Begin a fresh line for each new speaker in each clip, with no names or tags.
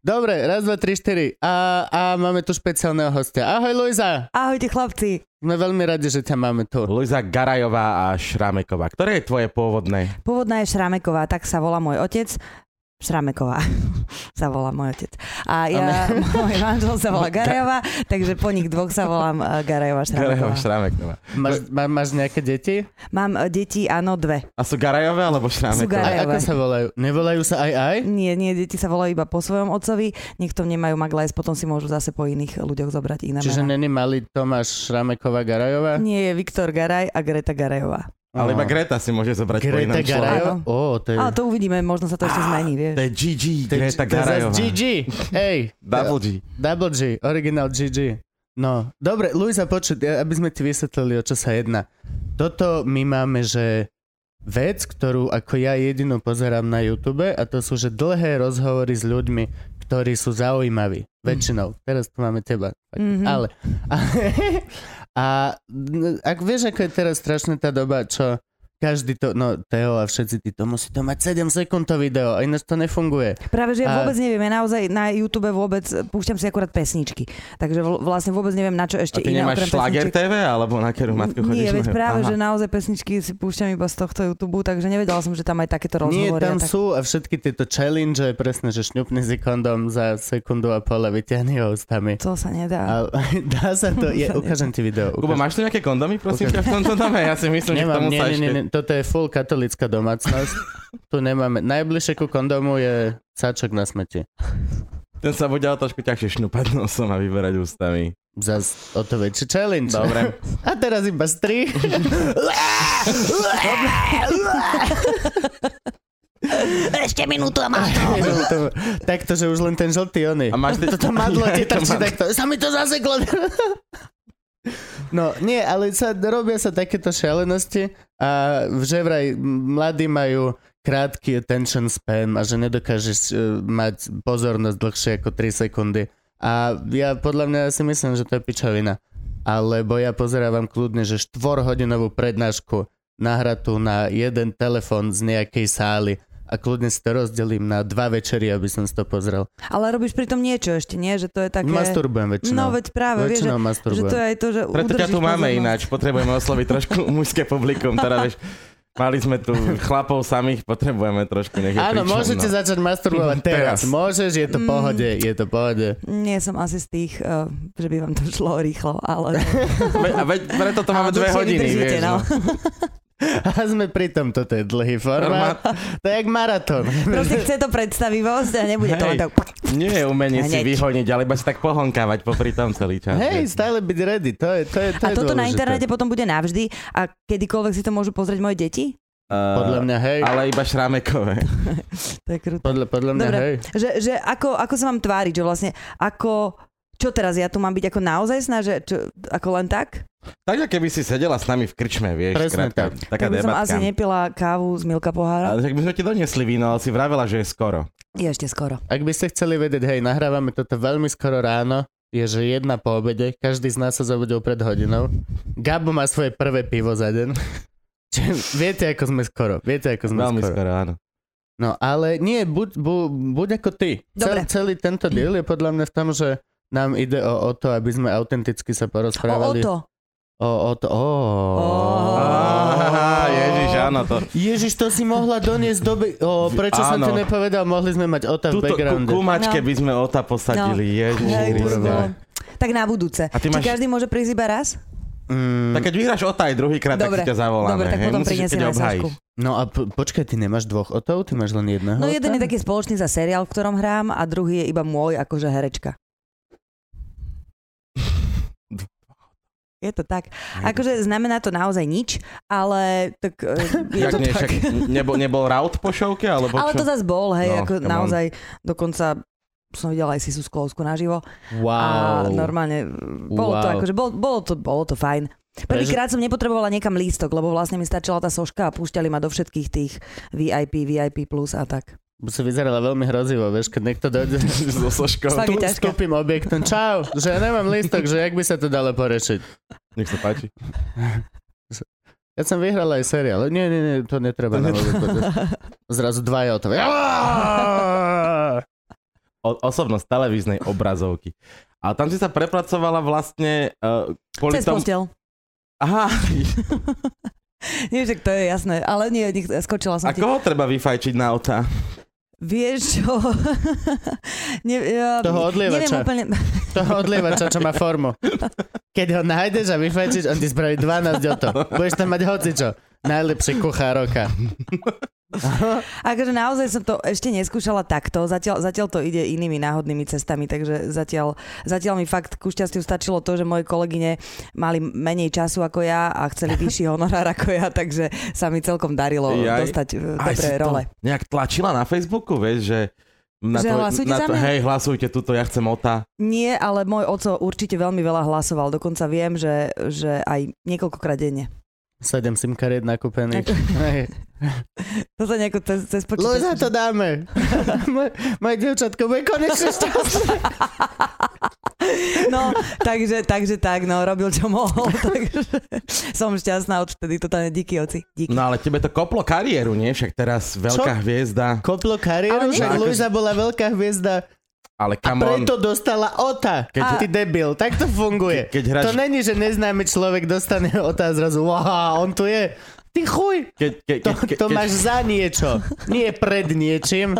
Dobre, raz, dva, tri, štyri. A, a máme tu špeciálneho hostia. Ahoj, Luisa.
Ahojte chlapci.
Sme veľmi radi, že ťa máme tu.
Luisa Garajová a Šrameková. Ktoré je tvoje pôvodné?
Pôvodná je Šrameková, tak sa volá môj otec. Šrameková sa volá môj otec. A ja, môj manžel sa
No,
volá Garajová, takže po nich dvoch sa volám eh, Garajová Šrameková.
Garajová Šrameková.
Máš, má, máš nejaké deti?
Mám eh, deti, áno, dve.
A sú Garajové alebo
Sú Garajové.
Šrameková?
A, ako sa volajú? Nevolajú sa aj aj?
Nie, nie, deti sa volajú iba po svojom otcovi, niekto nemajú maglajs, potom si môžu zase po iných ľuďoch zobrať iné
Čiže
mená.
není malý Tomáš Šrameková Garajová?
Nie je Viktor Garaj a Greta Garajová.
Ale
Á.
iba Greta si môže zobrať po
Greta
inom človeku.
Garajová?
Áno.
Ó, to je... Ah.
Ale to uvidíme, možno sa to ešte zmení, vieš.
To je GG,
to je- to
Greta
je zas
Garajová.
GG. Hej.
Double G.
Double G, originál GG. No, dobre, Luisa, počuť, ja- aby sme ti vysvetlili, o čo sa jedná. Toto my máme, že vec, ktorú ako ja jedinú pozerám na YouTube a to sú, že dlhé rozhovory s ľuďmi, ktorí sú zaujímaví. Väčšinou. Teraz tu máme teba.
Mhm.
Ale, ale a n- ak vieš, ako je teraz strašná tá doba, čo každý to, no Teo a všetci tí to musí to mať 7 sekúnd to video, a ináč to nefunguje.
Práve, že ja
A-
vôbec neviem, ja naozaj na YouTube vôbec eh, púšťam si akurát pesničky, takže vl- vlastne vôbec neviem, na čo
A
ešte
ty
iné
nemáš
okrem
Šlager
pesničiek.
TV alebo na ktorú matku chodíš?
Nie, veď
No,
práve,
aha.
že naozaj pesničky si púšťam iba z tohto YouTube, takže nevedela som, že tam aj takéto
Nie,
rozhovory.
tam
a tak...
sú a všetky tieto challenge, presne, že šňupni si kondom za sekundu a pole, vyťahni ho ústami.
To sa nedá.
A, dá sa to, je, ukážem ti video. Ukáž...
Kubo, máš tu nejaké kondomy, prosím
Ukáž.
ťa, v tomto dome? Ja si myslím, že k
Nemám,
tomu
nie,
sa
nie,
ešte...
nie, nie, toto je full katolická domácnosť. tu nemáme. Najbližšie ku kondomu je sáčok na smeti.
Ten sa bude ale trošku ťažšie šnúpať nosom a vyberať ústami.
Zas o to väčší challenge.
Dobre.
A teraz iba stri.
Ešte minútu a máš
Takto, že už len ten žltý oný.
A máš teď...
Toto madlo ti
Je to
trčí
madlo.
takto. Sa mi to zaseklo. No, nie, ale sa, robia sa takéto šialenosti a že vraj m- mladí majú krátky attention span a že nedokážeš e, mať pozornosť dlhšie ako 3 sekundy. A ja podľa mňa si myslím, že to je pičovina. Alebo ja pozerávam kľudne, že 4-hodinovú prednášku nahratú na jeden telefón z nejakej sály a kľudne si to rozdelím na dva večery, aby som si to pozrel.
Ale robíš pritom niečo ešte, nie? Že to je také...
Masturbujem väčšinou.
No veď práve, vieš, že,
väčšinou
že
masturbujem.
to je aj to, že
Preto ťa
udržíš
tu máme
pozornosť.
ináč, potrebujeme osloviť trošku mužské publikum, teda vieš, mali sme tu chlapov samých, potrebujeme trošku nech je
Áno,
pričom,
môžete
no.
začať masturbovať teraz.
Teraz.
Môžeš, je to
Mm.
pohode, je to pohode.
Nie som asi z tých, eh, že by vám to šlo rýchlo, ale...
Ve- a veď preto to
Ale
máme dve
dlhšie
hodiny,
vydržíte,
vieš. No.
A sme pri tom, toto je dlhý formát. To je jak maratón.
Proste chce to predstavivosť a nebude to len
Hej.
tak...
Nie je umenie si
Hneď.
vyhoniť, ale iba si tak pohonkávať popri tom celý čas.
Hej, stále byť ready, to je, to je, to je
A toto na
dôležité.
internete potom bude navždy a kedykoľvek si to môžu pozrieť moje deti?
Uh,
Podľa mňa hej.
Ale iba šrámekové.
To je kruté.
Podľa, podľa mňa
Dobre.
hej.
Že, že ako, ako sa mám tváriť, že vlastne ako... Čo teraz, ja tu mám byť ako naozaj sná, že čo, ako len tak?
Tak, ako keby si sedela s nami v krčme, vieš.
Presne tak.
krátka, Taká
tak by som
debatka.
asi nepila kávu z Milka pohára.
Ale tak by sme ti donesli víno, ale si vravela, že je skoro.
Je ešte skoro.
Ak by ste chceli vedieť, hej, nahrávame toto veľmi skoro ráno, je, že jedna po obede, každý z nás sa zobudil pred hodinou. Gabo má svoje prvé pivo za deň. Čiže viete, ako sme Mm, skoro. Viete, ako sme
Veľmi skoro, áno.
No ale nie, buď, bu, buď ako ty.
Dobre.
Cel, celý tento diel je podľa mňa v tom, že nám ide o, o to, aby sme autenticky sa
O, o
porozprávali.
to.
O, o to. O.
Ó.
Á, Ježiš, áno, to,
Ježiš, to si mohla doniesť do... Be- o, prečo som
Áno.
ti nepovedal, mohli sme mať Ota v
Tuto ku,
backgrounde.
kumačke
No.
by sme Ota posadili, no. ježiš.
Hej, to
Kriste.
by bolo. Tak na budúce.
A ty máš-
Či každý môže prísť iba raz?
Mm,
Tak keď vyhráš Ota aj druhýkrát, tak
Dobre.
si ťa zavoláme.
Dobre, tak
hej.
potom
Musíš
prinesie
keď
na
obhájiš.
Sašku.
no a po- počkaj, ty nemáš dvoch Otov, ty máš len jedného
No jeden
Ota?
je taký spoločný za seriál, v ktorom hrám a druhý je iba môj akože herečka. Je to tak. Akože znamená to naozaj nič, ale tak e, je
Jak
to
nie,
tak.
však nebol, nebol rout po šovke, alebo
Ale to
čo?
zase bol, hej,
No,
ako
come on.
naozaj dokonca som videla aj Sisu Sklovsku naživo a
Wow.
normálne mm, bolo to
Wow.
akože, bolo, bolo, to, bolo to fajn. Prvýkrát som nepotrebovala niekam lístok, lebo vlastne mi stačila tá soška a púšťali ma do všetkých tých VIP, VIP plus a tak.
Si vyzerala veľmi hrozivo, vieš, keď niekto dojde
so soškou.
Fakt.
tu
je
s
ťažké.
tupým objektom. Čau, že ja nemám lístok, že jak by sa to dalo porešiť.
Nech sa páči.
Ja som vyhral aj seriál. Nie, nie, nie, to netreba.
To
na vôbec. Zrazu dva je o to.
o- osobnosť televíznej obrazovky. A tam si sa prepracovala vlastne uh, kvôli
Cez
tomu...
postel.
Aha,
Nie, že to je jasné, ale nie, nech, skočila som
a
ti.
koho treba vyfajčiť na auta?
Vieš čo? ne, ja,
Toho
neviem
odlievača.
úplne...
Toho odlievača, čo má formu. Keď ho nájdeš a vyfajčíš, on ti spraví 12 o to. Budeš tam mať hocičo. Najlepší kuchár roka.
Akože naozaj som to ešte neskúšala takto, zatiaľ, zatiaľ to ide inými náhodnými cestami, takže zatiaľ, zatiaľ mi fakt ku šťastiu stačilo to, že moje kolegyne mali menej času ako ja a chceli vyšší honorár ako ja, takže sa mi celkom darilo
Jaj.
dostať eh,
Aj
dobré
si to
role.
nejak tlačila na Facebooku, vieš, že... Na
Že hlasujte za mňa?
Hej, hlasujte tuto, ja chcem OTA.
Nie, ale môj oco určite veľmi veľa hlasoval, dokonca viem, že, že aj niekoľkokrát denne.
Sedem sim kariet nakúpených. Hej.
To sa nejako cez, cez
Luza,
počítač...
to dáme. Moje, moje dievčatko bude konečne šťastné.
No, takže, takže tak, no, robil čo mohol, takže som šťastná odvtedy, totálne díky oci, díky.
No ale tebe to koplo kariéru, nie? Však teraz veľká
Čo?
hviezda.
Koplo kariéru,
Ale nie-
však Luisa bola veľká hviezda. A
Ale come on.
preto dostala OTA. Ty
Keď-
debil, tak to funguje.
Ke- keď hráš-
To není, že neznámy človek dostane OTA a zrazu, wow, on tu je. Ty chuj,
Keď, keď,
to,
keď, keď,
to máš za niečo, nie pred niečím.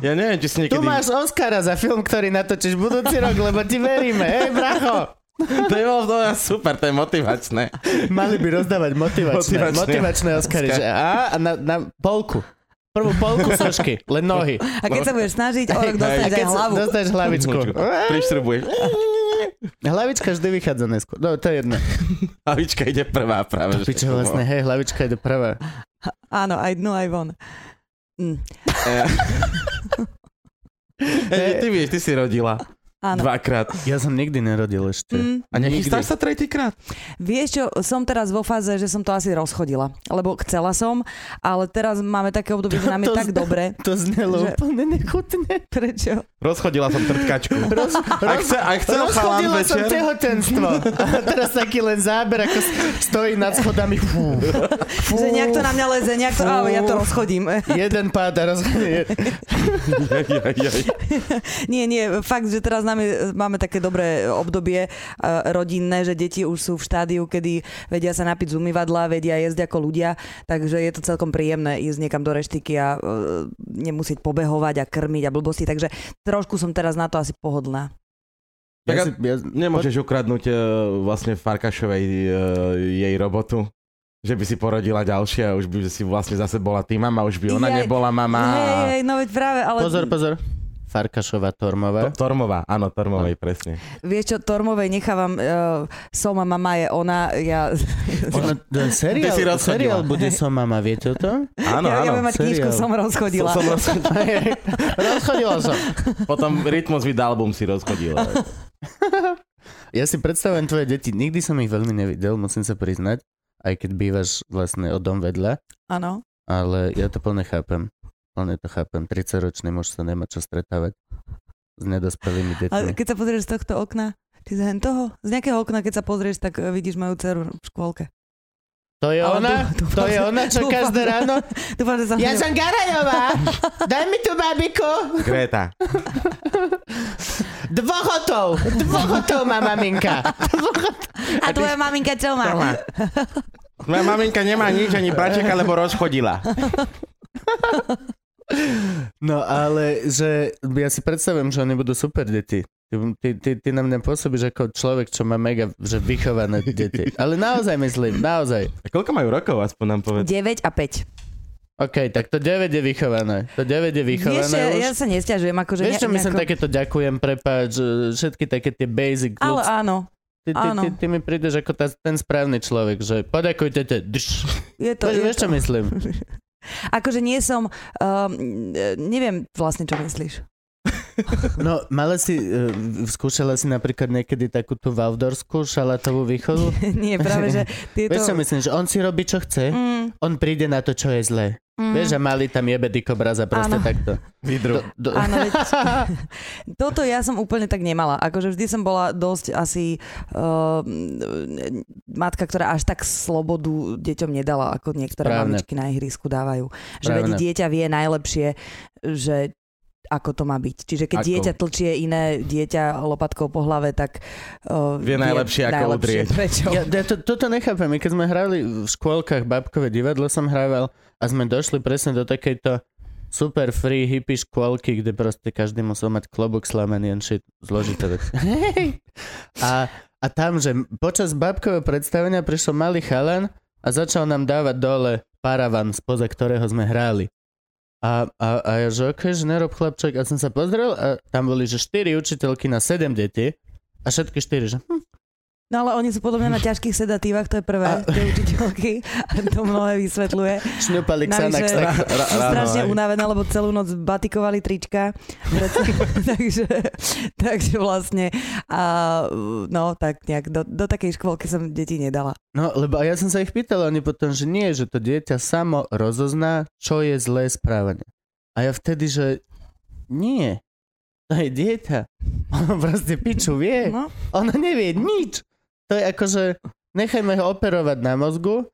Ja neviem, či si
Tu
niekedy...
máš Oscara za film, ktorý natočíš budúci rok, lebo ti veríme. Hej, bracho!
To je bolo to je super, to je motivačné.
Mali by rozdávať motivačné,
Motivačné.
motivačné, Oscary.
Oscar.
Že, a, a na, na polku. Prvú polku sošky, len nohy.
A keď sa budeš snažiť, o
A
rok
Hej,
dostaneš aj
keď sa-
hlavu.
dostaneš hlavičku.
Prištrubuješ.
Hlavička vždy vychádza neskôr. No, to je jedno.
Hlavička ide prvá práve. že-
Piče, vlastne, hej, hlavička ide prvá.
Áno, aj dnu, aj von. Mm,
Eh. Eh, ty vieš, ty si rodila
áno.
dvakrát.
Ja som nikdy nerodil ešte.
Mm,
A nechystáš
Nikdy.
sa tretíkrát?
vieš čo, som teraz vo fáze, že som to asi rozchodila, lebo chcela som, ale teraz máme také obdobie, že nám je
To
tak
zna-
dobre.
To znelo
Že-
úplne nechutne.
Prečo?
Rozchodila som trtkačku.
Roz,
A
roz,
chce, a chcel chalán
rozchodila som
večer.
tehotenstvo. A teraz taký len záber, ako stojí nad schodami. Fú, fú,
Že nejak to na mňa leze, nejak to,
Fú.
ale ja to rozchodím.
Jeden pád a rozhodne.
Jaj, jaj, jaj.
Nie, nie, fakt, že teraz nám je, máme také dobré obdobie eh, rodinné, že deti už sú v štádiu, kedy vedia sa napiť z umývadla, vedia jesť ako ľudia, takže je to celkom príjemné ísť niekam do reštiky a eh, nemusieť pobehovať a krmiť a blbosti, takže trošku som teraz na to asi pohodlná.
Tak
Ja
a-
si- ja,
Nemôžeš ukradnúť eh, vlastne Farkašovej eh, jej robotu? Že by si porodila ďalšia, už by si vlastne zase bola ty mama, už by ona
Jaj.
nebola mama.
Hej,
a-
hej, no veď práve, ale
Pozor, pozor. Farkašová Tormová.
To- Tormová, áno, Tormovej, presne.
vieš čo, Tormovej nechávam, uh, Soma mama je ona, ja,
Ono, ten
Ty si
seriál,
rozchodila.
seriál bude som mama, viete o tom?
Áno,
ja, ja
áno.
budem mať
seriál.
knižku, som rozchodila.
Som, som,
Rozchodila som.
potom Rytmus vydal album si rozchodil.
Ja si predstavujem tvoje deti, nikdy som ich veľmi nevidel, musím sa priznať, aj keď bývaš vlastne o dom vedľa,
Áno.
ale ja to plne chápem. Plne to chápem. 30-ročný muž sa nemá čo stretávať s nedospelými
A
deťmi.
keď sa pozrieš z tohto okna, či z hen toho, z nejakého okna, keď sa pozrieš, tak e, vidíš moju dceru v škôlke.
To je
Ale
ona?
dúfam,
To je
že-
ona, čo
dúfam,
každé
že-
ráno?
Dúfam, že sa
Ja som Garajová! Daj mi tu babiku!
Greta.
Dvochotov! Dvochotov má maminka!
A tvoja maminka čo má?
Toma. Moja maminka nemá nič, ani bračeka, lebo rozchodila.
No ale, že ja si predstavujem, že oni budú super deti. Ty, ty, ty, ty na mňa pôsobíš ako človek, čo má mega že vychované deti. Ale naozaj myslím, naozaj.
A koľko majú rokov, aspoň nám povedz.
9 a 5.
OK, tak to 9 je vychované. To 9 je vychované
Vieš, ja,
už.
ja sa nestiažujem, akože
Vieš čo,
ne-
myslím takéto ďakujem, prepáč, že všetky také tie basic
Ale
ľudské.
áno,
Ty, ty,
áno.
ty, ty mi prídeš ako tá, ten správny človek, že poďakujte te. Drž.
je to...
To,
je
vieš,
to.
čo myslím?
Akože nie som... Um, e, neviem vlastne, čo myslíš.
No, mala si, uh, skúšala si napríklad niekedy takú tú valdorskú šalatovú výchovu?
nie, práve, že tieto...
Vieš, čo myslím, že on si robí, čo chce?
Mm,
on príde na to, čo je zlé.
mm.
Mm. Vieš, že mali tam jebe dikobraza proste
Áno.
takto.
Vidru.
Do, do...
Áno, veď, toto ja som úplne tak nemala. Akože vždy som bola dosť asi uh, matka, ktorá až tak slobodu deťom nedala, ako niektoré
Správne.
mamičky na ihrisku dávajú. Že
Správne.
veď dieťa vie najlepšie, že ako to má byť. Čiže keď
Ako?
dieťa tlčie iné dieťa lopatkou po hlave, tak uh,
Vie najlepšie, ako udrieť.
Prečo?
Ja, ja to, toto nechápem. My keď sme hrali v škôlkach babkové divadlo som hrával a sme došli presne do takejto super free hippie škôlky, kde proste každý musel mať klobúk slamený and shit. Zložité veci. a, a tam, že počas babkového predstavenia prišiel malý chalan a začal nám dávať dole paravan, spoza ktorého sme hrali. A, a, a ja že okej, že nerob chlapček. A som sa pozrel a tam boli, že 4 učiteľky na 7 detí a všetky 4, že hm,
No ale oni sú podľa mňa na ťažkých sedatívach, to je
A-
prvé, tie učiteľky. A to mnohé vysvetľuje.
šňupali
Navyše-
Xanax. tak-
Sú strašne unavené, lebo celú noc batikovali trička. Preto- takže, takže vlastne, a, no tak nejak, do, do takej škôlky som deti nedala.
No, lebo a ja som sa ich pýtal, oni potom, že nie, že to dieťa samo rozozná, čo je zlé správanie. A ja vtedy, že nie, to je dieťa. Ono proste piču vie.
No,
Ono nevie nič. To je ako, že nechajme ho operovať na mozgu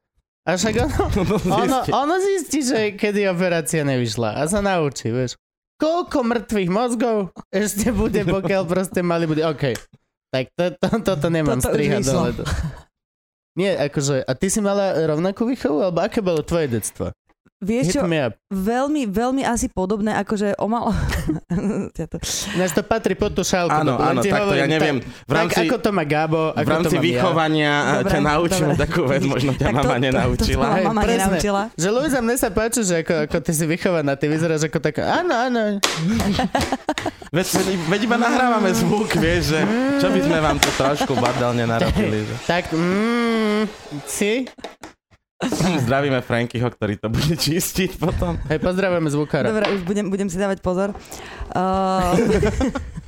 a však ono, ono, ono zistí, že kedy operácia nevyšla a sa naučí, vieš. Koľko mŕtvych mozgov ešte bude, pokiaľ proste mali bude, OK. Tak to, to, toto nemám
Toto už
strihať
vyšlo.
dole. Nie, akože, a ty si mala rovnakú výchovu, alebo aké bolo tvoje detstvo?
vieš
Hit
čo,
me up.
veľmi, veľmi asi podobné, akože o malo... Ja to-
Ináč to patrí pod tú šálku. lebo
Áno,
len
áno,
ti
takto ja
hovorím,
neviem. V
Tak, tak
rámci,
ako to má Gabo,
v
ako
rámci
to mám
vychovania a
Dobre,
ťa naučíme
dobre.
takú vec, možno ťa
Tak
mama
to- to-
nenaučila.
To, to,
Hej,
mama
presne.
nenaučila.
ja. Že Luisa, mne sa páči, že ako, ako ty si vychovaná, ty vyzeráš ako taká, áno, áno.
Veď, veď, veď iba nahrávame zvuk, vieš, že čo by sme vám tu trošku bardelne narobili. Že...
Tak, mm, si?
Zdravíme Frankyho, ktorý to bude čistiť potom.
Hej, pozdravujeme zvukára.
Dobre, už budem, budem si dávať pozor. Uh,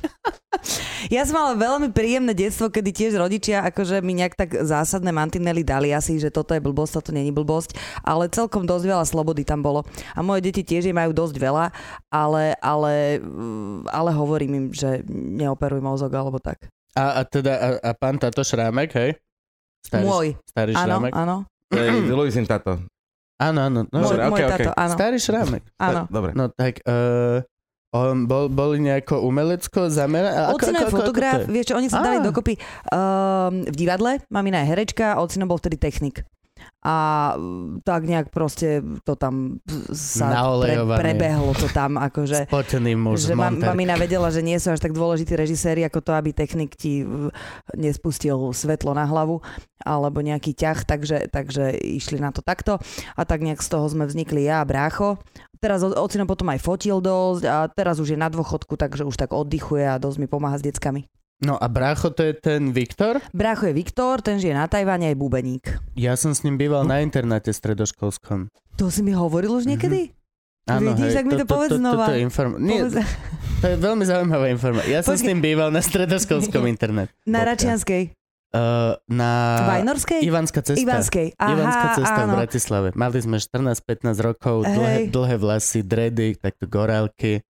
ja som mala veľmi príjemné detstvo, kedy tiež rodičia akože mi nejak tak zásadné mantinely dali asi, že toto je blbosť, toto není blbosť, ale celkom dosť veľa slobody tam bolo. A moje deti tiež jej majú dosť veľa, ale, ale, mm, ale hovorím im, že neoperuj mozog alebo tak.
A, a teda, a, a pán táto šrámek, hej? Starý,
Môj,
starý
áno,
šrámek?
áno.
To je Luizin táto.
Áno, áno. No,
Môj,
že,
Dobre,
môj
okej,
táto, áno.
starý šrámek.
áno.
Dobre.
No tak, uh, on bol, bol nejako umelecko zameraný.
Ocino je fotograf, vieš čo, oni sa
Á.
dali dokopy um, v divadle, mamina je herečka, a ocino bol vtedy technik. A mm, tak nejak proste to tam sa pre,
Naolejovaný.
prebehlo to tam, akože
Spotený muž,
že mam,
monter.
mamina vedela, že nie sú až tak dôležití režiséri ako to, aby technik ti mm, nespustil svetlo na hlavu alebo nejaký ťah, takže, takže išli na to takto a tak nejak z toho sme vznikli ja a brácho. Teraz o- ocino potom aj fotil dosť a teraz už je na dôchodku, takže už tak oddychuje a dosť mi pomáha s deckami.
No a brácho to je ten Viktor?
Brácho je Viktor, ten žije na Tajvane, je bubeník.
Ja som s ním
Hm.
býval na internáte stredoškolskom.
To si mi hovoril
Mhm.
už niekedy? Vidíš, tak mi to povedz
Toto
znova.
je inform... Nie,
Povedz-
to je veľmi zaujímavá informácia. Ja som s
Počkej.
ním býval na stredoškolskom internet.
Na
Bodka.
Račianskej?
Uh, na...
Vajnorskej?
Ivanská cesta.
Ivanskej. Aha,
Ivanská cesta v
áno.
Bratislave. Mali sme 14-15 rokov, dlhé,
Hej.
dlhé vlasy, dredy, takto gorálky.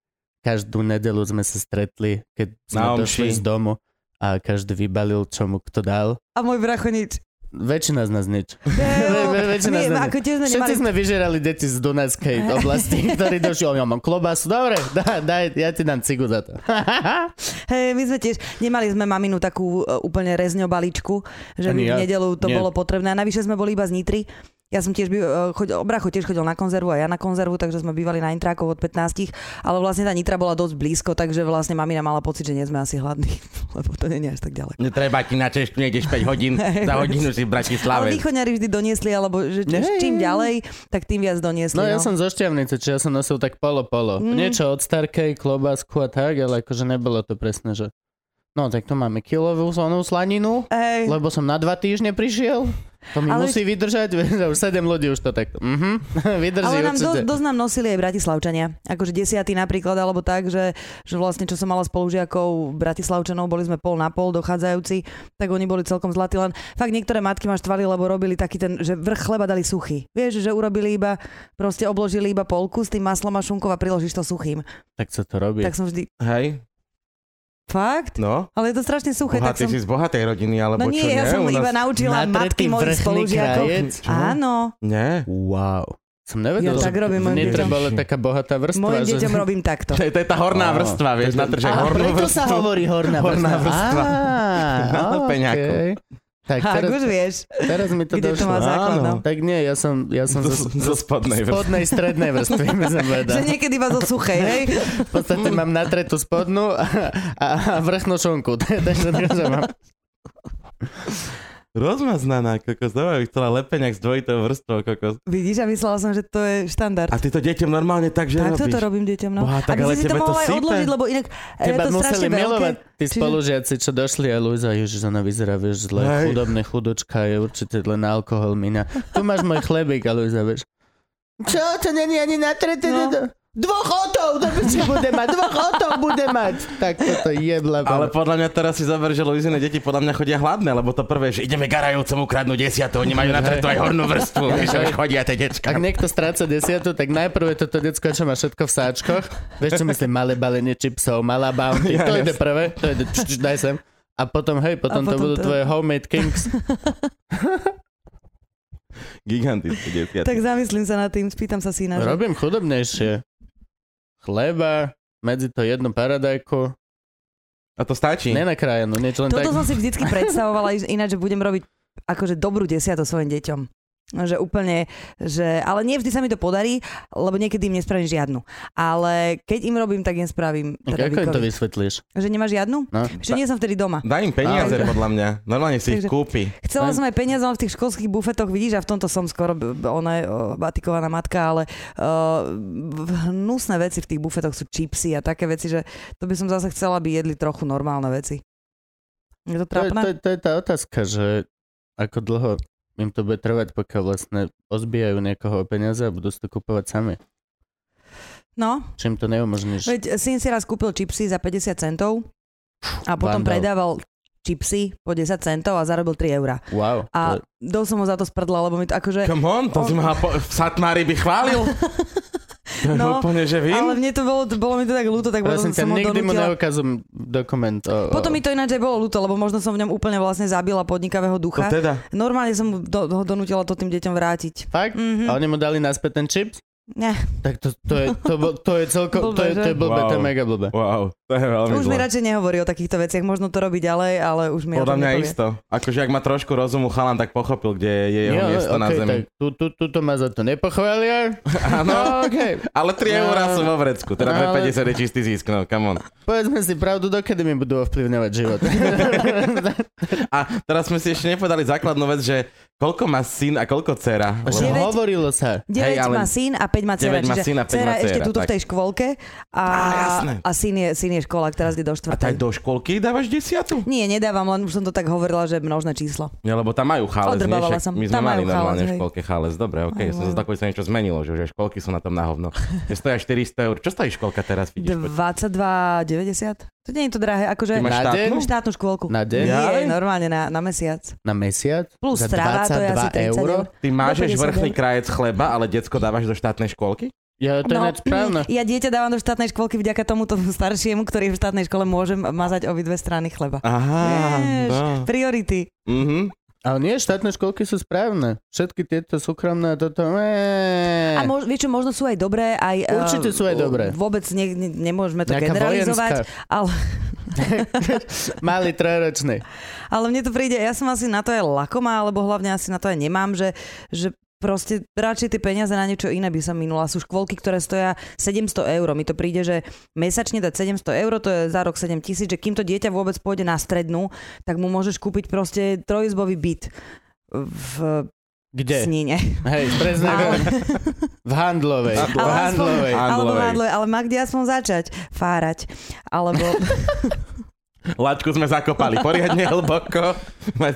Každú nedelu sme sa stretli, keď sme
Na omši.
došli z domu a každý vybalil, čo mu kto dal.
A môj bracho nič.
Väčšina z nás nič.
Dejo.
Ve- väčšina
No, Nie,
z nás
ako tiež sme nemali
Všetci sme vyžerali deti z Dunajskej oblasti, ktorí došli, o, ja mám klobásu, dobre, daj, daj, ja ti dám cigu za to.
Hej, my sme tiež, nemali sme maminu takú e, úplne rezňo baličku, že by
Ani
v
ja.
nedelu to
Nie.
bolo potrebné. A navyše sme boli iba z Nitry. Ja som tiež, by, chodil, Bracho tiež chodil na konzervu a ja na konzervu, takže sme bývali na intrákov od 15, ale vlastne tá Nitra bola dosť blízko, takže vlastne mamina mala pocit, že nie sme asi hladní, lebo to nie je až tak ďaleko.
Netreba ti na cestu, nejdeš 5 hodín, za hodinu si
Ale
v Bratislave.
východňari vždy doniesli, alebo že č-
Hej.
čím ďalej, tak tým viac doniesli.
No ja som zo Šťavnice, čiže ja som nosil tak polo-polo.
Mm.
Niečo od starkej, klobásku a tak, ale akože nebolo to presne, že... No tak to máme kilovú zónu slaninu,
Hej.
lebo som na dva týždne prišiel. To mi
Ale-
musí vydržať, vieš, a už sedem ľudí už to tak. Mhm, vydrží
Ale nám
určite.
dosť, dosť nám nosili aj Bratislavčania. Akože desiatý napríklad, alebo tak, že, že vlastne čo som mala spolužiakov Bratislavčanov, boli sme pol na pol dochádzajúci, tak oni boli celkom zlatí. Len fakt niektoré matky ma štvali, lebo robili taký ten, že vrch chleba dali suchý. Vieš, že urobili iba, proste obložili iba polku s tým maslom a šunkou a priložíš to suchým.
Tak sa to robí.
Tak som vždy,
Hej,
fakt?
no.
Ale je to strašne suché, tak
Bohatý
som...
si z bohatej rodiny, alebo
No
čo
nie, ja
nie?
som
U nás...
iba naučila matky
Natretý
mojich
vrchný
spolužiakov.
krajec.
Čo?
Áno,
Nie.
Wow. Som nevedel,
Ja
že
tak robím
v
mojim
Nitre
deťom.
bola taká bohatá vrstva.
Mojim
že...
deťom robím takto.
To je, to je tá horná
Á,
vrstva, vieš, na trže
A
hornú
preto sa
vrstvu.
hovorí horná vrstva.
Horná vrstva.
Á,
Na peňáku.
okej. Tak
Tak
teraz,
už vieš,
teraz mi to
kde to má
došlo.
základ.
Áno.
No.
Tak nie, ja som, ja som zo
Zo, zo spodnej vrstve.
spodnej strednej vrstvy, by som povedal.
Že niekedy iba zo suchej, hej?
V podstate mám natretú spodnú a, a a vrchnú šonku. Takže to, že mám.
Rozmaznaná kokos, dobre, by chcela lepeňak s dvojitou vrstvou kokos.
Vidíš, a myslela som, že to je štandard.
A ty to deťom normálne tak, že
Takto
robíš.
to robím deťom, no.
Boha, tak
Aby
ale
si to
tebe to
mohla aj
sype.
odložiť, lebo inak e, je
Teba
to strašne
museli
veľké.
milovať tí
Čiže-
spolužiaci, čo došli a Luisa, ježiš, ona vyzerá, vieš, zle,
Hej.
chudobné, chudočka, je určite len na alkohol mina. Tu máš môj chlebík a Luisa, vieš. Čo, to není ani natretené?
No.
No. Dvoch otov, to by si bude mať, dvoch otov bude mať. Tak toto jebla. Ale...
Ale podľa mňa teraz si zaber, že Luizine deti podľa mňa chodia hladné, lebo to prvé, že ideme garajúcemu kradnúť desiatu, oni majú na tretu aj hornú vrstvu, vieš, že už chodia tie dečka.
Ak niekto stráca desiatu, tak najprv je toto decko, čo má všetko v sáčkoch. Vieš, čo myslím, malé balenie čipsov, malá bounty,
Ja,
to ide
jasne.
prvé, to ide, č, č, daj sem. A potom, hej, potom,
potom
to budú
to-
tvoje homemade kings.
Gigantické desiaty.
Tak zamyslím sa nad tým, spýtam sa syna. že-
Robím chudobnejšie. Chleba, medzi to jednu paradajku.
A to stačí.
Nenakrájanú, nič no len
Toto
tak.
som si vždycky predstavovala, iž- ináč, že budem robiť akože dobrú desiatu svojim deťom. Že úplne, že, ale nie vždy sa mi to podarí, lebo niekedy im nespravím žiadnu. Ale keď im robím, tak im spravím. Teda
Ako im to
výkovi.
vysvetlíš?
že nemáš žiadnu?
No.
Že nie som vtedy doma.
Daj im peniaze,
Áno.
podľa mňa. Normálne si ich
Takže-
kúpi.
Chcela
Aj-
som aj peniaze, ale v tých školských bufetoch vidíš, a v tomto som skoro, b- b- ona je o, batikovaná matka, ale uh, hnusné veci v tých bufetoch sú čipsy a také veci, že to by som zase chcela, aby jedli trochu normálne veci. Je to
To, je- to,
trápne?
je- to je tá otázka, že ako dlho im to bude trvať, pokiaľ vlastne ozbijajú niekoho o peniaze a budú si to kupovať sami.
No,
Čím to neumožníš?
veď syn si raz kúpil čipsy za 50 centov a potom
vandal.
predával čipsy po 10 centov a zarobil 3 eurá.
Wow.
A
to-
dosť som ho za to sprdla, lebo mi to akože...
Come on, to si ma po... v Satmári by chválil. To je
No,
úplne, že vím.
Ale mne to bolo, bolo mi to tak ľúto, tak
Prosím
potom
ťa,
som ho
nikdy mu
donútila.
neukazujem dokument. O, o,
Potom mi to ináč aj bolo ľúto, lebo možno som v ňom úplne vlastne zabila podnikavého
No
ducha.
teda.
Normálne som mu do, ho donútila to tým deťom vrátiť.
Fakt?
Mhm.
A oni mu dali naspäť ten čip?
Ne,
Tak to, to je, to, bo- to je celko, to je, to je blbé, to je
Wow.
mega blbé.
Wow, to je veľmi
už mi
zlé.
radšej nehovorí o takýchto veciach, možno to robí ďalej, ale už mi
Podľa
o tom
mňa
nepovie.
isto. Akože ak má trošku rozumu chalan, tak pochopil, kde je jeho
Jo,
miesto na
okej,
zemi.
Tak, tu, tu, tuto ma za to nepochvália.
Áno,
No,
okay.
ale 3 eurá sú vo vrecku, teda pre
Ale-
50 je čistý zisk, no come on.
Povedzme si pravdu, dokedy mi budú ovplyvňovať život.
A teraz sme si ešte nepovedali základnú vec, že koľko má syn a koľko dcera.
Že
Deväť-
hovorilo sa.
9
Hej, ale-
má syn a 5 má dcera.
9 má
čiže
syn a päť
dcera
má
ešte
dcera,
tuto v
tak.
tej školke a,
Á, jasné.
a syn, je, syn je škola, teraz ide do
A tak
štvrtej.
do školky dávaš desiatu?
Nie, nedávam, len už som to tak hovorila, že množné číslo.
Nie, lebo tam majú chález, nie?
Odrbávala
Však
som.
My sme
Tam
mali
majú
normálne
chález,
v
hej.
školke chález, dobre, okej.
Aj,
Som sa
majú.
takový sa niečo zmenilo, že, že školky sú na tom na hovno. Že stoja 400 eur. Čo stojí školka teraz, vidíš? poď?
22,90? To nie je to drahé, akože
Ty máš
Na deň?
štátnu?
štátnu škôlku.
Na deň?
Nie,
Jaj.
normálne na, na mesiac.
Na mesiac? za
Plus strava, to je asi
22 eur?
30 eur.
Ty mážeš
50
vrchný
eur.
krajec chleba, ale decko dávaš do štátnej školky?
Ja, to je
No,
no. správne.
Ja dieťa dávam do štátnej školky vďaka tomuto staršiemu, ktorý je v štátnej škole môžem mazať obidve strany chleba.
Aha,
Vieš,
no.
Priority.
Mhm.
Ale nie, štátne školky sú správne. Všetky tieto súkromné a toto... eee.
A mož, vieš čo, možno sú aj dobré, aj... eh,
Určite sú aj dobré.
Vôbec ne, ne, nemôžeme to
Nejaká
generalizovať,
vojenská.
ale,
Malý trojročný.
ale mne to príde, ja som asi na to aj lakomá, alebo hlavne asi na to aj nemám, že, že proste radšej tie peniaze na niečo iné by som minula. Sú škôlky, ktoré stoja 700 eur. Mi to príde, že mesačne dať 700 eur, to je za rok 7 tisíc, že kým to dieťa vôbec pôjde na strednú, tak mu môžeš kúpiť proste trojizbový byt v
Kde?
Sníne.
Hej, presne.
Ale-
V handlovej.
Ale
V
aspoň-
handlovej.
Handlovej.
Alebo handlovej, ale má kde aspoň začať fárať. Alebo
Laťku sme zakopali poriadne hlboko.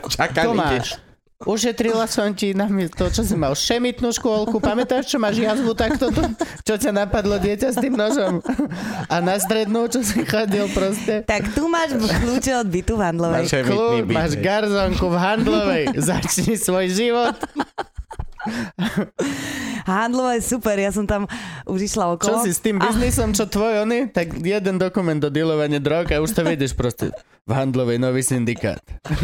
Čakanie.
Tomáš, ušetrila som ti na mi- to, čo si mal šemitnú škôlku. Pamätáš, čo máš jazvu takto? tu? Čo ťa napadlo dieťa s tým nožom? A na strednú, čo si chodil proste?
tak tu máš kľúče od bytu v handlovej.
Máš, kľú, máš garzonku v handlovej. Začni svoj život.
Handlová je super, ja som tam už
Čo
išla okolo.
si s tým biznisom, čo tvoj oni, tak jeden dokument do dealovania drog a už to vidíš proste. V handlovej nový syndikát.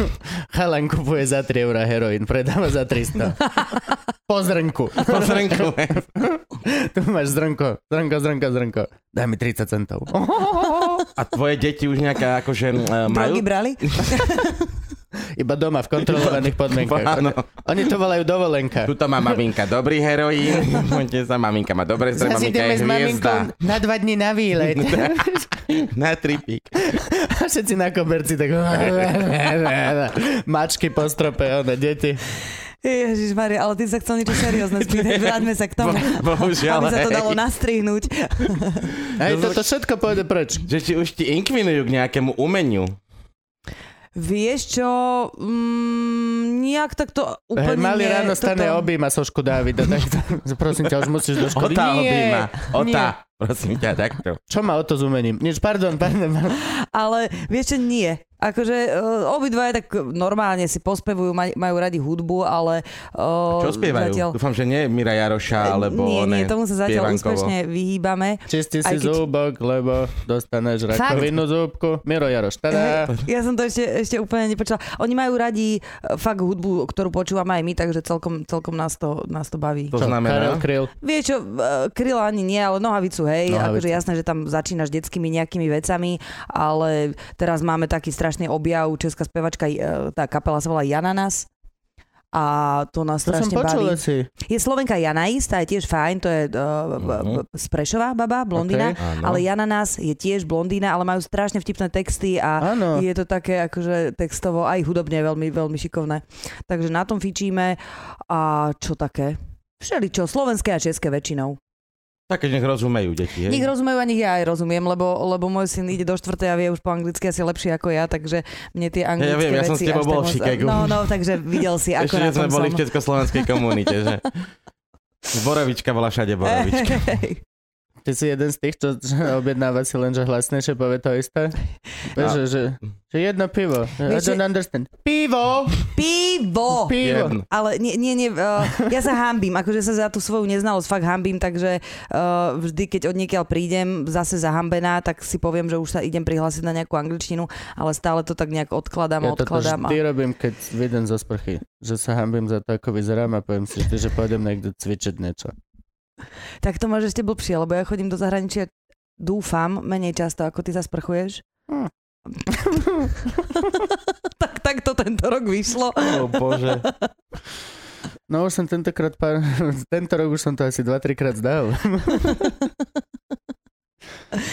Chalan kupuje za 3 eurá heroín, predáva za 300. Po zrnku.
Posrenku.
Tu máš zrnko, zrnko, zrnko, zrnko. Daj mi 30 centov.
A tvoje deti už nejaká akože eh, majú?
Drogy brali?
Iba doma v kontrolovaných podmienkach.
Áno.
Oni, oni to volajú dovolenka.
Tuto má maminka dobrý heroín, poďte sa, maminka má dobré srdce,
Zase
maminka
ideme
je
s maminkou
hviezda.
na dva dní na výlet.
Na tripík.
A všetci na koberci tak... Mačky po strope, one, deti.
Ježiš Maria, ale ty sa chcel niečo seriózne spýtať, vráťme sa k tomu.
Bo- bohužiaľ, eh,
aby sa to
hej.
dalo nastrihnúť.
Hej, toto všetko pôjde preč.
Že či už ti inkvinujú k nejakému umeniu.
Vieš čo, mm, nejak tak to
Hej,
úplne
mali
nie,
ráno stane toto... objíma Sošku Davida, tak to- prosím ťa, už musíš do školy.
Ota
Nie,
objíma. Ota,
nie.
prosím ťa, takto.
Čo má o to s umením? Nič, pardon, pardon.
Ale vieš čo, nie. Akože uh, obidva tak normálne si pospevujú, maj, majú radi hudbu, ale... Uh,
Čo spievajú?
Zatiaľ,
Dúfam, že nie Mira Jaroša, alebo
nie,
one,
nie, tomu sa zatiaľ
Spievankovo.
úspešne vyhýbame.
Čisti
Aj
si
keď-
zúbok, lebo dostaneš
Fakt?
rakovinu zúbku. Miro Jaroš,
Hej,
tada.
ja som to ešte, ešte úplne nepočula. Oni majú radi e, fakt hudbu, ktorú počúvame aj my, takže celkom, celkom nás, to, nás to baví.
To
Čo, Karel
znamená?
Kryl.
Vieš čo, e, kryla ani nie, ale nohavicu, hej.
Nohavicu.
Akože jasné, že tam začínaš detskými nejakými vecami, ale teraz máme taký strašný objav. Česká spevačka, e, tá kapela sa volá Jananas. A to nás
To som
strašne
počul
baví.
si.
Je Slovenka Janais, tá je tiež fajn, to je uh,
Mhm.
z Prešova baba,
Ok.
blondína.
no.
Áno.
Ale Jananas je tiež blondína, ale majú strašne vtipné texty a
Áno.
No.
je to také akože textovo aj hudobne veľmi, veľmi šikovné. Takže na tom fičíme a čo také? Všeličo, slovenské a české väčšinou.
Tak, keď nech rozumejú deti, hej.
Nich rozumejú a nich ja aj rozumiem, lebo, lebo môj syn ide do štvrtej a vie už po anglicky asi lepšie ako ja, takže mne tie anglické
viem, ja som s
veci
tebou
až
bol
tak
v
moc-
Chicagu.
No, no, takže videl si, ako
Ešte,
na
že sme
tom
boli
som.
v československej komunite, že? Borovička bola všade borovička.
Hej.
Ty si jeden z tých, čo čo objednáva si len, že hlasnejšie povie to isté? Vieš,
A-
Že, že, že jedno pivo. I
Vieš, že-
don't understand. Pivo!
Pivo!
Pivo!
Jedno.
Ale nie, nie, nie, uh, ja sa hambím, akože sa za tú svoju neznalosť fakt hambím, takže uh, vždy, keď od niekiaľ prídem zase zahambená, tak si poviem, že už sa idem prihlásiť na nejakú angličtinu, ale stále to tak nejak
Ja
odkladám, ja
to
odkladám.
vždy robím, keď vyjdem zo sprchy. Že sa hambím za to, ako vyzerám a poviem si, že pôjdem niekde cvičiť niečo.
A... Tak to máš ešte blbšie, lebo ja chodím do zahraničia, dúfam, menej často, ako ty zasprchuješ.
Hm.
tak, tak to tento rok vyšlo.
O bože.
No už som tentokrát pár... Tento rok už som to asi 2-3 krát zdal.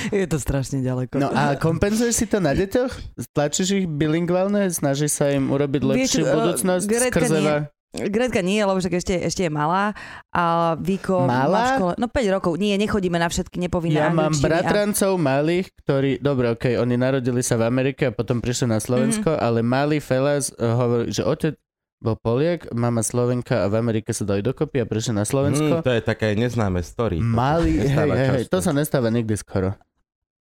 Je to strašne ďaleko.
No a kompenzuješ si to na deťoch? Tlačíš ich bilingválne? Snažíš sa im urobiť
Vieš,
lepšiu
eh,
budúcnosť?
Gretka
skrze
nie.
va-
Gretka nie, lebo však ešte, ešte je malá. A Viko
Malá?
má v škole... No 5 rokov. Nie, nechodíme na všetky nepovinné
Ja mám
angličtiny
bratrancov malých, ktorí, dobre, okej, oni narodili sa v Amerike a potom prišli na Slovensko,
Mhm.
ale malý felas eh, hovorí, že otec bol Poliak, mama Slovenka a v Amerike sa dali dokopy a prišli na
Mm,
Slovensko.
to je také neznáme story.
Malý, hej,
Nestáva
hej, hej,
často.
to sa nestáva nikdy skoro.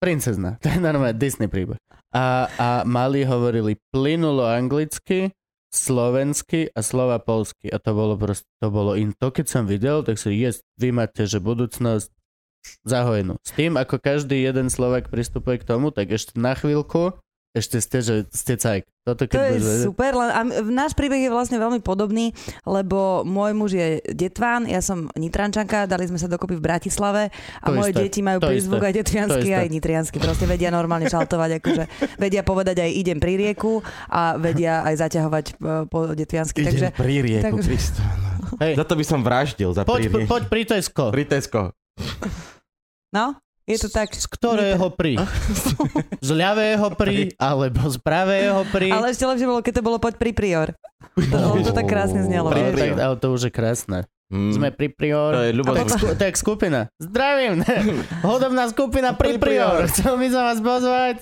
Princezna, to je normálne Disney príbeh. A, a malí hovorili plynulo anglicky, slovensky a slova polsky. A to bolo proste, to bolo in. To keď som videl, tak si yes, vy máte, že budúcnosť zahojenú. S tým, ako každý jeden Slovak pristupuje k tomu, tak ešte na chvíľku, ešte ste, že ste cajk. Toto keď
To je
budeš vedieť-
super, len a m- náš príbeh je vlastne veľmi podobný, lebo môj muž je detván, ja som nitrančanka, dali sme sa dokopy v Bratislave a
To
moje
isté,
deti majú
to isté,
prízvuk aj detviansky,
to isté.
aj nitriansky, proste vedia normálne šaltovať, akože vedia povedať aj idem pri rieku a vedia aj zaťahovať e, po detviansky, takže
Idem pri rieku,
takže-
Kristo.
Hej,
Za to by som vraždil,
poď,
za pri rieku.
poď pri Tesco.
Pri Tesco.
no, je to tak.
Z ktorého pri? Z ľavého pri, alebo z pravého pri.
Ale ešte lepšie bolo, keď to bolo poď pri prior. To, ono to tak krásne znelo.
Ale,
Pri-
vieš.
tak, ale to už je krásne.
Mm,
Sme pri prior.
To je ľubo.
Tak sku- tak skupina. Zdravím. Hodobná skupina pri
Pri prior.
prior. Chcel by som vás pozvať.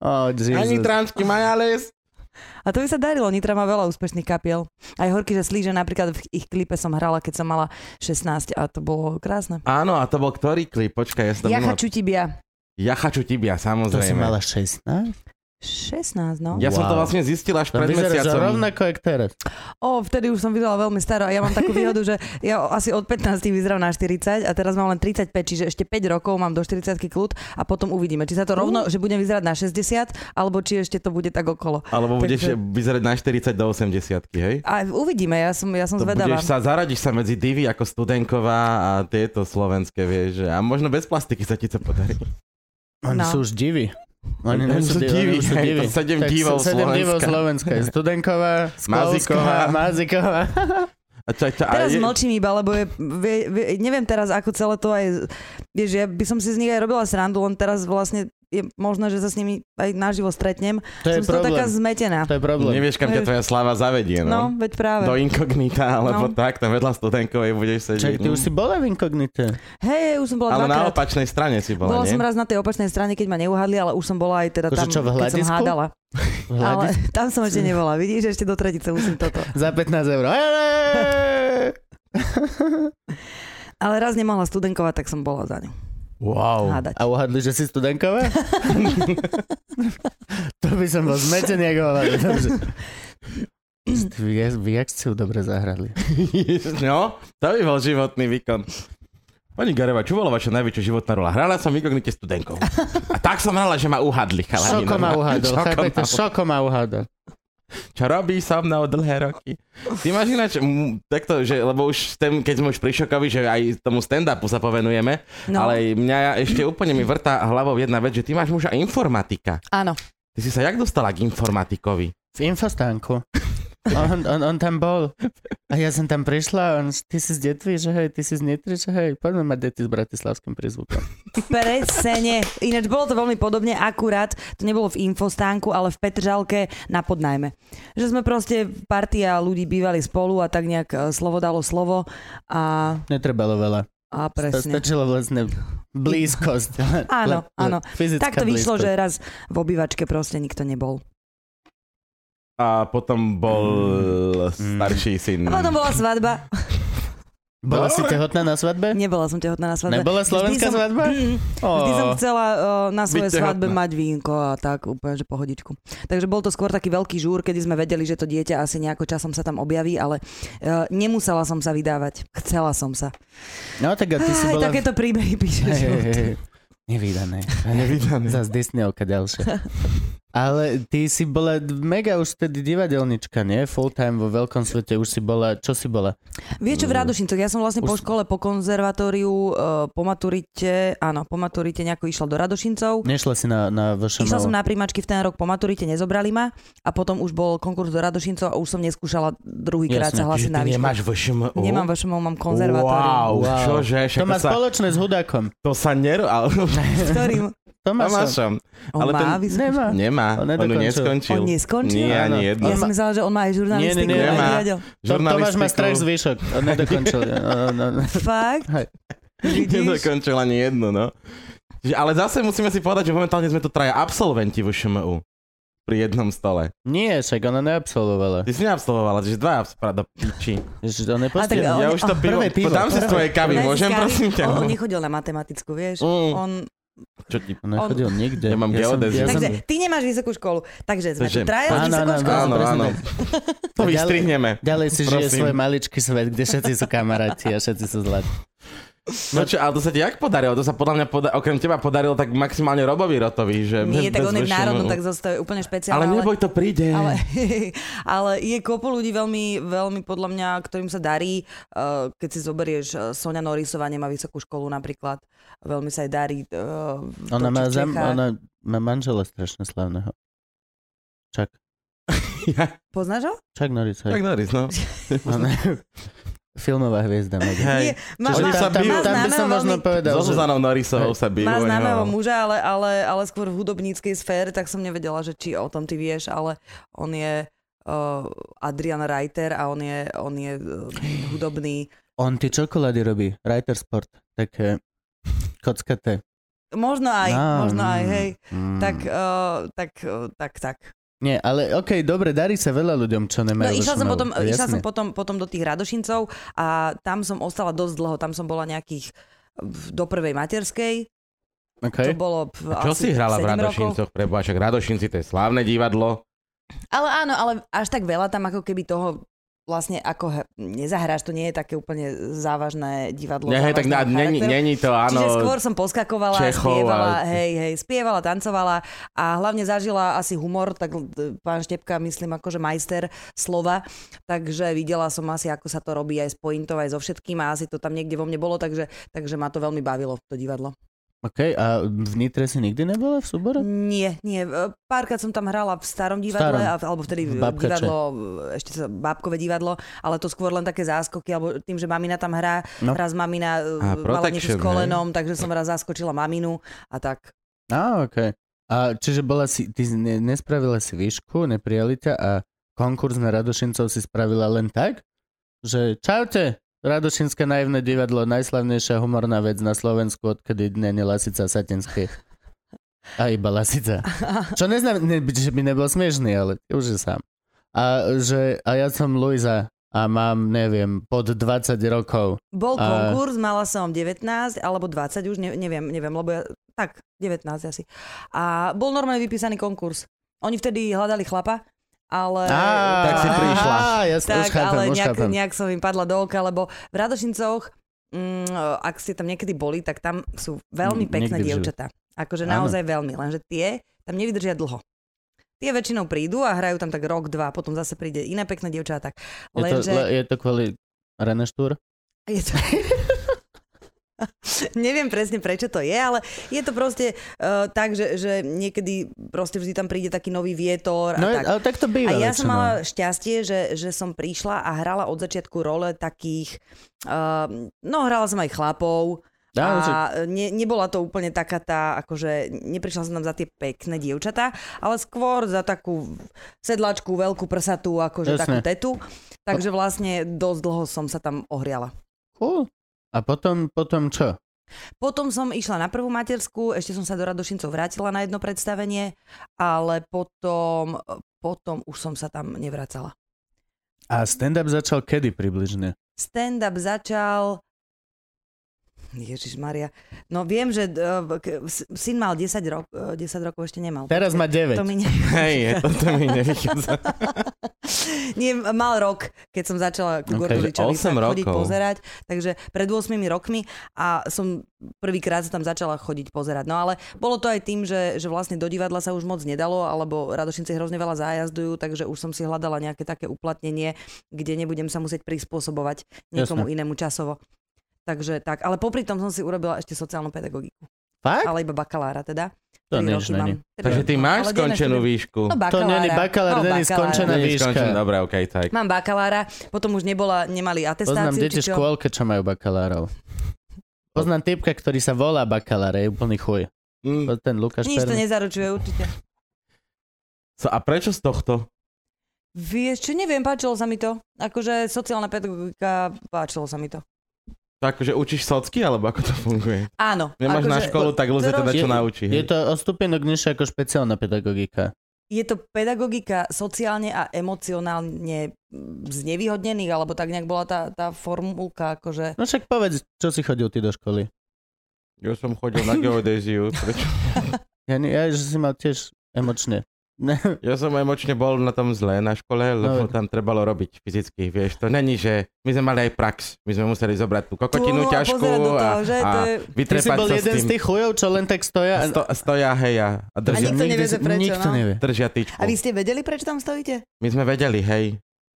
Oh,
Ani
Jesus.
transky majales.
A to by sa darilo, Nitra má veľa úspešných kapiel. Aj Horky, že slíže napríklad v ich klipe som hrala, keď som mala 16 a to bolo krásne.
Áno, a to bol ktorý klip? Počkaj, ja som
Ja
minula-
chaču tibia.
Ja chaču
To
tibia,
si
samozrejme.
mala 16?
16, no.
Ja som to
Wow.
vlastne zistil až
To
pred
vyzerá že
mesiacom.
rovnako, jak teraz.
O, vtedy už som vyzerala veľmi staro a ja mám takú výhodu, že ja asi od 15 vyzerám na 40 a teraz mám len 35, čiže ešte 5 rokov mám do 40 kľud a potom uvidíme, či sa to rovno, že budem vyzerať na 60, alebo či ešte to bude tak okolo.
Alebo budeš
Takže-
vyzerať na 40 do 80, hej?
A uvidíme, ja som, ja som
To
zvedavá.
budeš sa, zaradiš sa medzi divy ako studenková a tieto slovenské, vieš, že- a možno bez plastiky sa ti to podarí.
Oni
No.
sú už diví. Oni,
Oni
nie sú
sú
diví,
diví,
oni už sú
hej,
diví.
to sedem
Tak
divov
sedem divov
Slovenska.
Slovenska. Je Studenková,
Maziková.
Sklovská, Maziková.
A čo, čo, a
Teraz
je-
mlčím iba, lebo je, vie, vie, neviem teraz, ako celé to aj... Vieš, ja by som si z nich aj robila srandu, len teraz vlastne je možné, že sa s nimi aj naživo stretnem.
To je
som z toho
problém.
taká zmetená.
To je problém.
Nevieš, kam ťa
Vieš.
tvoja sláva zavedie,
No,
no?
veď práve.
Do inkognita, alebo
No.
tak, tam vedľa studenkovej budeš
Čak, ty
sedieť.
už si bola v inkognite.
Hej, už som bola
Ale na
dvakrát.
opačnej strane si bola,
Bola
nie?
som raz na tej opačnej strane, keď ma neuhadli, ale už som bola aj teda
Akože
tam,
čo, v
keď som
hľadisku?
hádala. Ale
Hľadí-
tam som ešte nebola, vidíš, ešte do tretice musím toto.
Za 15 eur. Eee!
Ale raz nemohla studenkovať, tak som bola za ňu
Wow.
hádať.
A uhadli, že si studenková? to by som bol zmetený, ako hovorili. Dobre. Vy, vy jak ste ju dobre zahrali.
no, to by bol životný výkon. Pani Gareva, čo bola vaša najväčšia životná rola? Hrala som v inkognite studenkou. A tak som hrala, že ma uhadli,
no,
chalani.
Šoko ma
normálne.
uhadol,
Šoko
chápete?
ma
Šoko ma uhadol.
čo robí so mnou dlhé roky. Ty máš ináč, mm, takto, že, lebo už ten, keď sme už pri šokovi, že aj tomu stand-upu sa povenujeme, no.
No,
ale mňa ešte úplne mi vrtá hlavou jedna vec, že ty máš muža informatika.
áno.
Ty si sa jak dostala k informatikovi?
V infostánku. On, on, on tam bol. A ja som tam prišla a on, ty si z Detvy, že hej, ty si z Nitry, že hej, poďme mať deti s bratislavským prízvukom.
Presene. Ináč bolo to veľmi podobne, akurát to nebolo v infostánku, ale v Petržalke na podnajme. Že sme proste partia ľudí bývali spolu a tak nejak e, slovo dalo slovo a,
Netrebalo veľa. To
a presne.
stačilo vlastne blízkosť.
Áno, áno.
Fyzická
Tak to vyšlo,
blízkosť.
že raz v obývačke proste nikto nebol.
A potom bol
Mm.
starší syn.
A potom bola svadba.
Bola si
Dobre.
tehotná na svadbe?
Nebola som tehotná na svadbe.
Nebola slovenská
som-
svadba?
Mm, Vždy som chcela uh, na svojej
tehotná.
svadbe mať vínko a tak úplne, že pohodičku. Takže bol to skôr taký veľký žúr, kedy sme vedeli, že to dieťa asi nejako časom sa tam objaví, ale uh, nemusela som sa vydávať. Chcela som sa.
No tak a ty si
Aj,
bola...
takéto príbehy píše
Hej, hej,
život.
hej. Nevydané.
Nevydané.
Zas Disneyovka ďalšia. Ale ty si bola mega už vtedy divadelnička, nie? Full time vo veľkom svete už si bola, čo si bola?
Vieš čo, v Radošincoch, ja som vlastne po
Už-
škole, po konzervatóriu, uh, po maturite, áno, po maturite nejako išla do Radošincov.
Nešla si na, na vašom...
Išla som na príjmačky v ten rok po maturite, nezobrali ma a potom už bol konkurs do Radošincov a už som neskúšala
Jasné,
druhýkrát sa hlásiť
Čiže
na
ty
výšku.
nemáš VŠMU?
Nemám vašom, mám konzervatórium.
Wow,
Wow.
čože?
To
Však
má
to, sa,
spoločné s hudákom.
to sa nero... Ale,
S ktorým
Tomášom.
Tomášom.
on ale
Ale
má
ten-
ten...
Nemá.
Nemá,
On
on, on ju
nedokončil.
neskončil.
On neskončil?
Nie,
Áno.
ani jedno.
Ja
On
som
ma-
myslela, že on má aj žurnalistiku.
Nie, nie, nie,
aj
nemá.
riadil.
To, Tomáš má strach
Žurnalistiku-
zvyšok. On nedokončil. On- on- on-
Fakt?
Hej.
Vidíš?
Nedokončil ani jednu, no. Že- Ale zase musíme si povedať, že momentálne sme tu traja absolventi vo ŠMU. Pri jednom stole.
Nie, však ona neabsolvovala.
Ty si neabsolvovala, že dvaja absolvovala do piči.
Ježiš, to
Tak
nepostihla.
on-
ja už to
oh,
pivo,
prvé pivo.
dám si z tvojej kavy,
Bez
môžem
kávy.
prosím ťa?
On nechodil na matematickú, vieš.
Mm,
On...
čo ti...
On nechodil nikde.
Ja mám
som- ja
geodéziu.
som-
Takže ty nemáš vysokú školu. Takže sme tu
Takže-
traja s
Áno, áno,
vysokou školou.
Áno,
presne
áno.
tak.
To
A ďalej-
vystrihneme.
Ďalej si žije
Prosím.
svoj maličký svet, kde všetci sú kamaráti a všetci sú zlatí.
No čo, ale to sa ti jak podarilo? To sa podľa mňa, poda- okrem teba podarilo tak maximálne Robovi Rotovi, že...
Nie, tak on je v
VŠMU.
národnom, tak zostaje úplne špeciálne.
Ale neboj, to príde.
Ale, ale je kopu ľudí veľmi, veľmi podľa mňa, ktorým sa darí, eh, keď si zoberieš, eh, Sonia Norisová nemá vysokú školu napríklad, veľmi sa jej darí. eh, v
Ona má,
Toči
zam,
Čechách.
ona má manžela strašne slavného. Čak.
Ja,
Poznáš ho?
Čak Norris,
tak
hej.
Norris, no.
Ona, filmová hviezda. mega.
Hej.
Nie, má,
Oni
má,
sa
tam,
bijú.
má
tam by
známeho
som možno
veľmi-
povedal,
So
že...
Zuzanou Norisovou sa bijú.
má
oni,
známeho
no.
muža, ale, ale, ale skôr v hudobníckej sfére, tak som nevedela, že či o tom ty vieš, ale on je eh, Adrian Reiter a on je, on je eh, hudobný.
On tie čokolády robí. Reiter Sport. Také kockaté.
Možno aj,
Á,
možno aj,
mm,
hej.
mm.
Tak, eh, tak, eh, tak, tak.
Nie, ale okej, dobre, darí sa veľa ľuďom, čo
No
nemajú
išla som,
vošmavu,
potom,
to je
išla som
jasné.
potom, potom do tých Radošincov a tam som ostala dosť dlho. Tam som bola nejakých v- do prvej materskej
Okay.
To bolo p-
Čo si
asi 7
hrala v
rokov.
Radošincoch? Preboha, však Radošinci to je slávne divadlo.
Ale áno, ale až tak veľa tam ako keby toho vlastne ako he- nezahráš, to nie je také úplne závažné divadlo.
Nie, hej, tak na,
závažného
není,
charakteru.
není to, áno.
Čiže skôr som poskakovala,
Čechov a-
spievala, hej, hej, spievala, tancovala a hlavne zažila asi humor, tak d- pán Štepka, myslím, akože majster slova, takže videla som asi, ako sa to robí aj s pointov, aj so všetkým a asi to tam niekde vo mne bolo, takže, takže ma to veľmi bavilo, to divadlo.
OK, a v Nitre si nikdy nebola v súbore?
Nie, nie, e, párkrát som tam hrala v starom divadle,
Starom.
a- alebo vtedy
V
Babkače.
Babkače.
divadlo, e, ešte sa bábkové divadlo, ale to skôr len také záskoky, alebo tým, že mamina tam hrá,
No.
raz mamina a,
Á,
mala niečo
protection,
s
hej.
kolenom, takže som raz zaskočila maminu a tak.
Á, OK. A čiže bola si, ty ne, nespravila si výšku, neprijali ťa a konkurs na Radošincov si spravila len tak, že čaute, Radošinské naivné divadlo, najslavnejšia humorná vec na Slovensku, odkedy dne Lasica Satinskej. A iba Lasica. Čo neznamená, ne, že by nebol smiešný, ale už je sám. A, že, a ja som Luisa a mám, neviem, pod 20 rokov.
Bol
A-
konkurs, mala som 19 alebo 20 už, ne, neviem, neviem, lebo ja, tak, 19 asi. A bol normálne vypísaný konkurs. Oni vtedy hľadali chlapa, ale...
tak si
aha,
prišla.
jasne,
Tak,
už chápem,
ale
už
nejak,
chápem.
nejak som im padla do oka, lebo v Radošincoch, mm, ak ste tam niekedy boli, tak tam sú
Mm,
veľmi pekné
nikdy v
dievčatá. Akože
Áno.
naozaj veľmi, lenže tie tam nevydržia dlho. Tie väčšinou prídu a hrajú tam tak rok, dva, potom zase príde iné pekné dievčatá. a Tak.
Je to,
Lenže...
le- je to kvôli reneštúr?
Je to... Neviem presne prečo to je, ale je to proste uh, tak, že, že niekedy proste vždy tam príde taký nový vietor a
No,
tak.
ale tak to býva
A ja som
väčšinou.
mala šťastie, že, že som prišla a hrala od začiatku role takých, uh, no hrala som aj chlapov
Dá,
a
že-
ne, nebola to úplne taká tá, akože neprišla som tam za tie pekné dievčatá, ale skôr za takú sedlačku, veľkú prsatú,
Jasné.
akože
No.
takú tetu. Takže vlastne dosť dlho som sa tam ohriala.
Cool. A potom, potom čo?
Potom som išla na prvú materskú, ešte som sa do Radošincov vrátila na jedno predstavenie, ale potom, potom už som sa tam nevracala.
A stand-up začal kedy približne?
Stand-up začal... Ježiš Maria. No viem, že eh, k- s- syn mal 10, rok, eh, 10 rokov, ešte nemal.
Teraz má
To
9.
mi ne...
Hej, toto mi nevychádza.
Nie, mal rok, keď som začala ku
Ok,
okay, Gorkovičovi
že 8
chodiť
rokov.
pozerať, takže pred 8 rokmi a som prvýkrát sa tam začala chodiť pozerať. No ale bolo to aj tým, že, že vlastne do divadla sa už moc nedalo, alebo Radošinci hrozne veľa zájazdujú, takže už som si hľadala nejaké také uplatnenie, kde nebudem sa musieť prispôsobovať niekomu inému časovo. Takže tak, ale popri tom som si urobila ešte sociálnu pedagogiku,
Fakt?
ale iba bakalára teda.
To
Tri
nič
roky
není.
mám. Tri
Takže ty
roky mám, ale
máš
denné
skončenú
štúdium.
výšku.
No,
To není bakalár,
No,
není
bakalára.
skončená
Není
výška.
skončená, Dobre, okej, tak.
Mám bakalára, potom už nebola, nemali
Poznám
atestáciu.
deti
či
v
čo?
škôlke, čo majú bakalárov. Poznám typka, ktorý sa volá bakalár, je úplný chuj.
Mm.
To Ten Lukáš
Nič to
Perný.
nezaručuje určite.
Co, a prečo z tohto?
Vieš čo, neviem, páčilo sa mi to. Akože sociálna pedagogika, páčilo sa mi to.
To akože učíš socky, alebo ako to funguje?
Áno.
Nemáš
akože,
na školu, tak ľudia teda
troš-
čo naučí.
Je to o stupienok nižšie ako špeciálna pedagogika.
Je to pedagogika sociálne a emocionálne mm, znevýhodnených, alebo tak nejak bola tá, tá formulka, akože...
No však povedz, čo si chodil ty do školy.
Ja som chodil na geodéziu, prečo?
Ja, ne- ja že si mal tiež emočne. Ne,
Ja som emočne bol na tom zle na škole, lebo
No.
tam trebalo robiť fyzicky, vieš. To není, že my sme mali aj prax. My sme museli zobrať tú kokotinu
Tú, a
ťažkú
pozerať do
a,
toho, že?
a
To je-
ty si
vytrepať
bol
sa s
jeden z
tým.
tých chujov, čo len tak stoja.
Sto, stoja, hej, a a
A
držia,
nikto nevie,
si-
že prečo,
nikto
no.
nevie.
držia tyčku.
A vy ste vedeli, prečo tam stojíte?
My sme vedeli, hej,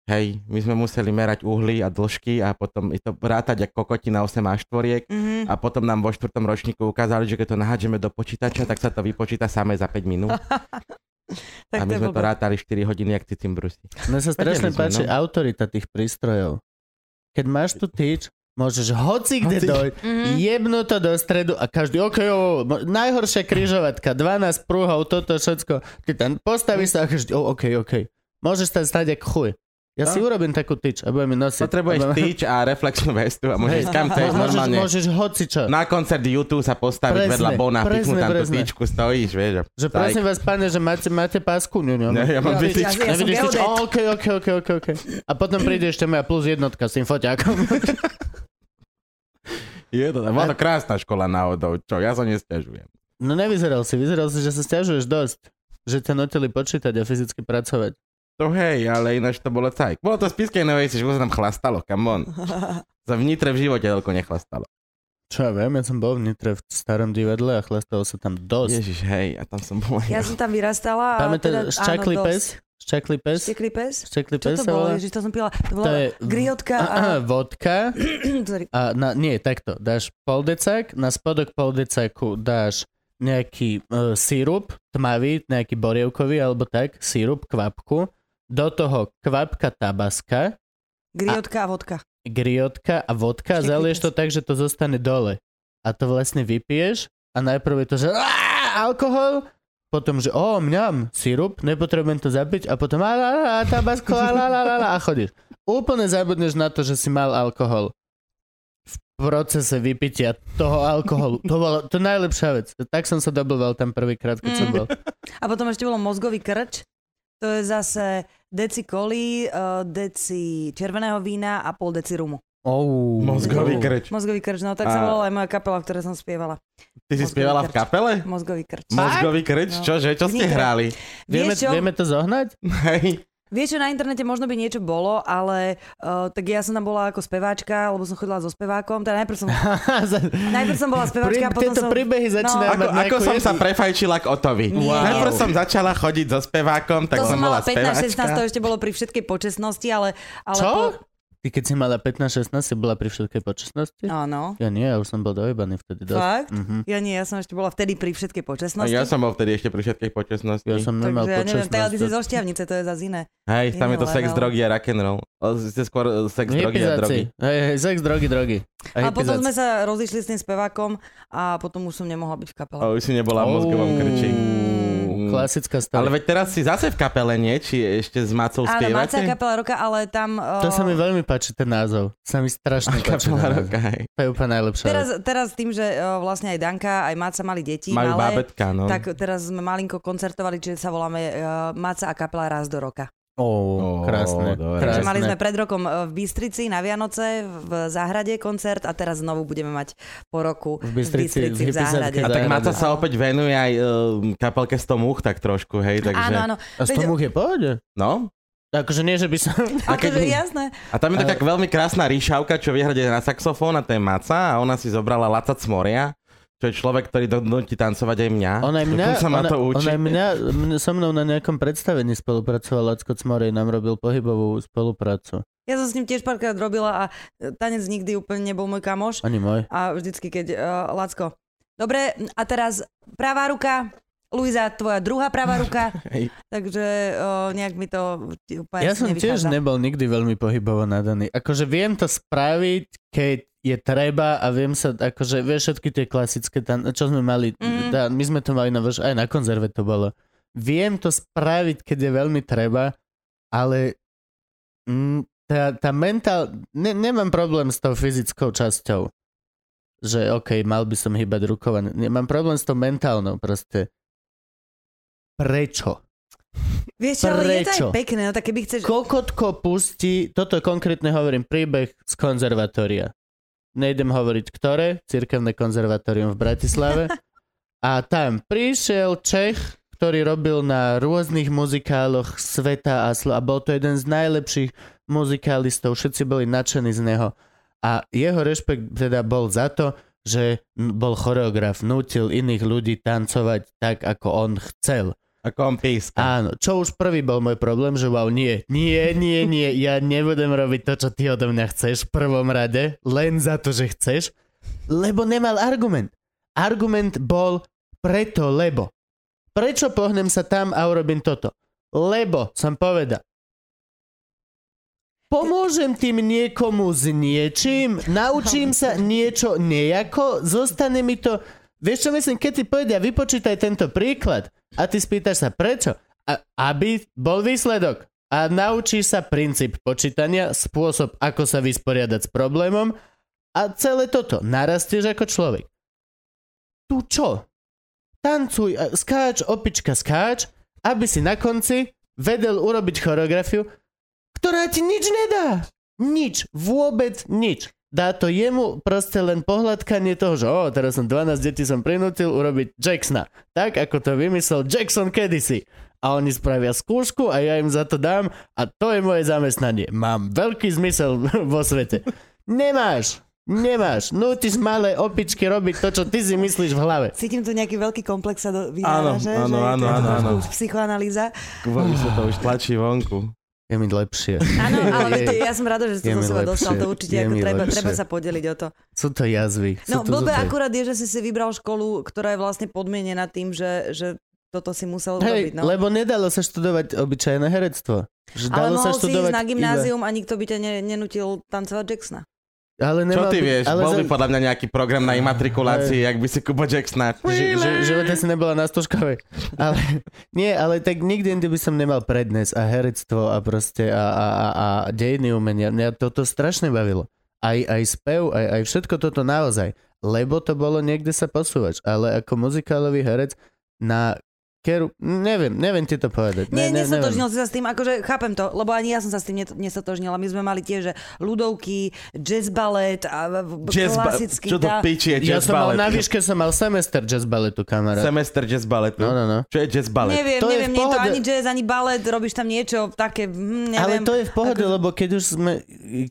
hej, my sme museli merať uhly a dĺžky a potom i to rátať ako kokotina 8 a 4
Mhm.
a potom nám vo štvrtom ročníku ukázali, že keď to nahádžeme do počítača, tak sa to vypočíta samé za 5 minút.
Tak
a
to
my
je
sme to
blbé.
rátali 4 hodiny, jak cicim brusy.
Mne sa strašne
Vedeli sme,
páči
no.
autorita tých prístrojov. Keď máš tu tyč, môžeš hoci kde
Hoci-
dojť,
Mhm.
jebnú to do stredu a každý, ok, o, o, mo- najhoršia križovatka, 12 prúhov, toto všetko, ty tam postavíš sa a každý, o, ok, ok, môžeš tam stať ako chuj. Ja si urobím takú tyč a budem ju nosiť.
No. Potrebuješ
A budem-
tyč a reflexnú vestu
Hej.
a môžeš ísť kam chceš
Môžeš,
normálne.
môžeš hoci čo.
Na koncert YouTube sa postaviť
Presne,
vedľa Bona,
presne,
piknú tam tú
presne.
tyčku, stojíš, vieš. a-
Že
Tak.
prosím vás, pane, že máte, máte pásku? Nie, nie,
Ne, ja mám
No, Ja,
tyč.
ja som
Nevidíš tyč?
geodet.
O, ok, ok, ok, ok, ok. A potom príde ešte moja plus jednotka s tým foťákom.
Je to, bola to krásna škola náhodou, čo, ja sa nestiažujem.
No nevyzeral si, vyzeral si, že sa stiažuješ dosť. Že ťa nutili počítať a fyzicky pracovať.
To hej, ale ináč to bolo tak. Bolo to z Piskej Novej Vsi, že sa tam chlastalo, come on. Za vnitre v živote toľko nechlastalo.
Čo ja viem, ja som bol v Nitre v starom divadle a chlastalo sa tam dosť.
Ježiš, hej, a tam som bol. aj
Ja som tam vyrastala. a
Pamätáš,
teda,
ščakli
áno,
pes? Ščakli pes?
Štekli pes?
Ščakli
Čo
pes
to
sa
bolo?
volá?
Ježiš, to som pila. To bola
To je-
griotka a...
Aha, Vodka.
Sorry.
A na, nie, takto. Dáš poldecák, na spodok poldecaku dáš nejaký e, sírup, tmavý, nejaký borievkový alebo tak, sírup, kvapku. Do toho kvapka tabaska,
Griotka a vodka.
griotka a vodka a
Štekli
zalieš
pes.
to tak, že to zostane dole. A to vlastne vypiješ a najprv je to, že "Á, alkohol, potom, že o, mňam, sírup, nepotrebujem to zapiť a potom a, a, a tabasko a, la, la, la, la, a chodíš. Úplne zabudneš na to, že si mal alkohol. V procese vypitia toho alkoholu. To bola to najlepšia vec. Tak som sa dobloval tam prvýkrát, keď som
Mm.
bol.
A potom ešte bolo mozgový krč. To je zase deci koli, eh, deci červeného vína a pol deci rumu.
Oh,
Mozgový krč.
Mozgový krč, no tak sa
A-
volala aj moja kapela, v ktorej som spievala.
Ty si
Mozgový
spievala v
krč.
kapele?
Mozgový krč.
Mozgový krč?
No.
Čože? Čo ste
Vnitre.
hrali?
Vieme,
Vieš čo?
vieme to zohnať?
Hej.
Vieš čo, na internete možno by niečo bolo, ale uh, tak ja som tam bola ako speváčka, alebo som chodila so spevákom, teda najprv som, najprv som bola speváčka, a potom
tieto
som... No.
príbehy začínajú
Ako,
mať
ako
nejakú
som sa
jednu-
prefajčila k Otovi.
Nie.
Najprv som začala chodiť so spevákom, tak
to
som,
som mala
bola
15-16,
speváčka.
to ešte bolo pri všetkej počestnosti, ale... ale
Čo?
Po...
Ty keď si mala 15-16, si bola pri všetkej počasnosti?
Áno.
Ja nie, ja už som bol dojebaný vtedy dosť.
No. Fakt?
Mhm.
Ja nie, ja som ešte bola vtedy pri všetkej
A
počestnosti.
ja som bol vtedy ešte pri všetkej počasnosti.
Ja som nemal
Takže ja neviem, teda ty si
počasnosť.
zo Šťavnice, to je zase iné.
Hej, tam je to
Minule,
sex,
no.
drogy a rock'n'roll. Ale Ste skôr eh, sex, drogy a drogy.
Hippizáci. Hej, hej, sex, drogy, drogy.
A potom sme sa rozišli s tým spevákom a potom už som nemohla byť v kapele.
A už si nebola v mozgovom krči. Mm.
Klasická
Ale
stále.
veď teraz si zase v kapele, nie? Či ešte s Macou
Áno, Maca
spievate?
je kapela roka, ale tam...
To
eh,
sa mi veľmi páči, ten názov. Sa mi strašne páči. ten
kapela
názov.
roka, hej.
To je úplne najlepšia
Teraz,
vec.
teraz tým, že eh, vlastne aj Danka, aj Maca mali deti
Majú
malé,
bábetka, no.
tak teraz sme malinko koncertovali, čiže sa voláme eh, Maca a kapela raz do roka.
Ó, krásne,
dobre.
krásne.
Že mali sme pred rokom eh, v Bystrici na Vianoce v záhrade koncert a teraz znovu budeme mať po roku
V Bystrici,
v, Bystrici,
v
v záhrade.
Hypizantke
A tak
Záhrada.
Maca sa opäť venuje aj um, kapelke 100 múch tak trošku, hej,
Áno,
takže...
áno.
A s
Veď-
tomu je pohode.
No.
Akože nie, že by som...
A akože to je
keď-
jasné.
A tam
E.
je taká veľmi krásna ríšavka, čo vyhrade na saxofón a to je Maca a ona si zobrala Laca Cmoria, čo je človek, ktorý donúti tancovať aj mňa.
Ona aj mňa,
Dokonca ma
ona,
to učí.
ona aj mňa, mňa, so mnou na nejakom predstavení spolupracoval Lacko Cmorej, nám robil pohybovú spoluprácu.
Ja som s ním tiež párkrát robila a eh, tanec nikdy úplne nebol môj kamoš.
Ani môj.
A vždycky, keď... Uh, Lacko. Dobre, a teraz pravá ruka. Luisa, tvoja druhá pravá ruka.
Hej.
takže uh, nejak mi to ti- úplne
Ja som tiež
nevychádza.
nebol nikdy veľmi pohybovo nadaný. Akože viem to spraviť, keď je treba a viem sa, akože vieš všetky tie klasické, tan- čo sme mali,
Mhm.
tá, my sme to mali na vrš, aj na konzerve to bolo. Viem to spraviť, keď je veľmi treba, ale mm, tá, tá mentál, ne, nemám problém s tou fyzickou časťou. Že OK, mal by som hýbať rukou, a ne- nemám problém s tou mentálnou proste. Prečo?
Vieš čo, ale je to aj
Prečo?
pekné, no tak keby chceš...
Kokotko pustí, toto konkrétne hovorím, príbeh z konzervatória. Nejdem hovoriť ktoré, cirkevné konzervatórium v Bratislave. A tam prišiel Čech, ktorý robil na rôznych muzikáloch sveta a, slo- a bol to jeden z najlepších muzikálistov, všetci boli nadšení z neho. A jeho rešpekt teda bol za to, že n- bol choreograf, nutil iných ľudí tancovať tak, ako on chcel.
Ako on píska.
Áno, čo už prvý bol môj problém, že wow, nie, nie, nie, nie, ja nebudem robiť to, čo ty odo mňa chceš v prvom rade, len za to, že chceš, lebo nemal argument. Argument bol preto, lebo. Prečo pohnem sa tam a urobím toto? Lebo som povedal. Pomôžem tým niekomu s niečím, naučím sa niečo nejako, zostane mi to... Vieš čo myslím, keď ti povedia, vypočítaj tento príklad a ty spýtaš sa prečo, a, aby bol výsledok. A naučíš sa princíp počítania, spôsob, ako sa vysporiadať s problémom a celé toto. Narastieš ako človek. Tu čo? Tancuj, a skáč, opička, skáč, aby si na konci vedel urobiť choreografiu, ktorá ti nič nedá. Nič, vôbec nič. dá to jemu proste len pohľadkanie toho, že o, teraz som 12 detí som prinútil urobiť Jacksona. Tak, ako to vymyslel Jackson kedysi. A oni spravia skúšku a ja im za to dám a to je moje zamestnanie. Mám veľký zmysel vo svete. Nemáš! Nemáš! Nútiš malé opičky robiť to, čo ty si myslíš v hlave.
Cítim tu nejaký veľký komplex sa do, vyhára,
Áno,
že?
áno,
že to
áno,
je
áno,
trošku
áno.
Psychoanalýza.
Kuba mi sa to už tlačí vonku.
Je mi lepšie.
Áno, ale
Je-
to, ja som rada, že si
je
to
mi
zo seba
lepšie,
dostal, to určite
je
ako
mi
treba,
lepšie.
treba sa podeliť o to.
Sú to jazvy. Sú
No
to
blbé
zuby.
akurát je, že si si vybral školu, ktorá je vlastne podmienená tým, že, že toto si musel
Hej,
urobiť. No.
lebo nedalo sa študovať obyčajné herectvo. Že
ale
dalo sa
mohol si
študovať
ísť na
iba-
gymnázium a nikto by ťa ne, nenutil tancovať Jacksona.
Ale
Čo
nemal
ty
by-
vieš?
Ale
Bol
za-
by podľa mňa nejaký program na imatrikulácii, ak by si Kuba Jacksona...
Že, že, v živote si nebola na stožkovej. Ale, nie, ale tak nikdy inde by som nemal prednes a herectvo a proste a, a, a, a dejiny umenia. Mňa toto strašne bavilo. Aj, aj spev, aj, aj všetko toto naozaj. Lebo to bolo niekde sa posúvať. Ale ako muzikálový herec na keru... Neviem, neviem ti to povedať.
Nie,
ne, neviem.
nestotožnil si sa s tým, akože chápem to, lebo ani ja som sa s tým net- nestotožnila. My sme mali tie, že ľudovky, jazz balet a v- v-
Jazz ba-
klasický...
Čo to
tá-
piči je
Ja
jazz
som mal
ballet?
na výške, som mal semester jazz baletu, kamarát.
Semester jazz balletu.
No, no, no.
Čo je jazz ballet?
Neviem,
To je
neviem,
v
nie je to
pohode.
ani jazz, ani balet, robíš tam niečo také, hm,
Ale
neviem.
to je v pohode, lebo keď už, sme,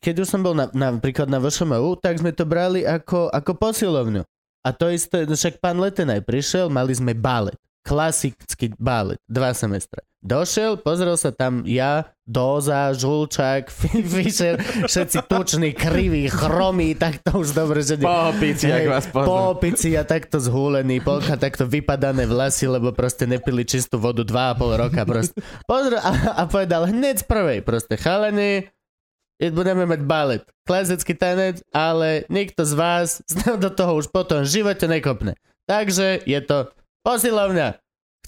keď už som bol na, napríklad na VŠMU, tak sme to brali ako, ako posilovňu. A to isté, no však pán Leten aj prišiel, mali sme balet. Klasický balet, dva semestre. Došiel, pozrel sa tam ja, Doza, Žulčák, Fi- Fischer, všetci tuční, kriví, chromí, tak to už dobre, že...
Po piči,
Hej,
ak vás poznám.
Po pici a takto zhúlený, polka takto vypadané vlasy, lebo proste nepili čistú vodu 2,5 roka proste. Pozrel a, a povedal hneď z prvej proste, chalani, je- budeme mať balet, klasický tanec, ale nikto z vás do toho už potom v živote nekopne. Takže je to posilovňa.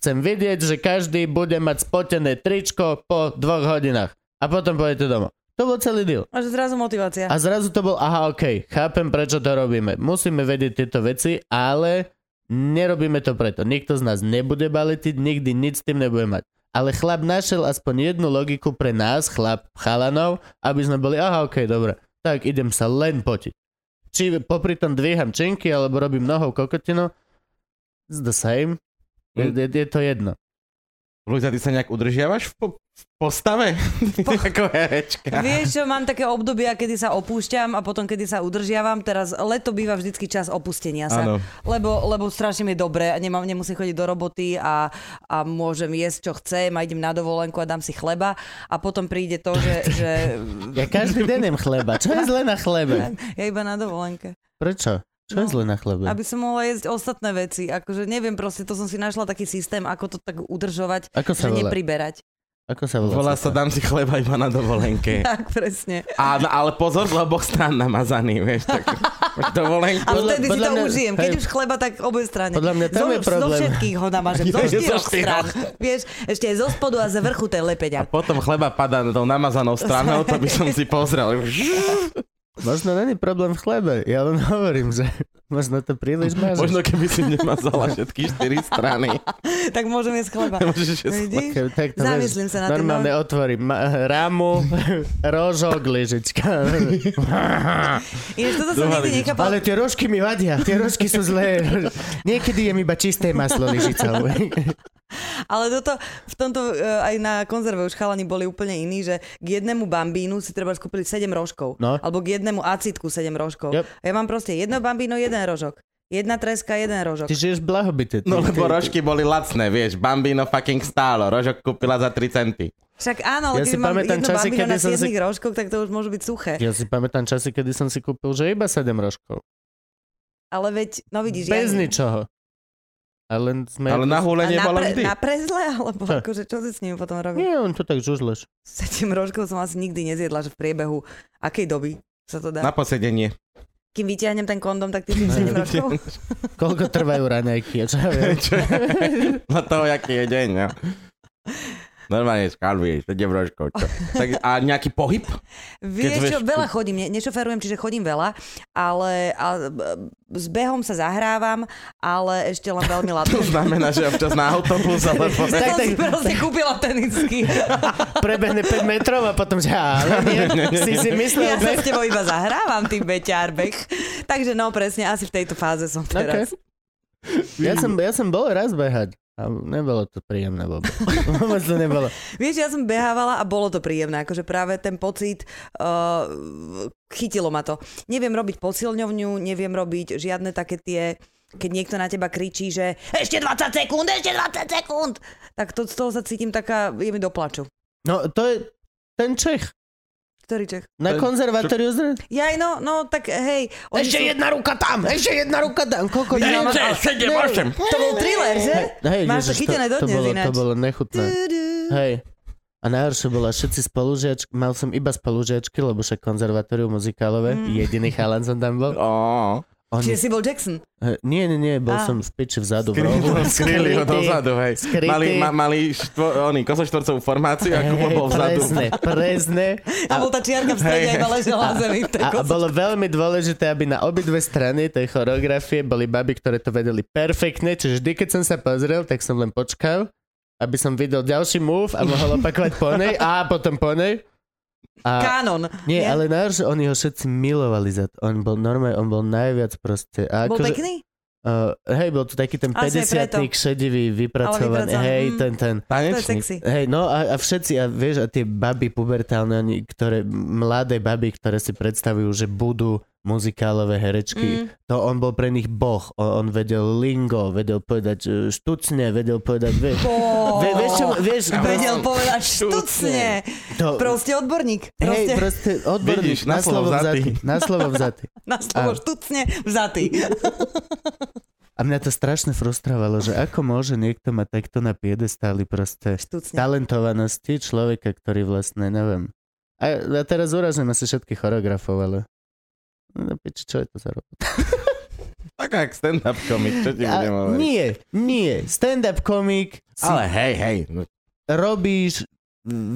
Chcem vidieť, že každý bude mať spotené tričko po dvoch hodinách. A potom pôjdete domov. To bol celý deal.
A že zrazu motivácia.
A zrazu to bol, aha, ok, chápem, prečo to robíme. Musíme vedieť tieto veci, ale nerobíme to preto. Nikto z nás nebude baletiť, nikdy nič s tým nebude mať. Ale chlap našiel aspoň jednu logiku pre nás, chlap chalanov, aby sme boli, aha, ok, dobre, tak idem sa len potiť. Či popri tom dvíham činky, alebo robím nohou kokotinu, it's the same. Je,
Mm.
je, je to jedno.
Luisa, ty sa nejak udržiavaš v, po, v postave? Ako herečka.
Vieš čo, mám také obdobia, kedy sa opúšťam a potom, kedy sa udržiavam. Teraz leto býva vždycky čas opustenia sa.
Áno.
Lebo, lebo strašne mi je dobre, nemám, nemusím chodiť do roboty a, a môžem jesť, čo chcem a idem na dovolenku a dám si chleba. A potom príde to, že, že
Ja každý deň jem chleba. Čo je zle na chlebe?
ja iba na dovolenke.
Prečo? Čo je
No,
zle na chlebe?
Aby som mohla jesť ostatné veci. Akože neviem, proste to som si našla taký systém, ako to tak udržovať,
Ako sa
že
volá?
nepriberať.
Ako sa volá?
Volá sa dám si chleba iba na dovolenke.
Tak, presne.
A, no, ale pozor, lebo strán namazaný, vieš, tak dovolenku.
A
Podľa-
vtedy si
podľa
to
mňa-
užijem. Keď
hej.
už chleba, tak obe strany.
Podľa mňa tam
zo,
je problém.
Zo všetkých ho namažem. Zo
Je, zo
štyroch
štyroch.
strán. Vieš, ešte aj zo spodu a z vrchu tej
A
lepeďa.
potom chleba padá tou namazanou stranou, to by som si pozrel.
Možno není problém v chlebe, ja len hovorím, že možno to príliš máš.
Možno keby si nemazala všetky štyri strany.
Tak môžem jesť chleba.
Nemôžeš jesť
Vidíš?
tak
Zamyslím sa nad tým,
Normálne otvorím ma, ramu, rožok, lyžička.
Ináč, toto som
Druhá
nikdy
lyžička.
nechápala.
Ale tie rožky mi vadia, tie rožky sú zlé. Niekedy je iba čisté maslo lyžicou.
Ale toto, v tomto e, aj na konzerve už chalani boli úplne iní, že k jednému bambínu si treba skúpiť 7 rožkov.
No.
Alebo k jednému acitku 7 rožkov.
Yep.
A ja mám proste jedno bambíno, jeden rožok. Jedna treska, jeden rožok.
Ty žiješ v blahobite. Ty,
No lebo
ty-
rožky boli lacné, vieš, Bambino fucking stálo, rožok kúpila za 3 centy.
Však áno,
Ja
ale
si
keby mám
pamätám
jedno
časy,
bambíno
kedy
na
som si-
7 rožkoch, tak to už môžu byť suché.
Ja si pamätám časy, kedy som si kúpil, že iba 7 rožkov.
Ale veď, no vidíš,
Bez
ja...
ničoho. A len sme...
Ale
A
na hule
na,
nebolo
pre,
vždy. Hm.
na prezle, alebo
Čo?
akože čo si s ním potom robí?
Nie, on to tak žužleš.
S tým rožkou som asi nikdy nezjedla, že v priebehu akej doby sa to dá.
Na posedenie.
Kým vyťahnem ten kondom, tak ty si 7 rožkov?
Koľko trvajú raňajky, ja čo ja viem.
Čo je? Na toho, jaký je deň, no. No Normálne skalvieš, 7 rožkov. Čo? Tak, a nejaký pohyb?
Vieš
vieš-
čo, veľa chodím, ne, nešoferujem, čiže chodím veľa, ale a, b- s behom sa zahrávam, ale ešte len veľmi
To
latne.
znamená, že občas na autobus alebo...
Tak,
Tak,
som
tak-
si proste kúpila tenisky.
Prebehne 5 metrov a potom, že ale nie, si si
Ja
myslel,
sa
že...
s tebou iba zahrávam, ty beťar, beh. Takže no, presne, asi v tejto fáze som
Okay.
teraz.
Ja, som, ja som bol raz behať. A nebolo to príjemné vôbec. Vôbec to nebolo.
Vieš, ja som behávala a bolo to príjemné, akože práve ten pocit, uh, chytilo ma to. Neviem robiť posilňovňu, neviem robiť žiadne také tie, keď niekto na teba kričí, že ešte 20 sekúnd, ešte 20 sekúnd, tak to, z toho sa cítim taká, je mi doplaču.
No to je ten Čech.
Ktorý Čech?
Na
Ten-
konzervatóriu zre...
Jaj, no, no, tak hej. oni
Ešte jedna ruka tam! Ešte jedna ruka tam! Koľko tam?
Vidíte, 7, 8.
To bol thriller, že?
Hej,
Máš to
Ježiš,
chytené
to, to,
dodnes
bolo,
ináč.
to bolo nechutné.
Tudu.
Hej. A najhoršie bola všetci spolužiačky, mal som iba spolužiačky, lebo však konzervatórium muzikálové,
Mm.
jediný chalan som tam bol.
Ó.
Čiže
Oni,
si bol Jackson.
he, nie, nie, nie, bol
Á.
som v piči vzadu v rohu.
Skryli, skryli ho dozadu, hej.
Skrytý.
Mali, ma, mali štvo, oni, kosoštvorcovú formáciu a Kubo
Hej,
bol vzadu.
Presne, presne.
A bol tá čiarka v strede,
Hej,
iba
hej.
ležela na zemi.
A, a
tak-
bolo veľmi dôležité, aby na obidve strany tej choreografie boli baby, ktoré to vedeli perfektne, čiže vždy, keď som sa pozrel, tak som len počkal, aby som videl ďalší move a mohol opakovať po nej a potom po nej. A,
Kanon.
nie,
nie?
ale najhoršie, oni ho všetci milovali za to. On bol normálne, on bol najviac proste. A
Bol
akože-
pekný?
Uh, hej, bol to taký ten
Asi aj
50 šedivý, vypracovaný,
Ale vypracovaný,
hej,
mm.
ten, ten.
To je
Tanečník.
sexy.
Hej, no a, a všetci, a vieš, a tie baby pubertálne, oni, ktoré, mladé baby, ktoré si predstavujú, že budú muzikálové herečky, mm. to on bol pre nich boh. On, on vedel lingo, vedel povedať e, štucne, vedel povedať, vie,
Ó.
vie, vieš, čo, vieš,
Vedel
Áno.
povedať
Štucne.
štucne.
to,
Proste odborník.
hej,
Proste
proste odborník,
Vidíš, na slovo vzatý.
Na slovo vzatý.
na slovo
áno. Teda
štucne vzatý.
A mňa to strašne frustrovalo, že ako môže niekto mať takto na piedestáli proste
Štucne.
talentovanosti človeka, ktorý vlastne, neviem. A ja teraz urazím asi všetkých choreografov, ale... No, piči, čo je to za robota?
Tak jak stand-up komik, čo ti budem
A,
hovoriť?
nie, nie. Stand-up komik si ale...
Ale hej, hej. no,
robíš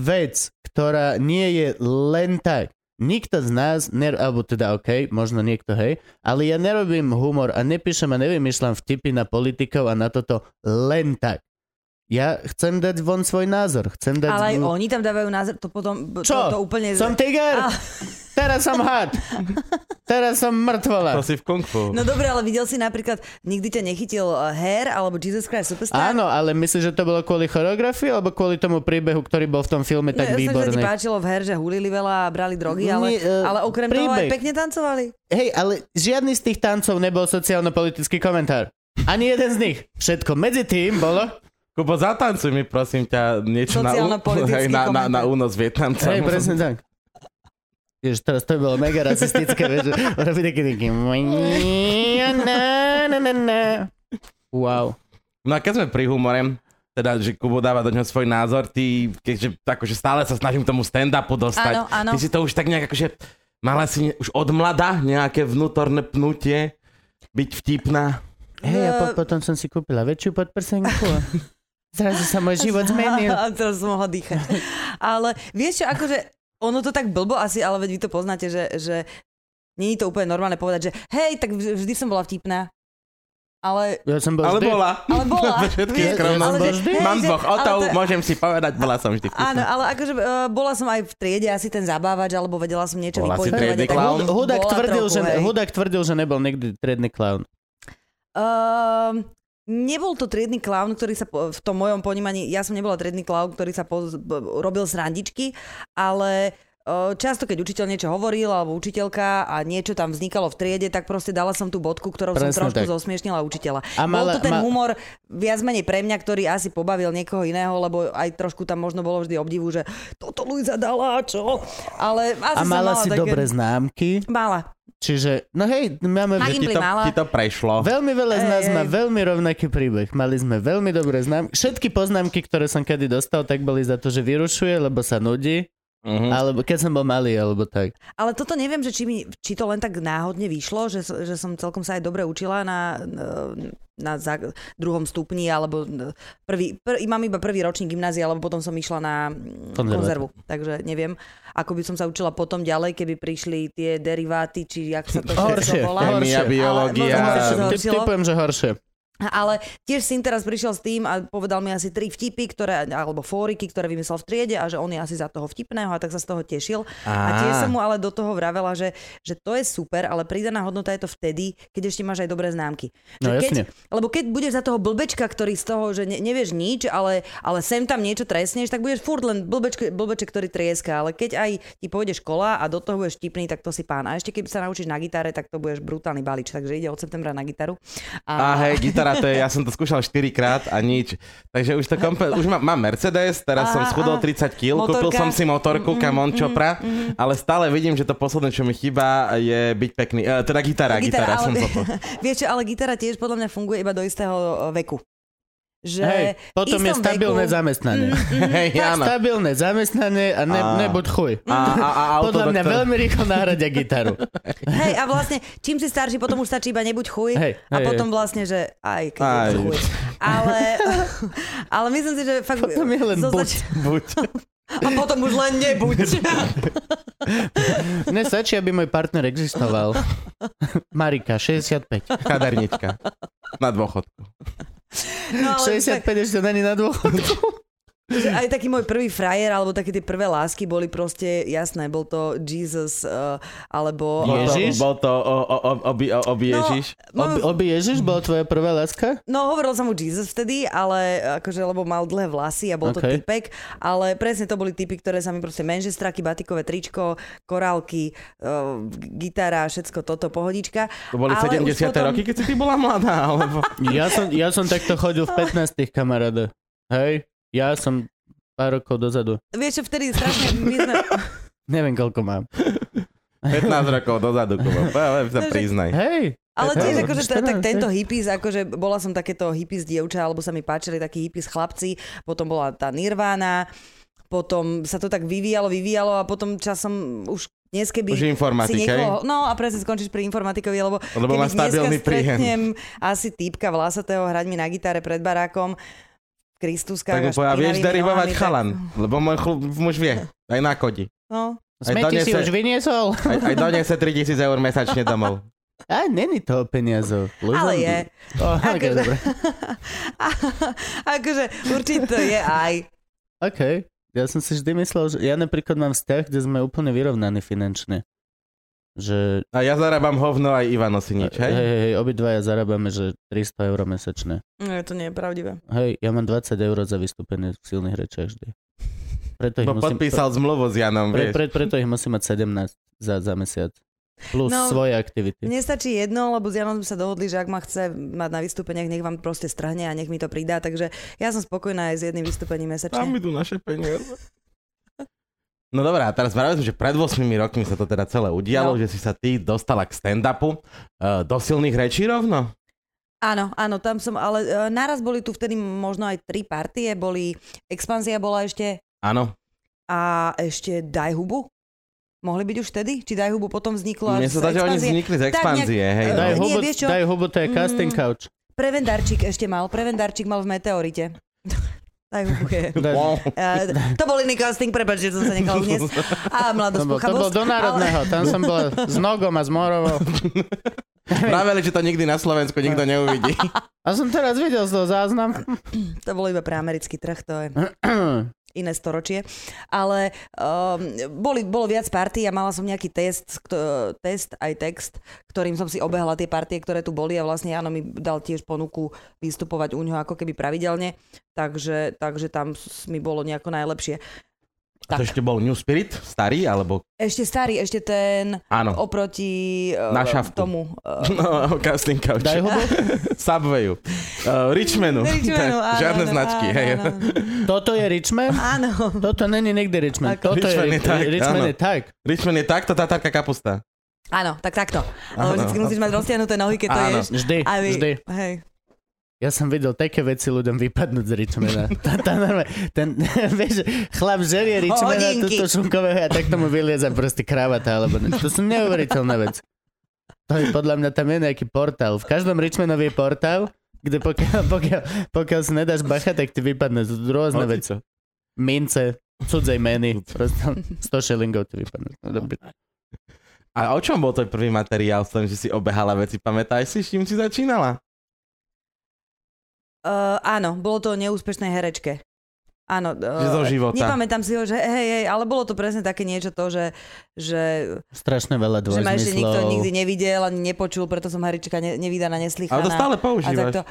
vec, ktorá nie je len tak. Nikto z nás, ner- alebo teda OK, možno niekto, hej, ale ja nerobím humor a nepíšem a nevymýšľam vtipy na politikov a na toto len tak. Ja chcem dať von svoj názor, chcem dať...
Ale aj oni Ah. tam dávajú názor, to potom
no.
b-
Čo?
To, to úplne...
Som tiger?
A-
Teraz som had. Teraz som
To
mŕtvola.
si v kung fu.
No dobre, ale videl si napríklad, nikdy ťa nechytil eh, Hair alebo Jesus Christ Superstar?
Áno, ale myslíš, že to bolo kvôli choreografii alebo kvôli tomu príbehu, ktorý bol v tom filme tak
ja som, že ti
výborný?
páčilo v her, že hulili veľa a brali drogy, ale,
Nie, eh,
ale okrem toho aj
príbeh.
pekne tancovali.
Hej, ale žiadny z tých tancov nebol sociálno-politický komentár. Ani jeden z nich. Všetko medzi tým bolo...
Kubo, zatancuj mi prosím ťa niečo na, ú-
Sociálno-politický
hej, na, na,
komentár.
na únos Vietnamcov.
Hej, presne tak. Ježiš, teraz to by bolo mega rasistické, vieš, že robí taký taký... na, na, na, na. Wow.
No a keď sme pri humore, teda, že Kubo dáva do ňoho svoj názor, ty, keďže akože stále sa snažím k tomu stand-upu dostať.
Áno, áno.
Ty si to už tak nejak akože, mala si ne- už od mlada nejaké vnútorné pnutie byť vtipná.
Hej, a
Eh,
po, potom som si kúpila väčšiu podprsenku. a Zrazu sa môj život zmenil.
A teraz som mohla dýchať. Ale vieš čo, akože ono to tak blbo asi, ale veď vy to poznáte, že, že není to úplne normálne povedať, že hej, tak vž- vždy som bola vtipná. Ale,
Ja som bol
Ale
vždy...
bola.
ale bola.
Pre všetky
Ja- ja
skromnosti.
som bol vždy-
Mám
hej, že-
dvoch
ale
otov,
to-
môžem si povedať, bola som vždy vtipná.
Áno, ale akože e, bola som aj v triede asi ten zabávač, alebo vedela som niečo
Bola si
vypovedovať.
triedny
a tak-
clown?
Hud- Hudák
Bola
tvrdil,
trochu,
že,
hej.
hudák tvrdil, že nebol nikdy triedny clown.
Ehm, nebol to triedny clown, ktorý sa po, v tom mojom ponímaní, ja som nebola triedny clown, ktorý sa po, b- robil srandičky, ale e, často keď učiteľ niečo hovoril alebo učiteľka a niečo tam vznikalo v triede, tak proste dala som tú bodku, ktorou
Presne
som trošku
tak.
zosmiešnila učiteľa.
A
Bol
mala-
to ten
ma-
humor viac menej pre mňa, ktorý asi pobavil niekoho iného, lebo aj trošku tam možno bolo vždy obdivu, že toto Luisa dala, čo? Ale
A
asi som
mala si
také-
dobré známky,
Mala.
čiže... No hej, máme...
Na
Že ti
Gimply
to,
mala.
ti to prešlo.
Veľmi veľa z
Ej,
nás
ej.
má veľmi rovnaký príbeh. Mali sme veľmi dobré známky. Všetky poznámky, ktoré som kedy dostal, tak boli za to, že vyrušuje, lebo sa nudí.
Mhm.
Alebo keď som bol malý, alebo tak.
Ale toto neviem, že či, mi, či to len tak náhodne vyšlo, že, s- že som celkom sa aj dobre učila na, eh, na zá- druhom stupni, alebo eh, prvý, pr, mám iba prvý ročník gymnázia, alebo potom som išla na mm,
Konzervatórium.
konzervu. Takže neviem, ako by som sa učila potom ďalej, keby prišli tie deriváty, či jak sa to
Horšie.
všetko volá.
Horšie.
Chémia,
Ale
biológia.
možno sa to
Horšie. Typ,
zhoršilo.
typujem, že horšie.
Ale tiež syn teraz prišiel s tým a povedal mi asi tri vtipy, ktoré, alebo fóriky, ktoré vymyslel v triede a že on je asi za toho vtipného a tak sa z toho tešil. A tie som mu ale do toho vravela, že, že to je super, ale pridaná hodnota je to vtedy, keď ešte máš aj dobré známky. Že
No
keď,
jasne.
Lebo keď budeš za toho blbečka, ktorý z toho, že ne, nevieš nič, ale, ale sem tam niečo trestneš, tak budeš furt len blbečk, blbeček, ktorý trieska. Ale keď aj ti pôjde škola a do toho budeš tipný, tak to si pán. A ešte keď sa naučíš na gitare, tak to budeš brutálny balič. Takže ide od septembra na gitaru.
A hej, gitara to je, ja som to skúšal 4 krát a nič. Takže už to kompe- už mám, mám Mercedes, teraz
Aha,
som schudol
aha.
30 kg,
Motorka.
kúpil som si motorku mm, Camon Chopra, ale stále vidím, že to posledné, čo mi chýba, je byť pekný. E, teda gitara, gitara, som
ale,
toto.
vieš, čo, ale gitara tiež podľa mňa funguje iba do istého e, veku. Že
Hej, potom je
v istom
stabilné
veku- Mhm.
zamestnanie.
Hej, áno.
Stabilné zamestnanie a ne,
A-
nebuď chuj.
A, a, a auto,
Podľa mňa
doktor-
veľmi rýchlo náhradia gitaru.
Hej, a vlastne, čím si starší, potom už stačí iba nebuď chuj
Hej,
a
hej,
potom vlastne, že aj keď
Aj.
aj. chuj. Ale, ale myslím si, že fakt...
Potom je len
zo
buď.
zač-
Buď.
A potom už len nebuď.
Mne stačí, aby môj partner existoval. Marika, 65.
Kadernička. Na dôchodku.
No, ale tak,
65 ešte není na dôchodku.
že aj taký môj prvý frajer, alebo také tie prvé lásky boli proste, jasné, bol to Jesus, eh, alebo...
Je-
Bol to-
Ježiš?
Bol to o, o, o, obi, o, obi
No,
Ježiš.
Obi,
Môj-
obi Ježiš, bola tvoja prvá láska?
No hovoril som mu Jesus vtedy, ale akože lebo mal dlhé vlasy a bol to
Okej.
typek, ale presne to boli typy, ktoré sa mi proste menžestraky, batikové tričko, korálky, uh, gitara, všetko toto, pohodička.
To boli
Ale už
70.
potom-
roky, keď si ty bola mladá, alebo...
Ja som, ja som takto chodil v 15 kamaráde. Hej, ja som pár rokov dozadu.
Vieš čo, vtedy strašne my sme...
Neviem, koľko mám.
15 rokov dozadu, Kubo. Ale sa
Takže-
priznaj.
Hej,
Ale
Tak,
tiež
áno,
akože t- tak
14,
tento hippies, akože bola som takéto hippies dievča, alebo sa mi páčili takí hippies chlapci, potom bola tá Nirvana, potom sa to tak vyvíjalo, vyvíjalo a potom časom už dnes keby...
Už je informatik,
si
hej?
niekoho, No a presne skončíš pri informatikovi, lebo,
Lebo má
keby
stabilný
dneska
príjem.
stretnem asi týpka vlasatého hrať mi na gitare pred barákom, Kristuska.
Tak mu povedal, vieš derivovať chalan, lebo môj chlub, muž vie, aj na kodi.
No,
Aj
smeti si
donese-
už vyniesol.
Aj, aj donese 3000 eur mesačne domov.
A není to o peniazov.
ale
Ľuďom-
je.
O, ok,
Akože-
dobre.
akože určite je aj.
OK. Ja som si vždy myslel, že ja napríklad mám vzťah, kde sme úplne vyrovnaní finančne. Že
A ja zarábam hovno, aj Ivano si nič,
hej,
hej?
hej, hej, obidvaja zarábame, že 300 eur mesačne.
No, to nie je pravdivé.
Hej, ja mám 20 eur za vystúpenie v silných rečiach vždy. Preto ich,
Bo
musím,
podpísal zmluvu s Janom,
pre,
vieš.
pre, preto ich musím mať 17 za, za mesiac. Plus no,
No,
svoje aktivity.
Mne stačí jedno, lebo s Janom sme sa dohodli, že ak ma chce mať na vystúpeniach, nech vám proste strhne a nech mi to pridá, takže ja som spokojná aj s jedným vystúpením
Tam
mesačne.
idú naše peniaze. No dobrá, a teraz vravili sme, že pred 8 rokmi sa to teda celé
No.
udialo, že si sa ty dostala k stand-upu eh, do silných rečí rovno.
Áno, áno, tam som, ale e, naraz boli tu vtedy možno aj tri partie, boli, expanzia bola ešte
Áno.
a ešte Daj hubu. Mohli byť už vtedy? Či Daj hubu potom vzniklo
Mne
až
sa zdá, že oni vznikli z expanzie, hej.
eh,
Daj,
nie,
No.
hubu,
vieš čo?
daj hubu, to je
Mm.
casting couch.
Prevendarčík ešte mal, Prevendarčík mal v Meteorite. Daj hubu je.
Daj,
Wow.
E, to bol iný casting, prepáč, že som sa nechal uniesť.
to,
A mladosť,
bol, to bol
pochabosť,
do
ale-
národného, tam som bola s nogom a s morovou.
Vraveli, že to nikdy na Slovensku nikto neuvidí.
A som teraz videl z toho záznam.
To bolo iba pre americký trh, to je iné storočie. Ale um, boli, bolo viac partí a mala som nejaký test, kto, test aj text, ktorým som si obehla tie partie, ktoré tu boli a vlastne Jano mi dal tiež ponuku vystupovať u ňoho ako keby pravidelne, takže, takže tam s- mi bolo nejako najlepšie.
To
Tak.
ešte bol New Spirit, starý, alebo...
Ešte starý, ešte ten
Áno.
oproti eh,
Na šavku.
tomu. eh,
No, casting couch.
Daj hubu.
Subwayu. Uh, Richmanu.
Richmondu, áno,
Žiadne
áno,
značky,
áno,
hej.
áno,
Toto je Richmond?
Áno.
Toto není nikde Richmond.
Ako-
Toto
Richmond
je,
je tak,
Richmond
áno.
je tak.
Richmond je takto tatárka kapusta.
Áno, tak takto.
Áno.
Ale vždycky musíš mať roztiahnuté nohy, keď to
Áno.
ješ.
Vždy,
A vy-
vždy.
Hej.
Ja som videl také veci ľuďom vypadnúť z Richmana. Tá, tá normálne, ten, vieš, chlap žerie Richmana,
Hodinky.
túto šunkového a tak tomu vylieza proste kravata, alebo ne. To sú neuveriteľná vec. To je podľa mňa tam je nejaký portál. V každom Richmanovi je portál, kde pokiaľ, pokiaľ, pokiaľ si nedáš bacha, tak ti vypadne z- rôzne
Hoci
veci.
čo.
Mince, cudzej meny, proste 100 šilingov ti vypadne. No, dobre.
A o čom bol ten prvý materiál s tým, že si obehala veci? Pamätáš si, s čím si začínala?
Uh, áno, bolo to o neúspešnej herečke. Áno. Uh,
Že zo života.
Nepamätám si ho, že hej, hej, ale bolo to presne také niečo to, že, že,
Strašne veľa
že ma ešte nikto
dvojzmyslov.
nikdy nevidel ani nepočul, preto som herečka ne, nevydaná, neslychaná.
Ale to stále
a
používaš.
takto.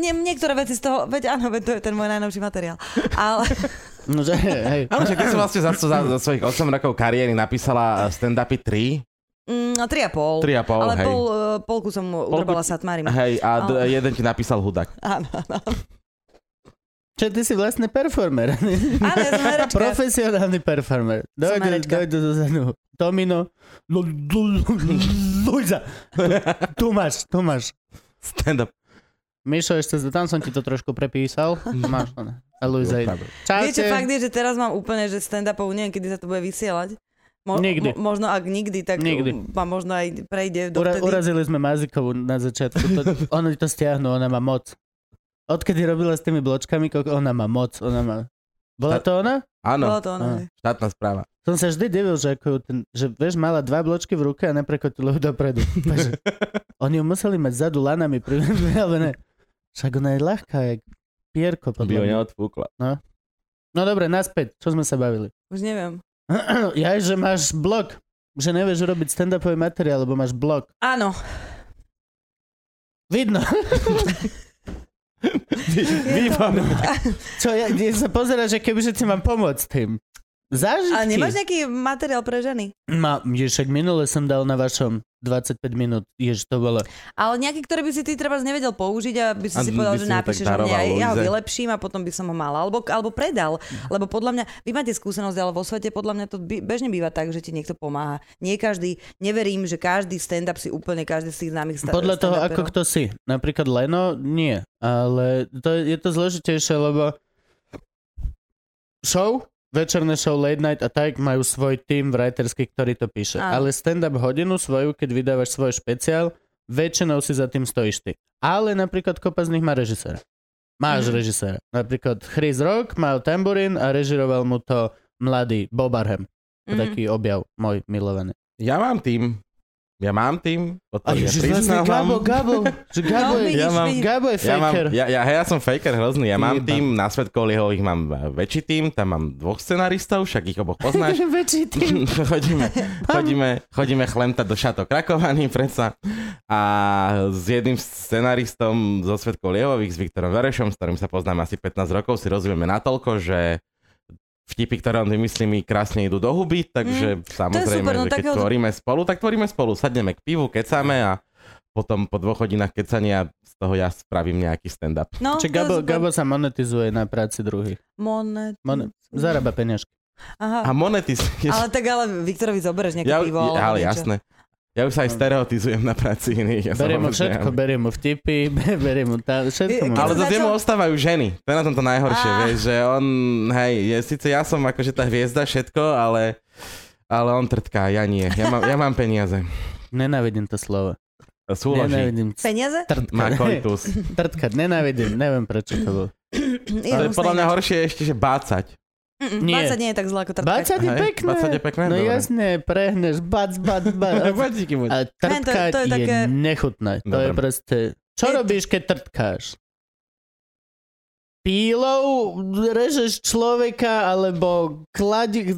Nie, niektoré veci z toho, veď áno, veď to je ten môj najnovší materiál. Ale
No, že, hej.
Áno, však ty si vlastne za, za, za svojich 8 rokov kariéry napísala eh, stand-upy 3,
mm, tri a pol.
3 a pol,
ale
hej.
pol, eh, polku som urobala
ti-
Satmárim.
Hej, a d-
Ale-
jeden ti napísal hudák.
Áno, áno.
Čo, ty si vlastne performer.
Áno, ja som herečka.
Profesionálny performer. Dojdu,
herečka.
dojdu do zadu. Tomino. Lu- lu- Luisa. Tu- Tu máš, tu máš.
Stand-up.
Mišo, ešte za- tam som ti to trošku prepísal. Tu máš. to. A Luisa ide.
Viete, fakt
Čaute.
je, že teraz mám úplne, že stand-upov, neviem, kedy sa to bude vysielať. Mo-
Nikdy.
Mo- možno ak nikdy, tak
Nikdy.
ma možno aj prejde do
Ura- urazili sme Mazikovu na začiatku. To, ono to stiahnu, ona má moc. Odkedy robila s tými bločkami, kok- ona má moc. Ona má... Bola to ona?
Áno,
Bolo to ono.
Áno.
hej.
štátna správa.
Som sa vždy divil, že, ako ju ten, že vieš, mala dva bločky v ruke a neprekotilo ju dopredu. Takže, oni ju museli mať zadu lanami priveľvené. Však ona je ľahká, jak pierko.
By ho
Podľa mňa.
neodfúkla.
No dobre, naspäť, čo sme sa bavili.
Už neviem.
ja, že máš blok, že nevieš urobiť stand-upový materiál, lebo máš blok.
Áno.
Vidno.
Výborné.
Čo, ja, ja sa pozera, že kebyže ti mám pomôcť tým. Zážitky.
A nemáš nejaký materiál pre ženy?
Ma, je, však minule som dal na vašom 25 minút, jež to bolo.
Ale nejaký, ktorý by si ty treba nevedel použiť a by si
A
si
by
povedal,
si
že
mu tak
napíšeš o mne
daroval
aj ja ho
Luize.
vylepším a potom by som ho mala. Alebo, alebo predal. Lebo podľa mňa, vy máte skúsenosť, ale vo svete podľa mňa to by, bežne býva tak, že ti niekto pomáha. Nie každý, neverím, že každý stand-up si úplne každý z tých známych sta-
Podľa toho, ako
stand-uperov-
kto si. Napríklad Leno, nie. Ale to je, je to zložitejšie, lebo show, večerné show Late Night a tak majú svoj tým writerský, ktorý to píše. Ale
Áno.
stand-up hodinu svoju, keď vydávaš svoj špeciál, väčšinou si za tým stojíš ty. Ale napríklad kopa z nich má režisera. Máš
Mhm.
režisera. Napríklad Chris Rock mal tamburín a režiroval mu to mladý Bob Arham. To
Mhm.
Taký objav môj milovaný.
Ja mám tým. Ja mám
A
tým. Odpoviem,
ježiš, vlastne Gabo,
priznávam.
Gabo. Že Gabo
No,
je,
vidíš,
Ja mám-
vidíš.
Gabo je
Ja, mám,
faker.
ja, ja, hej, ja som faker hrozný, ja mám
Iba.
tým, na svet ich mám eh, väčší tým, tam mám dvoch scenaristov, však ich oboch poznáš.
Väčší tým.
chodíme, chodíme, chodíme chlemtať do šato krakovaný predsa a s jedným scenaristom zo Svetkov Lievových, s Viktorom Verešom, s ktorým sa poznáme asi 15 rokov, si rozumieme natoľko, že vtipy, ktoré on vymyslí, mi krásne idú do huby, takže samozrejme,
super, no
že keď
takého-
tvoríme spolu, tak tvoríme spolu, sadneme k pivu, kecame a potom po dvoch hodinách kecania z toho ja spravím nejaký stand-up.
No,
Čiže
to je
Gabo,
super.
Gabo sa monetizuje na práci druhých.
Monet.
Monet. Zarába peniažky.
Aha.
A monetizuješ...
Ale tak ale Viktorovi zoberieš nejaké
ja,
pivo.
ja,
alebo
ale
niečo.
jasné. Ja už sa aj stereotizujem na práci iných. Ja sa
Berie mu
vôbec
všetko,
nemám.
berie mu vtipy, berie mu tá, všetko mu.
Keď
Ale
som
zase
začal-
mu ostávajú ženy. To je na tom to najhoršie,
Á.
vieš, že on, hej, je, síce ja som akože tá hviezda, všetko, ale, ale on trtká, ja nie. Ja mám, ja mám peniaze.
Nenávidím to slovo.
Súloží.
Nenávidím.
Peniaze?
Trtkať.
Má koitus.
Trtkať, nenávidím. Neviem prečo to bolo.
Je
To je
hnusné
podľa mňa
ináč.
horšie ešte, že bácať.
Mm, mm,
Nie.
20 nie je tak zle ako trtkať.
Bacať je
Hej,
pekné.
bacať je pekné,
No
dobre.
jasne, prehneš, bac, bac, bac.
Díky mu.
A
Ne, to- to
trtkať
je
je
také-
nechutné. To je
Dobre.
proste...
Je
Čo
to-
robíš, keď trtkáš? Pílou režeš človeka, alebo kladi...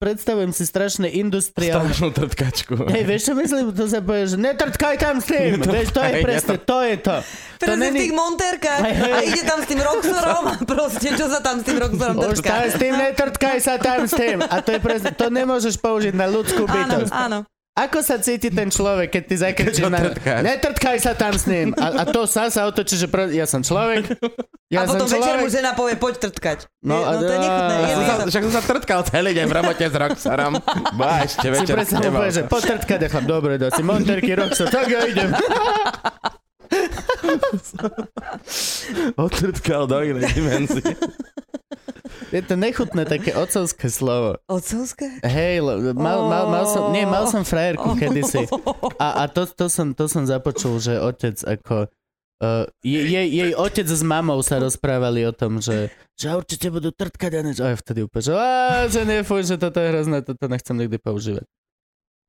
Predstavujem si strašné industriálne
Strašnú trtkačku.
Hej, vieš čo myslím? To sa povie, že netrtkaj tam s tým!
Netrtkaj,
Vieš, to je
ja
presne, to je to. To
Presne v
není-
tých montérkach
Hej, hej.
a ide tam s tým roxorom a proste čo sa tam s tým roxorom
Už tam
trtká.
s tým, netrtkaj sa tam s tým. A to je presne, to nemôžeš použiť na ľudskú
Áno,
bytosť.
áno.
Ako sa cíti ten človek, keď ty zakričíš
Keď ho
na...
trtkáš.
Netrtkaj sa tam s ním. A, a to sa sa otočí, že pro... ja som človek.
A
Ja
potom
som
večer
človek.
mu žena povie, poď trtkať.
No,
No,
a-
no to je nechutné.
a-
Je
Som
mi
sa,
to-
však som sa trtkal celý deň v robote s Roxorom. Bá, ešte
Si
večer.
predstav
nebol.
úplne, že potrtka, nechám, dobre, dosť. Monterky, Roxo, tak ja idem.
Otrtkal do inej dimenzie.
Je to nechutné také ocovské slovo.
Ocovské?
Hej, le- mal, mal, mal som, nie, mal som frajerku
Oh.
kedysi. A, a to, to, som, to som započul, že otec ako... Uh, jej, jej, jej otec s mamou sa rozprávali o tom, že, že určite budú trtkať a nič. A ja vtedy úplne, že, "Á, že nefuj, že toto je hrozné, toto nechcem nikdy používať.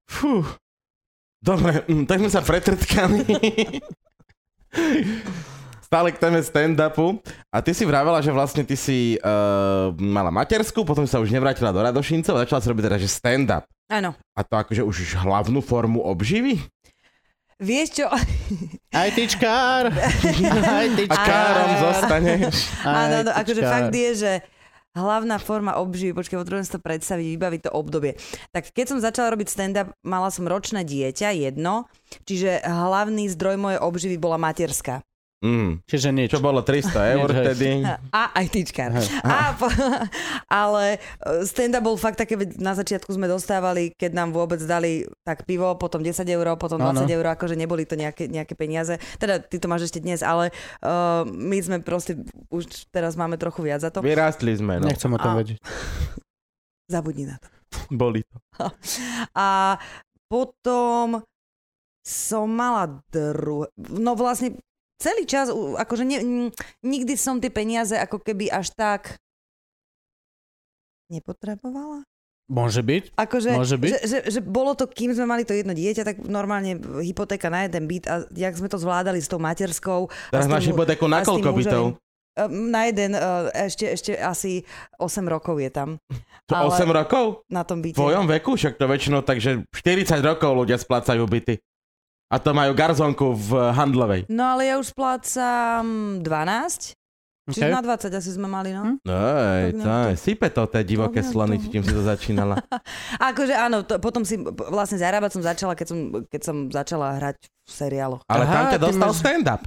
Fú. Dobre, mm, tak sme sa pretrtkali. Stále k téme stand-upu. A ty si vravela, že vlastne ty si uh, mala matersku, potom si sa už nevrátila do Radošincov a začala si robiť teda, že stand-up.
Áno.
A to akože už hlavnú formu obživy?
Vieš čo?
Aj tyčkár! Aj
A
tyčkár!
károm zostaneš.
Áno, no, akože fakt je, že hlavná forma obživy, počkaj, potrebujem si to predstaviť, vybaviť to obdobie. Tak keď som začala robiť stand-up, mala som ročné dieťa, jedno, čiže hlavný zdroj mojej obživy bola materská.
Mm.
Čiže nič.
Čo bolo 300 eur
Nič, hej.
vtedy?
A aj tyčkár. A, po, ale e, stand-up bol fakt také, veď na začiatku sme dostávali, keď nám vôbec dali tak pivo, potom 10 eur, potom
Áno.
20 eur, akože neboli to nejaké, nejaké peniaze. Teda ty to máš ešte dnes, ale uh, my sme proste, už teraz máme trochu viac za to.
Vyrástli sme, no.
Nechcem o tom
A-
vedieť.
Zabudni na to.
Boli to.
A potom som mala druhé... No vlastne celý čas, u- akože ne, n- nikdy som tie peniaze ako keby až tak nepotrebovala.
Môže byť?
Akože,
Môže byť.
Že, že, že bolo to, kým sme mali to jedno dieťa, tak normálne hypotéka na jeden byt a jak sme to zvládali s tou materskou. a s
Teraz
tým
máš
mu-
hypotéku na
a s tým
koľko
mužom-
bytov?
Ehm, Na jeden, eh, ešte, ešte asi 8 rokov je tam
To
Ale-
8 rokov?
na tom byte.
V tvojom veku? Však to väčšinou takže 40 rokov ľudia splácajú byty. A to majú garzonku v Handlovej.
No ale ja už splácam 12 Čiže
Okay.
na 20 asi sme mali, no.
Hm.
Ej,
Tak
to
nejak
je, sype to tie divoké
nejak
slony,
to.
čím si to začínala.
A akože áno, to, potom si p- vlastne zarábať som začala, keď som, keď som začala hrať v seriáloch.
Ale
Aha,
tam ťa
ty
dostal
máš-
stand-up.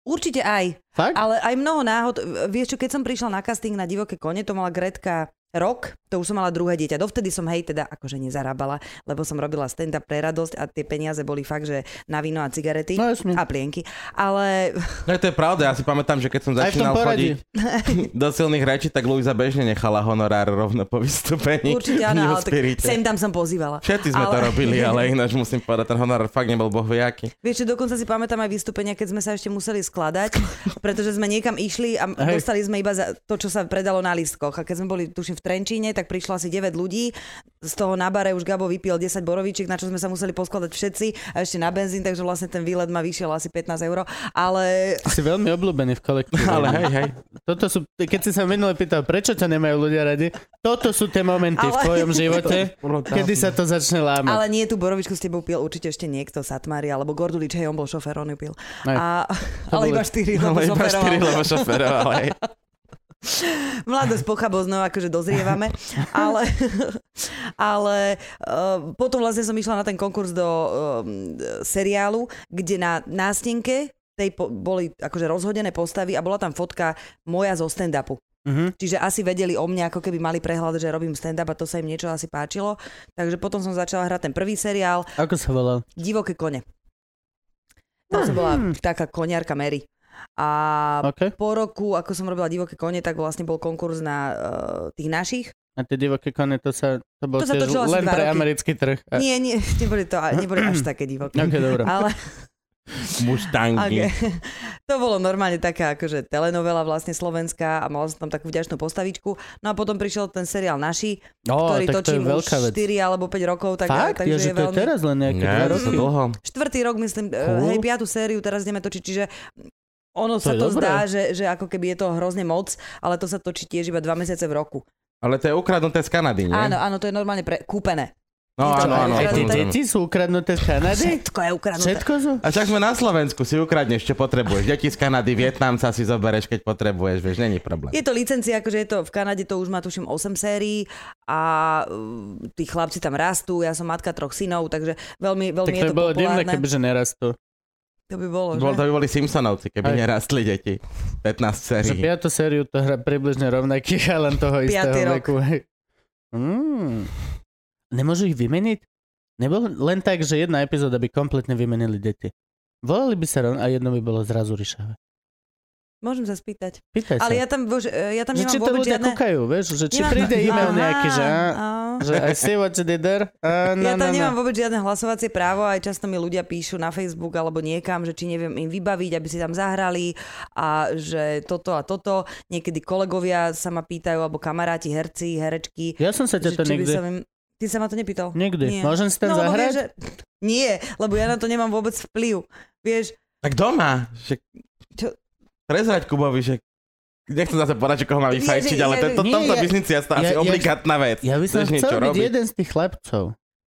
Určite aj,
Fakt?
ale aj mnoho náhod. Vieš čo, keď som prišla na casting na Divoké kone, to mala Gretka rok, to už som mala druhé dieťa. Dovtedy som hej teda akože nezarábala, lebo som robila stand-up pre radosť a tie peniaze boli fakt, že na víno a cigarety.
No jasne.
a plienky. Ale
No to je pravda, ja si pamätám, že keď
Aj v
som
tom
začínal
poradí.
chodiť do silných rečí, tak Luisa bežne nechala honorár rovno po vystúpení.
určite
v New
áno, ale tak
Spirite.
sem tam som pozývala.
Všetci sme to
ale-
robili, ale ináč musím povedať, ten honorár fakt nebol bohviaký.
Vieš čo, dokonca si pamätám aj vystúpenia, keď sme sa ešte museli skladať, pretože sme niekam išli a
Hej.
dostali sme iba za to, čo sa predalo na listkoch. A keď sme boli, tuším, v Trenčíne, tak prišlo asi 9 ľudí. Z toho na bare už Gabo vypil 10 borovičiek, na čo sme sa museli poskladať všetci a ešte na benzín, takže vlastne ten výlet ma vyšiel asi 15 eur. Ale
Ty si veľmi obľúbený v kolektíve.
Ale hej, hej.
Toto sú, keď si sa minule pýtal, prečo ťa nemajú ľudia radi, toto sú tie momenty v
Ale-
tvojom živote, kedy sa to začne lámať.
Ale nie, tú borovičku s tebou pil určite ešte niekto, Satmari, alebo Gordulič, hej, on bol šofér, on ju pil.
Aj.
A, ale
boli-
iba 4,
Ale iba 4 lebo šoferoval, hej.
Mladosť pochabo znova akože dozrievame, ale, ale uh, potom vlastne som išla na ten konkurs do um, seriálu, kde na nástenke tej po, boli akože rozhodené postavy a bola tam fotka moja zo stand-upu.
Mhm.
Čiže asi vedeli o mne, ako keby mali prehľad, že robím stand-up a to sa im niečo asi páčilo. Takže potom som začala hrať ten prvý seriál
Ako sa volal?
Divoké kone. Tam som bola taká koniarka Mary. A
OK.
po roku, ako som robila divoké kone, tak vlastne bol konkurs na uh, tých našich.
A tie divoké kone, to sa to bol
To sa
tiež
točilo
len
asi dva
pre
roky.
americký trh. A,
Nie, nie, neboli, to, neboli až také divoké.
E. OK, dobré.
Ale okay.
Mustangy.
to bolo normálne taká akože telenovela vlastne slovenská a mala som tam takú vďačnú postavičku. No a potom prišiel ten seriál Naši,
Ó,
ktorý
tak to je
točím
veľká
už
vec.
4 alebo 5 rokov. Tak,
Fakt?
takže
Ja, že
je
to je
veľmi...
teraz len nejaké dva
Nie, to sa
roky.
dlho.
Štvrtý rok, myslím,
Cool.
cool. hej, piatú sériu teraz ideme točiť, čiže ono
To
sa
je
to
dobré.
zdá, že, že ako keby je to hrozne moc, ale to sa točí tiež iba dva mesiace v roku.
Ale to je ukradnuté z Kanady, nie?
Áno, áno, to je normálne pre, kúpené. Je
No,
to
áno,
Aj
áno.
tie
ukradnuté.
samozrejme.
deti sú ukradnuté z Kanady?
Všetko je ukradnuté.
Všetko sú?
A však sme na Slovensku, si ukradneš, čo potrebuješ. Deti z Kanady, Vietnamca si zobereš, keď potrebuješ, vieš, není problém.
Je to licencia, akože je to v Kanade, to už má tuším 8 sérií a uh, tí chlapci tam rastú, ja som matka troch synov, takže veľmi, veľmi
Tak
je
to
to
bolo divné,
populárne.
kebyže nerastú.
To by bolo,
Bol,
že?
to by boli Simpsonovci, keby
Aj.
nerastli deti. 15
Že
sérií.
piatú sériu to hra približne rovnakých, ale len toho
Piatý
istého
rok.
veku. hej. Mm. Nemôžu ich vymeniť? Nebol len tak, že jedna epizóda by kompletne vymenili deti. Volali by sa rovn- a jedno by bolo zrazu ryšavé.
Môžem sa spýtať.
Pýtaj
Ale
sa.
ja tam, bože, e, ja tam
že
nemám
či to
vôbec
ľudia
žiadne...
kúkajú, vieš, že či
nemám-
príde e-mail
Aha,
nejaký, že, á,
á.
že I see what you did there. A, no,
ja tam
no,
nemám
no.
vôbec žiadne hlasovacie právo, aj často mi ľudia píšu na Facebook alebo niekam, že či neviem im vybaviť, aby si tam zahrali a že toto a toto. Niekedy kolegovia sa ma pýtajú, alebo kamaráti, herci, herečky.
Ja som sa ťa
že
to
či by
nikdy...
sa im... Ty sa ma to nepýtal?
Nikdy.
Nie. No,
Môžem si tam
lebo
zahrať?
vieš, že... Nie, lebo ja na to nemám vôbec vplyv. Vieš,
Tak doma. Že...
Čo?
Prezrať Kubovi, že nechcem zase povedať, že koho má vyfajčiť,
Nie, že-
ale to, to,
nie,
tomto
ja-
biznici je asi
ja- ja-
obligátna vec.
Ja by som
Chceš niečo
chcel byť
robiť?
jeden z tých chlapcov.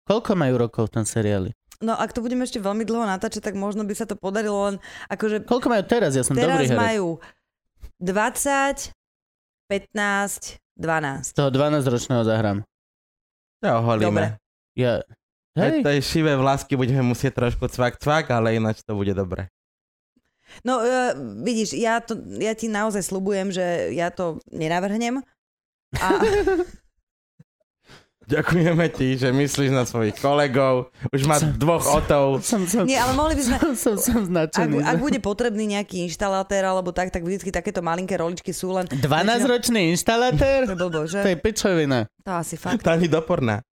Koľko majú rokov v tom seriáli?
no ak to budeme ešte veľmi dlho natáčať, tak možno by sa to podarilo len akože
Koľko majú teraz? Ja som
teraz
dobrý herec.
majú 20, 15, 12.
Z toho 12-ročného zahrám.
Dobre.
Ja oholíme.
Ja...
Hej.
Hej,
Tej šivé vlasky budeme musieť trošku cvak cvak, ale ináč to bude dobre.
No e, vidíš, ja, to, ja ti naozaj slubujem, že ja to nenavrhnem. A
Ďakujeme ti, že myslíš na svojich kolegov. Už má dvoch otov.
som, som,
nie, ale mohli by sme...
som, som
Ak,
značený.
ak bude potrebný nejaký inštalatér alebo tak, tak vždycky takéto malinké roličky sú len...
12-ročný
To
inštalatér?
je blbo, že?
To je pičovina.
To asi fakt.
Tá ani doporná.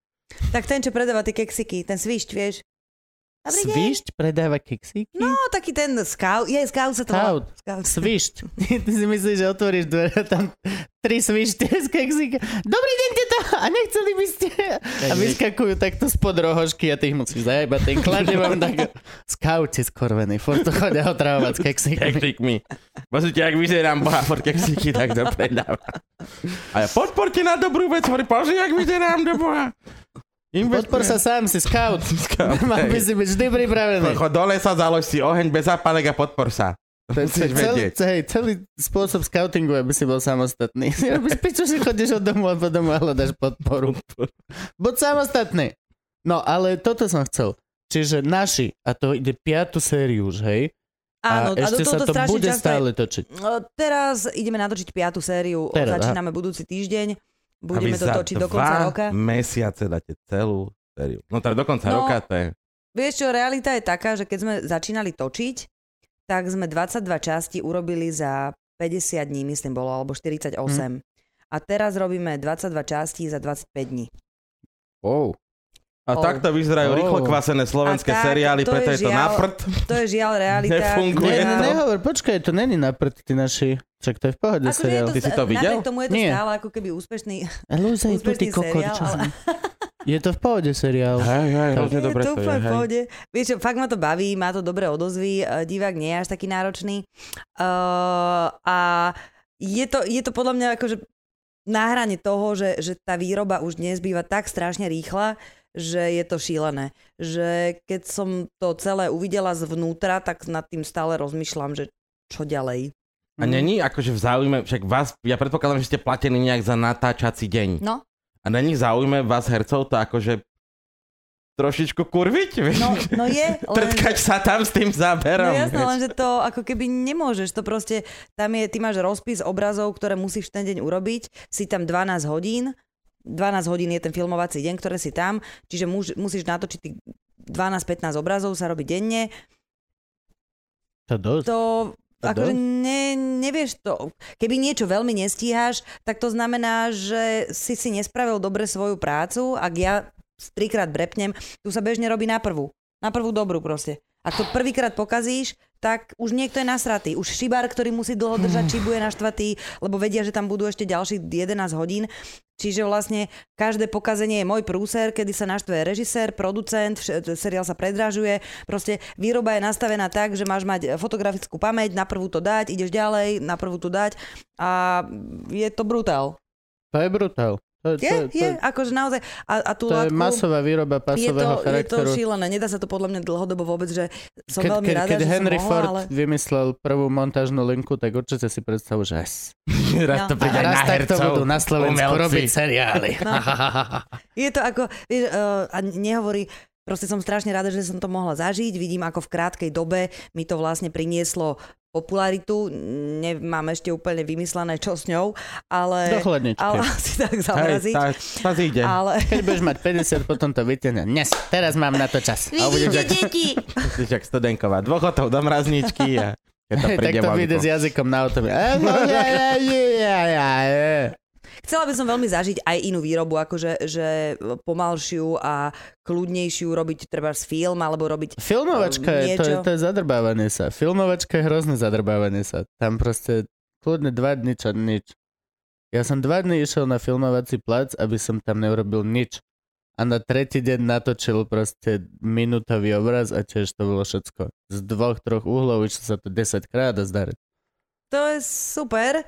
Tak ten, čo predáva tie keksiky, ten svišť, vieš? Dobrý deň.
Svišť predáva keksiky?
No, taký ten scout. Je, scout sa to
Scout.
volá. Scout.
Svišť. Ty, ty si myslíš, že otvoríš dvere a tam tri svišť z keksika. Dobrý deň, teta! A nechceli by ste... A vyskakujú takto spod rohožky a ty ich musíš zajebať. Ten kladne vám tak... Skauti skorvený. Furt to chodia otravovať s keksikmi.
Keksikmi. Pozrite, ak vyzerám boha for keksiky, tak to predáva. A ja, podporte na dobrú vec, hovorí, pozri, ak vyzerám do boha.
Podpor sa sám, si scout. Mal by si byť vždy pripravený.
Chod dole sa, založ si oheň bez zápalek a podpor sa. To
Celý,
musíš vedieť.
hej, celý spôsob scoutingu, aby si bol samostatný. Si robíš piču, že chodíš od domu a po domu a hľadaš podporu. Buď samostatný. No, ale toto som chcel. Čiže naši, a to ide piatu sériu už, hej?
Áno,
a ešte
do-
sa
toto
to
strašne
bude
často je-
stále točiť.
No, Teraz ideme natočiť piatu sériu,
Teraz, aha.
začíname budúci týždeň,
A vy
budeme to
za
točiť do konca
dva
roka.
mesiace dáte celú sériu. No teda do konca
No.
roka to je.
Vieš čo, realita je taká, že keď sme začínali točiť, tak sme 22 časti urobili za 50 dní, myslím bolo, alebo 48.
Hm.
A teraz robíme 22 častí za 25 dní.
Wow.
A
Oh.
takto vyzerajú
Oh.
rýchlo kvasené
A
slovenské
tak,
seriály,
to
preto
je
je to
žiaľ-
na prd.
To je žiaľ realita.
Nefunguje
Ne,
ktorá-
ne,
to.
nehovor, počkaj, to není na prd, ty naši. Čak to je v pohode
Akože je
seriál.
to,
Ty si to videl?
Napriek tomu je to
Nie.
stále ako keby úspešný.
Lúza je tu, ty
úspešný
kokot,
seriál,
čo
ale-
som... Je to v pohode seriál.
Hej, hej,
To-
hrozne dobre
je to
to je.
úplne v
hej.
pohode. Vieš čo, fakt ma to baví, má to dobré odozvy, eh, divák nie je až taký náročný. Eh, a je to, je to podľa mňa akože na hrane toho, že, že tá výroba už dnes býva tak strašne rýchla, že je to šílené. Že keď som to celé uvidela zvnútra, tak nad tým stále rozmýšľam, že čo ďalej.
A není akože v záujme, však vás, ja predpokladám, že ste platení nejak za natáčací deň.
No,
A není v záujme vás hercov to akože trošičku kurviť, vieš?
no, no je, len,
Trtkať sa tam s tým záberom.
No jasné,
vieš.
len že to ako keby nemôžeš, to proste, tam je, ty máš rozpis obrazov, ktoré musíš ten deň urobiť, si tam 12 hodín, 12 hodín je ten filmovací deň, ktoré si tam, čiže muž, musíš natočiť tých 12-15 obrazov, sa robí denne,
To dosť.
to
A dosť.
akože ne, nevieš to. Keby niečo veľmi nestíhaš, tak to znamená, že si si nespravil dobre svoju prácu, ak ja trikrát brepnem, tu sa bežne robí na prvú. Na prvú dobrú proste. Ak to prvýkrát pokazíš, tak už niekto je nasratý. Už šibár, ktorý musí dlho držať šibu, je naštvatý, lebo vedia, že tam budú ešte ďalších 11 hodín. Čiže vlastne každé pokazenie je môj prúser, kedy sa naštve režisér, producent, vš- seriál sa predražuje. Proste výroba je nastavená tak, že máš mať fotografickú pamäť, na prvú to dať, ideš ďalej, na prvú to dať a je to brutál.
To je brutál. To, to,
Je,
to,
je, akože naozaj. A, a tú
to je
látku-
masová výroba pasového
je to, je to
charakteru.
šílené, nedá sa to podľa mňa dlhodobo vôbec, že som
keď,
veľmi
keď,
rada,
keď
že
Henry
som mohla,
Ford
ale...
vymyslel prvú montážnu linku, tak určite si predstavu, že yes.
Raz to
No.
príde aj na
raz takto
hercov,
budú na Slovensku
umelci.
robiť seriály.
No. Je to ako, vieš, uh, a nehovorí, proste som strašne rada, že som to mohla zažiť, vidím ako v krátkej dobe mi to vlastne prinieslo popularitu, nemáme ešte úplne vymyslené, čo s ňou, ale,
Do chladničky.
ale asi tak zamraziť.
tá, tá zíde.
Ale
Keď budeš mať 50, potom to vytiahnem. Dnes, teraz mám na to čas.
A bude
Vidíte,
ďak-
deti?
Vidíš, jak studenková. Dvochotov do mrazničky a keď to
tak
príde
to vyjde s jazykom na autobus. E, no, ja, ja, ja, ja, ja, ja.
Chcela by som veľmi zažiť aj inú výrobu, akože že pomalšiu a kľudnejšiu robiť treba z film, alebo robiť...
Filmovačka je, to, je,
Niečo.
to je zadrbávanie sa. Filmovačka je hrozné zadrbávanie sa. Tam proste kľudne dva dny čo nič. Ja som dva dny išiel na filmovací plac, aby som tam neurobil nič. A na tretí deň natočil proste minútový obraz a tiež to bolo všetko. Z dvoch, troch uhlov išlo sa to 10 krát a zdariť.
To je super,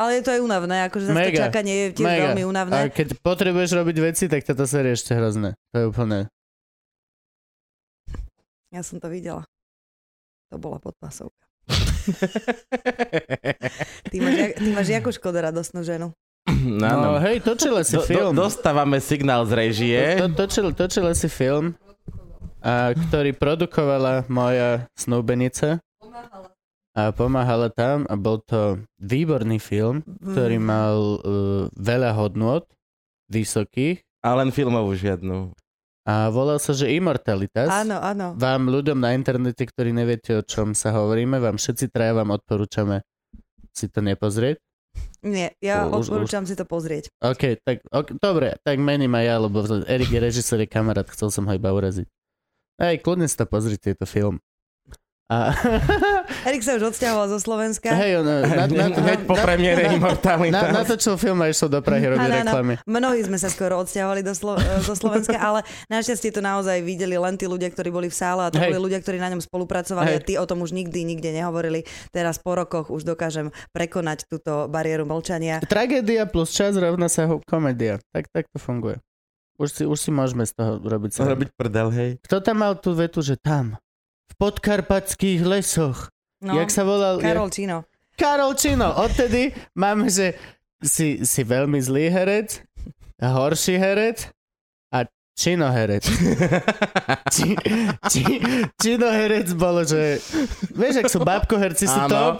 ale je to aj únavné, akože zase to
Mega.
čakanie je tiež
Mega.
veľmi únavné.
A keď potrebuješ robiť veci, tak táto série je ešte hrozné. To je úplne...
Ja som to videla. To bola podpasovka. Ty máš, jak- ty máš jakú škodu radosnú ženu.
No, no.
No, hej, točila si
Do, do,
film.
dostávame signál z režie.
To, točil, točila si film, a, ktorý produkovala moja snúbenica. A pomáhala tam a bol to výborný film,
Mm.
ktorý mal uh, veľa hodnôt, vysokých.
A len filmovú žiadnu.
A volal sa, že Immortalitas.
Áno, áno.
Vám ľuďom na internete, ktorí neviete, o čom sa hovoríme, vám všetci traja vám odporúčame si to nepozrieť.
Nie, ja
Už- už-
odporúčam si to pozrieť.
OK, tak ok, dobre, tak mením aj ja, lebo Erik je režisér, je kamarát, chcel som ho iba uraziť. Ej, kľudne si to pozrite, je to film. A,
Erik sa už odsťahoval zo Slovenska.
hej, on eh, na, na, na,
Hneď po premiére
na,
Immortalitas.
natočil film a išiel do Prahy robiť
Áno, áno.
reklamy.
Mnohí sme sa skoro odsťahovali do Slo- eh, zo Slovenska, ale našťastie to naozaj videli len tí ľudia, ktorí boli v sále a to
Hej.
boli ľudia, ktorí na ňom
Hej.
spolupracovali a tí o tom už nikdy, nikde nehovorili. Teraz po rokoch už dokážem prekonať túto bariéru mlčania.
Tragédia plus čas rovná sa ho- komédia. Tak, tak to funguje. Už si, už si môžeme z toho robiť.
Chcem
srandu.
robiť prdel, hej.
Kto tam mal tú vetu, že tam? V podkarpatských lesoch.
No,
Jak sa volal? jak-
Karol Čino.
Karol Čino, odtedy máme, že si, si veľmi zlý herec, horší herec a Čino herec. Či, či, čino herec bolo, že vieš, ak sú babkoherci, sú
Áno.
top,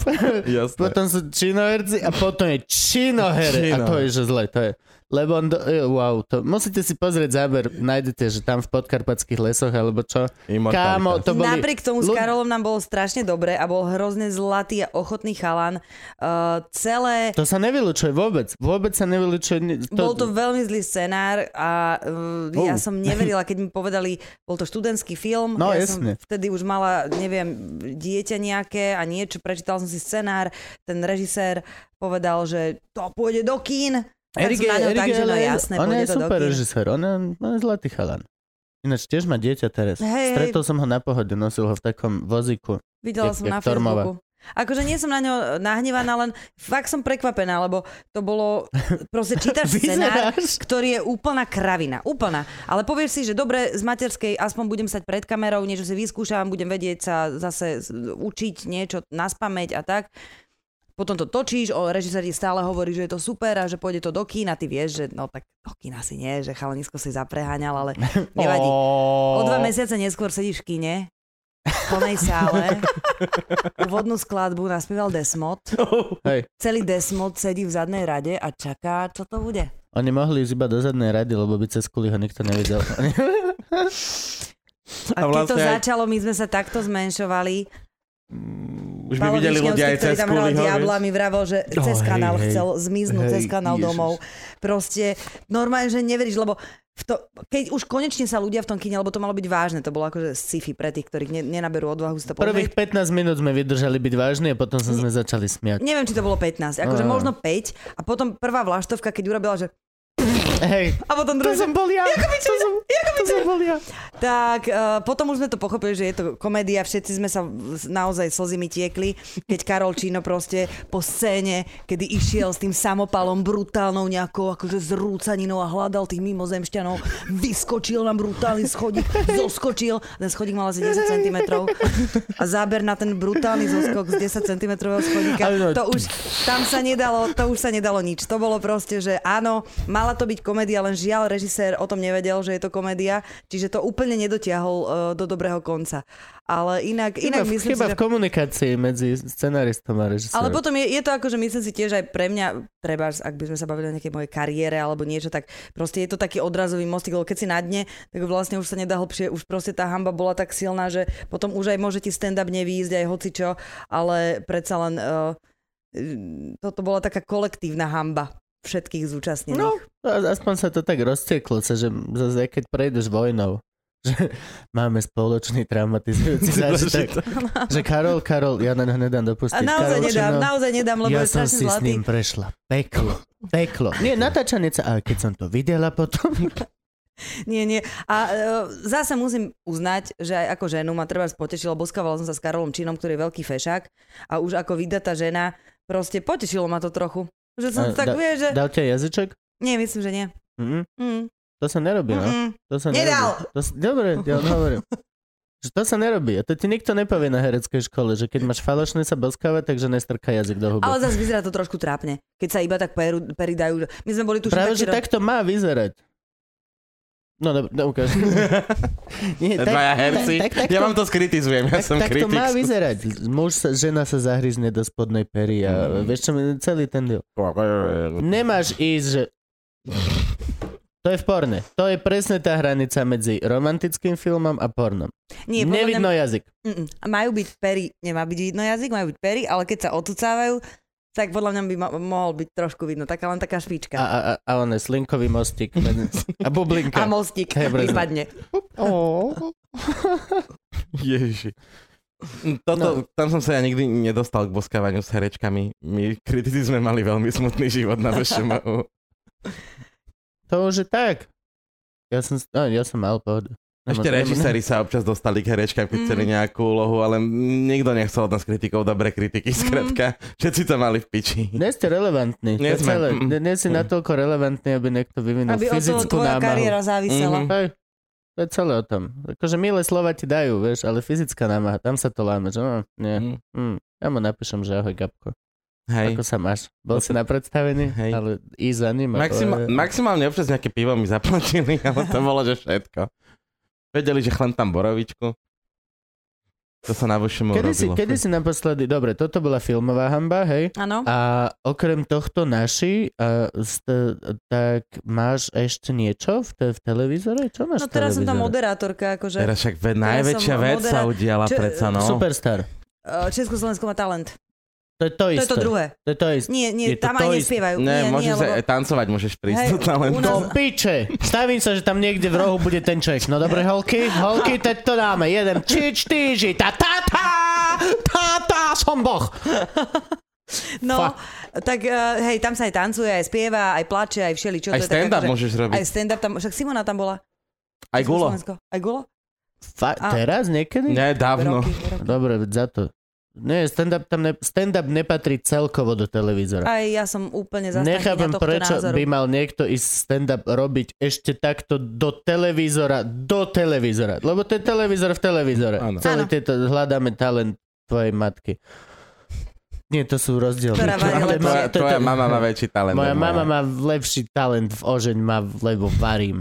Jasné.
potom sú činoherci a potom je činoherec. A
Čino.
to je, že zle, to je. Lebo on, do, e, wow, to, musíte si pozrieť záber, nájdete, že tam v podkarpatských lesoch, alebo čo. Kámo, to boli...
Napriek tomu s
ľud-
Karolom nám bolo strašne dobre a bol hrozne zlatý a ochotný chalan. Uh, celé
To sa nevylučuje vôbec. Vôbec sa nevylučuje. ni-
Bol to veľmi zlý scenár a uh,
Oh.
ja som neverila, keď mi povedali, bol to študentský film.
No,
ja
jasne.
som vtedy už mala, neviem, dieťa nejaké a niečo, prečítal som si scenár, ten režisér povedal, že to pôjde do kín. Tak som na ňo tak, že no
ale-
jasné,
on
pôjde
je
to do
super
kín.
režisér, on je, on je zlatý chalan. Ináč tiež má dieťa teraz.
Hej,
Stretol som ho na pohode, nosil ho v takom vozíku.
Videla
Jak-
som
jak
na
Tormová.
Facebooku. Akože nie som na ňo nahnevaná, len fakt som prekvapená, lebo to bolo, proste čítaš scenár,
Vyzeráš.
ktorý je úplná kravina, úplná. Ale povieš si, že dobre, z materskej aspoň budem sať pred kamerou, niečo si vyskúšam, budem vedieť sa zase z- učiť niečo na spameť a tak. Potom to točíš, o režisér ti stále hovorí, že je to super a že pôjde to do kína, ty vieš, že no tak do kína si nie, že chalanisko si zapreháňal, ale nevadí. O dva mesiace neskôr sedíš v kine, v plnej sále, úvodnú skladbu naspieval Desmod.
Hej,
Celý Desmod sedí v zadnej rade a čaká, čo to bude.
oni mohli ísť iba do zadnej rady, lebo by cez kuliho nikto nevedel.
A, keď
A
to
vlastne aj-
začalo, my sme sa takto zmenšovali.
Už mi videli ľudia aj
ktorý
cez
tam hral
kuli,
Diabla, mi vravel, že cez
hej,
kanál
hej.
chcel zmiznúť,
Hej,
cez kanál
Ježiš.
domov. Proste normálne, že neveríš, lebo v to, keď už konečne sa ľudia v tom kine, lebo to malo byť vážne, to bolo akože sci-fi pre tých, ktorí ne, nenaberú odvahu si to pozrieť.
Prvých 15 minút sme vydržali byť vážni a potom sa sme začali smiať.
Neviem, či to bolo 15, akože
Á.
možno 5 a potom prvá vlaštovka, keď urobila, že
Hej,
a
to
potom druhá, že...
som bol ja. To som, to som bol ja.
Tak, uh, potom už sme to pochopili, že je to komédia, všetci sme sa v- naozaj slzmi tiekli, keď Karol Čino proste po scéne, kedy išiel s tým samopalom brutálnou nejakou akože zrúcaninou a hľadal tých mimozemšťanov, vyskočil na brutálny schodík, zoskočil, ten schodík mal asi 10 cm a záber na ten brutálny zoskok z 10 cm schodíka,
Ale-
to už tam sa nedalo, to už sa nedalo nič. To bolo proste, že áno, mala to byť komédia, len žiaľ, režisér o tom nevedel, že je to komédia, čiže to úplne nedotiahol uh, do dobrého konca. Ale inak,
Chyba,
inak
v,
myslím
chyba
si,
v komunikácii medzi scenáristom a režisérom.
ale potom je, je to ako, že myslím si tiež aj pre mňa, treba, ak by sme sa bavili o nejakej mojej kariére alebo niečo, tak proste je to taký odrazový mostík, lebo keď si na dne, tak vlastne už sa nedá hlbšie, už proste tá hamba bola tak silná, že potom už aj môže ti stand-up nevýjsť, aj hocičo, ale predsa len uh, toto bola taká kolektívna hamba všetkých zúčastnených.
No, a- aspoň sa to tak roztieklo, sa, že zase aj keď prejdeš vojnou, že máme spoločný traumatizujúci zážitok. že Karol, Karol, ja na ňo nedám
A
dopustiť.
naozaj
Karol,
nedám,
Čino,
naozaj nedám, lebo
no. ja
je
som
strašne
si s
zlatý.
ním prešla. Peklo, peklo. Nie, natáčanica, ale keď som to videla potom,
Nie, nie. A e, zase musím uznať, že aj ako ženu ma treba potešilo. Boskávala som sa s Karolom Činom, ktorý je veľký fešák a už ako vydatá žena, proste potešilo ma to trochu. Že som
A da-
tak, vie, že...
dal ťa jazyček?
Nie, myslím, že nie.
Mm,
Mm,
to sa nerobí, no.
mm,
To sa
Nedal!
nerobí. To sa, dobre, ja vám hovorím. Že to sa nerobí. A to ti nikto nepovie na hereckej škole, že keď máš falošné sa boskávať, takže nestrká jazyk do huby.
ale zase vyzerá to trošku trápne, keď sa iba tak peru, pery dajú. že- My sme boli tu
Práve, že takto má vyzerať. No, dobre, no, ukáž. Nie,
Dvaja herci.
tak- tak-
ja
tak-
vám to skritizujem, ja
tak,
som
tak to
kritik.
má vyzerať. Muž sa, žena sa zahryzne do spodnej pery a
Mm.
vieš čo, mi- celý ten deal. Nemáš ísť, že... To je v porne. To je presne tá hranica medzi romantickým filmom a pornom.
Nie, podľa mňa-
Nevidno jazyk.
Mm, mm. A majú byť pery, nemá byť vidno jazyk, majú byť pery, ale keď sa otucávajú, tak podľa mňa by ma- mohol byť trošku vidno. Taká len taká
A,
špička.
a, a, a on je slinkový mostík. A
A,
bublinka.
mostík
Hej, presne.
vypadne.
Ježiši.
No.
Toto, tam som sa ja nikdy nedostal k boskávaniu s herečkami. My kritici sme mali veľmi smutný život na VŠMU.
To už je tak. Ja som, no, ja som mal pohodu.
Ešte
Nemám-
režiséri sa občas dostali k herečkám, keď
Mm.
chceli nejakú úlohu, ale nikto nechcel od nás kritikov dobre
Mm.
kritiky, skrátka. Všetci to mali v piči.
Nie ste relevantní. Nie,
Nie sme.
celé.
Mm.
Nie, nie si natoľko relevantný, aby niekto vyvinul
Aby od toho
No, fyzickú
tvoja
námahu.
kariéra závisela.
Mhm.
Hej, to je celé o tom. Akože milé slova ti dajú, vieš, ale fyzická námaha, tam sa to láme, že no, nie.
Mm.
Mm. Ja mu napíšem, že ahoj Gabko,
Hej.
ako sa máš? Bol
To-
si na predstavení?
Hej.
Ale i za ním. a
Maxima-
to je-
maximálne občas nejaké pivo mi zaplatili, ale to bolo, že všetko. Vedeli, že chlem tam borovičku. To sa na VŠMU
Kedy si,
robilo.
kedy si naposledy, dobre, toto bola filmová hamba, hej?
Áno.
A okrem tohto naši, a, st, tak máš ešte niečo v, te, v televízore? Čo máš v
No teraz som tam
televízore?
moderátorka, akože
Teraz však ve, najväčšia
som
vec sa
moderá-
udiala
Čo-
predsa, no.
Superstar.
eh, Československo má talent.
To je to
To
isté.
je to druhé.
To je to isté.
Nie, nie,
Je to
tam
to
aj
isté.
nespievajú.
Ne,
nie, nie,
môžeš
lebo...
eh,
sa, tancovať môžeš prísť
Hej,
do talentu.
u nás-
Do No, piče! Stavím sa, že tam niekde v rohu bude ten človek. No dobre, holky, holky, teď to dáme. Jeden, čič, týži, ta, ta, ta, ta, ta, som boh.
No, tak eh, hej, tam sa aj tancuje, aj spieva, aj plače, aj všeli. Čo to
Aj
je
stand-up
taká, že-
môžeš robiť.
Aj stand-up tam, však Simona tam bola.
Aj gulo.
Československo. Aj gulo?
Fa,
A-
teraz niekedy?
Nie, dávno.
Roky, roky.
Dobre, veď za to. Nie, stand-up, tam ne, stand-up nepatrí celkovo do televízora.
Aj ja som úplne zastankyňa
Nechápem,
tohto
prečo
názoru.
by mal niekto ísť stand-up robiť ešte takto do televízora, do televízora. Lebo to je televízor v televízore.
Áno.
Celé
Áno.
tieto, hľadáme talent tvojej matky. Nie, to sú rozdielne.
Ktorá varí
To je-
lepšie.
Tvoja,
to je-
tvoja mama má väčší talent.
Moja
ako
mama má lepší talent v ožeň, má, lebo varím.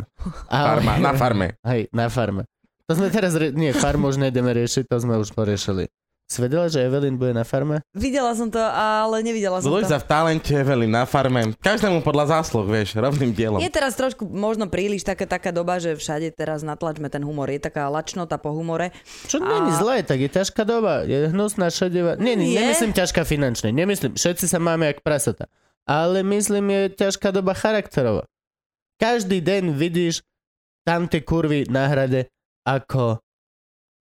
A-
Farma, na farme.
Hej, na farme. To sme teraz, re... nie, farmu už nejdeme riešiť, to sme už poriešili. Svedela, že Evelyn bude na farme?
Videla som to, ale nevidela som to.
Luisa v talente, Evelyn na farme. Každému podľa zásluh, vieš, rovným dielom.
Je teraz trošku možno príliš taká, taká doba, že všade teraz natlačme ten humor. Je taká lačnota po humore.
Čo není
A-
zlé, tak je ťažká doba, je hnusná, šedivá. Nie, nie,
Je.
nemyslím ťažká finančne, nemyslím, všetci sa máme jak prasata. Ale myslím, je ťažká doba charakterová. Každý deň vidíš tam tie kurvy na hrade, ako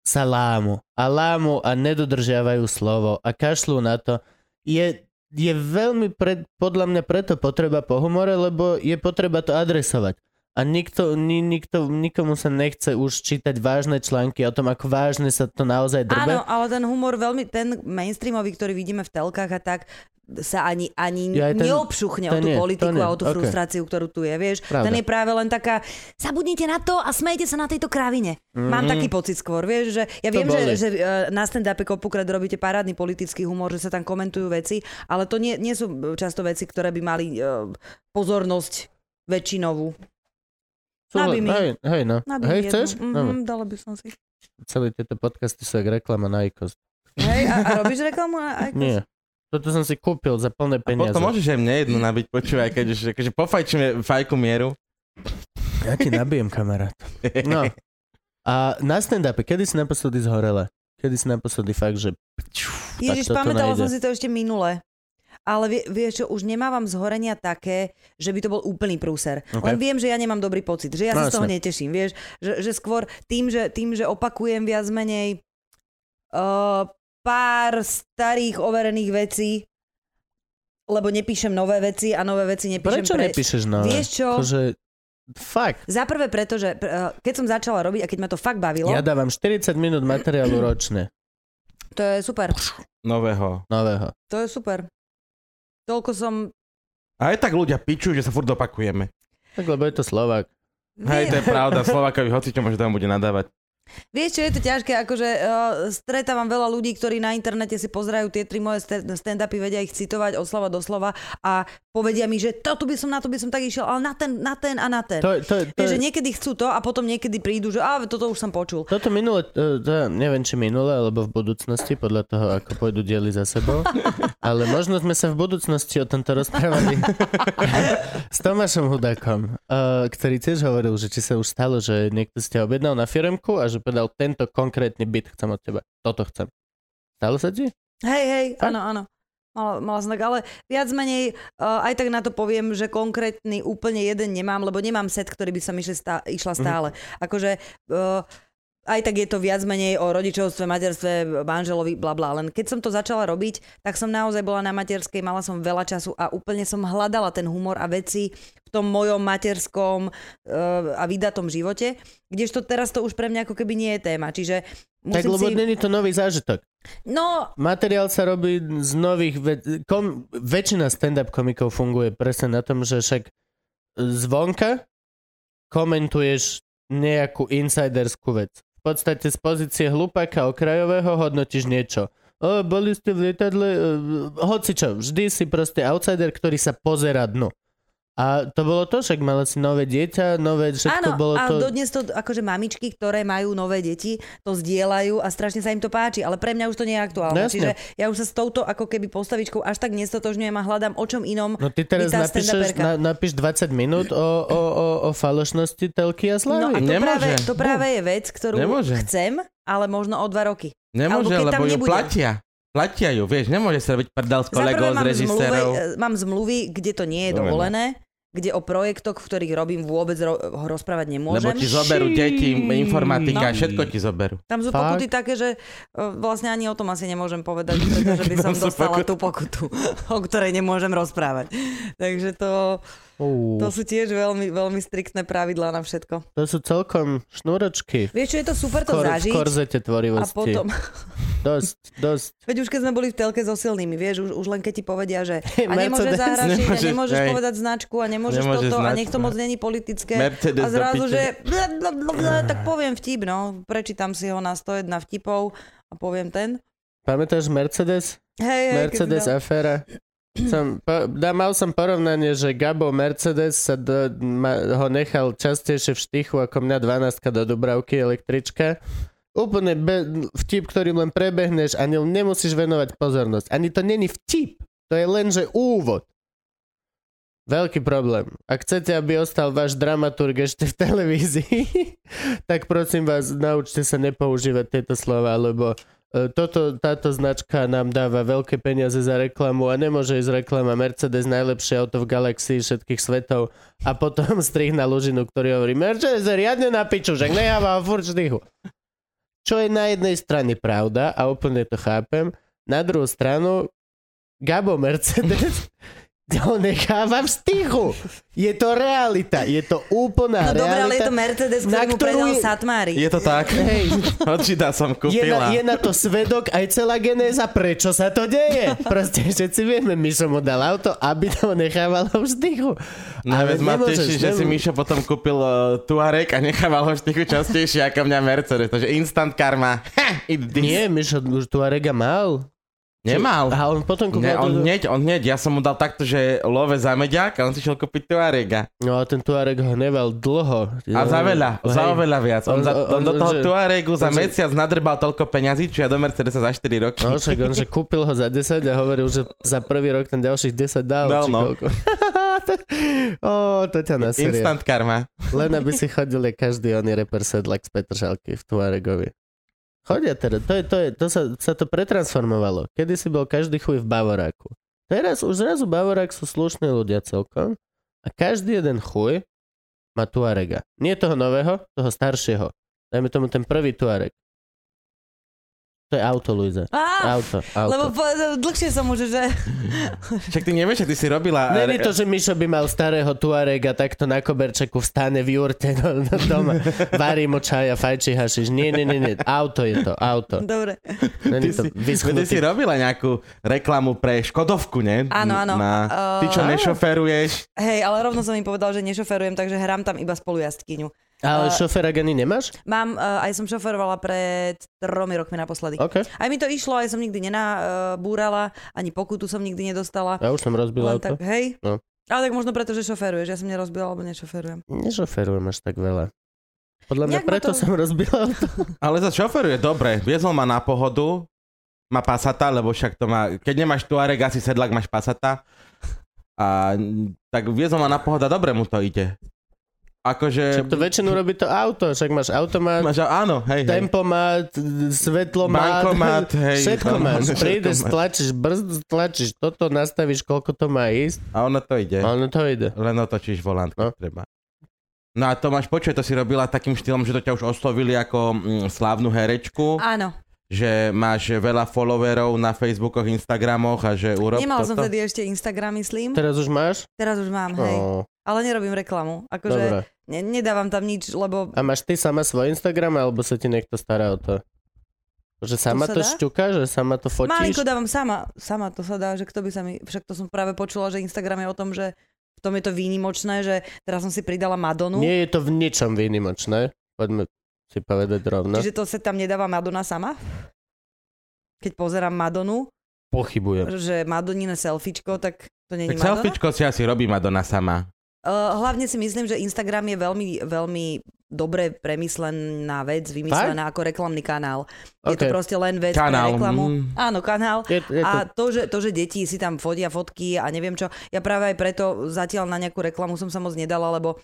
sa lámu. A lámu a nedodržiavajú slovo a kašľú na to. Je, je veľmi pred, podľa mňa preto potreba po humore, lebo je potreba to adresovať. A nikto, ni, nikto, nikomu sa nechce už čítať vážne články o tom, ako vážne sa to naozaj
Áno,
drbe.
ale ten humor veľmi, ten mainstreamový, ktorý vidíme v telkách a tak, sa ani, ani
Ja aj
ja, ten,
ten-
neobšuchne
to
o tú
nie, to
politiku
nie,
a o tú
ok.
frustráciu, ktorú tu je, vieš.
Pravda.
Ten je práve len taká, zabudnite na to a smejte sa na tejto kravine. Mm-hmm.
Mhm.
Mám taký pocit skôr, vieš, že ja
To
viem, že,
boli.
že e, na stand-upe kopukrát robíte parádny politický humor, že sa tam komentujú veci, ale to nie, nie sú často veci, ktoré by mali e, pozornosť väčšinovú.
Súhla-
Nabij mi.
Hej, hej, no.
Nabím
hej,
jednu.
chceš? Dobre.
Mhm, dala by som si.
Celé tieto podcasty sú jak reklama na IKOS.
Hej, a, a robíš reklamu na Icos?
Nie. Toto som si kúpil za plné
A
peniaze.
potom môžeš aj mne jednu nabiť, počúvaj, keď už akože pofajčíme fajku mieru.
Ja ti nabijem, kamarát. No. A na stand-upe, kedy si naposledy zhorela? Kedy si naposledy fakt, že...
Ježiš,
Tak toto
pamätala
nejde.
som si to ešte minule. Ale vie, vieš čo, už nemávam zhorenia také, že by to bol úplný prúser.
Ok.
Len viem, že ja nemám dobrý pocit, že ja
No,
sa z toho
jasné.
neteším, vieš. Že, že skôr tým že, tým, že opakujem viac menej uh, pár starých overených vecí, lebo nepíšem nové veci a nové veci nepíšem
Prečo
pre...
nepíšeš na...
Vieš čo?
Akože... Fuck.
Za prvé preto, že eh, keď som začala robiť a keď ma to fakt bavilo,
Ja dávam 40 minút materiálu ročne.
to je super.
Nového.
Nového.
To je super. Toľko som...
A aj tak ľudia pičujú, že sa furt opakujeme.
Tak lebo je to Slovák.
Hej, to je pravda, Slovákovi hocičo možno tam bude nadávať.
Vieš čo, je to ťažké, akože uh, stretávam veľa ľudí, ktorí na internete si pozerajú tie tri moje ste- stand-upy, vedia ich citovať od slova do slova a povedia mi, že toto by som, na to by som tak išiel, ale na ten, na ten a na ten.
To, to, to,
Vieš, že niekedy chcú to a potom niekedy prídu, že a toto už som počul.
toto minule, e, to, ja neviem či minule, alebo v budúcnosti, podľa toho, ako pôjdu diely za sebou, ale možno sme sa v budúcnosti o tomto rozprávali s Tomášom Hudakom, e, ktorý tiež hovoril, že či sa už stalo, že niekto si ťa objednal na firmku a že povedal, tento konkrétny byt chcem od teba, toto chcem. Stalo sa ti?
Hej, hej,
Tak?
áno, áno. Mala, mala som tak, ale viac menej uh, aj tak na to poviem, že konkrétny úplne jeden nemám, lebo nemám set, ktorý by som išla, stá, išla
Mhm.
stále. Akože uh, aj tak je to viac menej o rodičovstve, materstve, manželovi, bla bla. Len keď som to začala robiť, tak som naozaj bola na materskej, mala som veľa času a úplne som hľadala ten humor a veci v tom mojom materskom uh, a vydatom živote, kdežto teraz to už pre mňa ako keby nie je téma. Čiže
tak
musím
lebo
si...
není to nový zážitok.
No,
Materiál sa robí z nových... Ve- kom- väčšina stand-up komikov funguje presne na tom, že však zvonka komentuješ nejakú insiderskú vec. V podstate z pozície hlupáka okrajového hodnotíš niečo. O, boli ste v lietadle... e, hocičo, vždy si proste outsider, ktorý sa pozera dnu. A to bolo to, však mala si nové dieťa, nové všetko
Áno,
bolo
a
to...
dodnes to, akože mamičky, ktoré majú nové deti, to zdieľajú a strašne sa im to páči, ale pre mňa už to nie je aktuálne.
No jasné.
Čiže ja už sa s touto ako keby postavičkou až tak nestotožňujem a hľadám o čom inom.
No ty teraz
by tá
napíšeš,
stand-uperka.
na, napíš 20 minút o, o, o, o falošnosti telky a slávy.
No a to
Nemôže.
práve, to práve je vec, ktorú
Nemôže.
chcem, ale možno o dva roky.
Nemôže,
Alebo keď tam
lebo ju
nebude.
platia. Platia ju, vieš, nemôže sa robiť prdel s
Za prvé
kolegov, s
mám zmluvy,
režisérov.
e, mám zmluvy, kde to nie je
Dobre, no.
dovolené, kde o projektoch, v ktorých robím, vôbec ro- ho rozprávať
Lebo
nemôžem.
ti zoberú deti, informatika,
No.
všetko ti zoberú.
Tam sú
Fakt?
pokuty také, že e, vlastne ani o tom asi nemôžem povedať, pretože by som
Tam sú
dostala
pokuty.
tú pokutu, o ktorej nemôžem rozprávať. Takže to,
Uú,
to sú tiež veľmi, veľmi striktné pravidlá na všetko.
to sú celkom šnúročky.
Vieš, čo je to super to
Kor- v
zažiť?
korzete
a
tvorivosti.
potom,
Dosť, dosť.
veď už keď sme boli v telke so silnými, vieš, už, už len keď ti povedia, že a nemôžeš
Mercedes.
zahrašiť, a
Nemôžeš,
nemôžeš
hej.
povedať značku, a nemôžeš,
Nemôžeš
toto, a
značku, no.
nech to moc není politické.
Mercedes
a
do
zrazu,
piče.
že bla, bla, bla, bla, tak poviem vtip, no, prečítam si ho na 101 vtipov a poviem ten.
Pamätáš Mercedes?
Hej, hej, keď
Mercedes
sme-
aféra? Som, po, da, mal som porovnanie, že Gabo Mercedes sa do, ma, ho nechal častejšie v štychu ako mňa 12 do Dubravky električka. Úplne be, vtip, ktorým len prebehneš a ne, nemusíš venovať pozornosť. Ani to není vtip, to je len, že úvod. Veľký problém. Ak chcete, aby ostal váš dramaturg ešte v televízii, tak prosím vás, naučte sa nepoužívať tieto slova, lebo e, toto, táto značka nám dáva veľké peniaze za reklamu a nemôže ísť reklama Mercedes, najlepšie auto v galaxii všetkých svetov a potom strih na Lužinu, ktorý hovorí Mercedes je riadne na piču, že necháva ho furt štyhu. Čo je na jednej strane pravda a úplne to chápem, na druhú stranu Gabo Mercedes ho necháva v stychu. Je to realita. Je to úplná realita.
No dobré, ale je to Mercedes,
na
ktorý mu
ktorú
predal
je-
Satmári.
Je to tak?
Hej,
Očita
je
som
na,
kúpila.
je na to svedok aj celá genéza, prečo sa to deje. Proste všetci vieme, Mišo mu dal auto, aby to nechávalo v vzdychu.
Najviac No, ma teší, že si
nemôžeš.
Mišo potom kúpil uh, Tuareg a nechával ho štychu častejšie ako mňa Mercedes. Takže instant karma. Ha, it this.
Nie, Mišo už tu Arega mal.
Nemal.
A on potom kúpil... Ne,
Ne, on hneď, on hneď. Ja som mu dal takto, že love za meďak a on si šiel kúpiť Tuarega.
No a ten Tuareg ho hneval dlho.
A za veľa,
Hej.
za oveľa viac. On,
On-
za,
on-
on, do
on-
toho
že-
Tuaregu
on-
za
že-
mesiac nadrbal toľko peňazí, čo ja do Mercedesa za 4 roky.
No však on, že kúpil ho za 10 a hovoril, že za prvý rok ten ďalších 10 dal. či
Dal, no.
koľko. Ó, to ťa naserie.
Instant karma.
Len aby si chodili každý oný reper sedlak z Petržalky v Tuaregovi. Chodia teda, to, je, to, je, to sa, sa to pretransformovalo. Kedy si bol každý chuj v Bavoráku. Teraz už zrazu Bavorák sú slušní ľudia celkom a každý jeden chuj má Tuarega. Nie toho nového, toho staršieho. Dajme tomu ten prvý Tuareg. To je auto, Luisa.
Á,
Auto, auto.
lebo po, dlhšie som už, že...
Však ty nevieš, že ty si robila... e,
Není to, že Mišo by mal starého Tuarega takto na koberčeku vstane v jurte do, do doma, varí mu čaj a fajči hašiš. Nie, nie, nie, nie, auto je to, auto.
Dobre.
Není
Ty
to
si, ty si
vyschnutý.
robila nejakú reklamu pre Škodovku, ne?
Áno, áno.
Na...
Eh,
Ty čo
áno.
nešoferuješ?
Hej, ale rovno som im povedal, že nešoferujem, takže hrám tam iba spolujazdkyňu.
Ale šoféra ani nemáš?
Mám, uh, aj som šoferovala pred tromi rokmi naposledy.
OK.
Aj mi to išlo, aj som nikdy nenabúrala, ani pokutu som nikdy nedostala.
Ja už som rozbil
Len
auto.
tak, hej.
No.
Ale tak možno preto, že šoferuješ, ja som nerozbila, alebo nešoferujem.
Nešoferujem až tak veľa. Podľa mňa
Nejak ma
preto
to-
som rozbil auto.
Ale za šoferuje, dobre. Viezol ma na pohodu, má pasata, lebo však to má... Keď nemáš Tuareg, asi sedlak, máš pasata. A n- tak viezol ma na pohoda, dobre mu to ide. Akože...
Však to väčšinu robí to auto, však máš automat,
Máš, áno, hej, hej.
tempomat, svetlomat,
Bankomat, hej.
všetko
Áno,
máš.
všetko
Prídeš,
máš.
stlačíš, brzdu stlačíš, toto nastavíš, koľko to má ísť,
A ono to ide.
a ono to ide.
Len otočíš volant, keď
No.
treba. No a Tomáš, počuj, to si robila takým štýlom, že to ťa už oslovili ako mm, slávnu herečku,
Áno,
že máš veľa followerov na Facebookoch, Instagramoch a že urob
nemala som
toto.
vtedy ešte Instagram, myslím.
Teraz už máš?
Teraz už mám, hej.
Ó,
Ale nerobím reklamu. Akože
No. dobre.
ne, nedávam tam nič, lebo
A máš ty sama svoj Instagram, alebo sa ti niekto stará o to? Že sama
sa
to, to
dá?
šťuka, že sama to fotíš?
Malinko dávam sama, sama to sa dá, že kto by sa mi, však to som práve počula, že Instagram je o tom, že v tom je to výnimočné, že teraz som si pridala Madonu,
Nie je to v ničom výnimočné. Poďme si povedať
no.
rovno. Čiže...
čiže to sa tam nedáva Madonna sama. Keď pozerám Madonu,
Pochybujem.
že Madonine selfiečko, tak to není
Tak
Madonna.
selfiečko si asi robí Madonna sama.
Eh, hlavne si myslím, že Instagram je veľmi, veľmi dobre premyslená vec, vymyslená ako reklamný kanál. Je to
Ok.
proste len vec pre
Kanál,
reklamu.
mm.
Áno, kanál.
Je, je to...
A to že, to, že deti si tam fotia fotky a neviem čo, ja práve aj preto zatiaľ na nejakú reklamu som sa moc nedala, lebo o,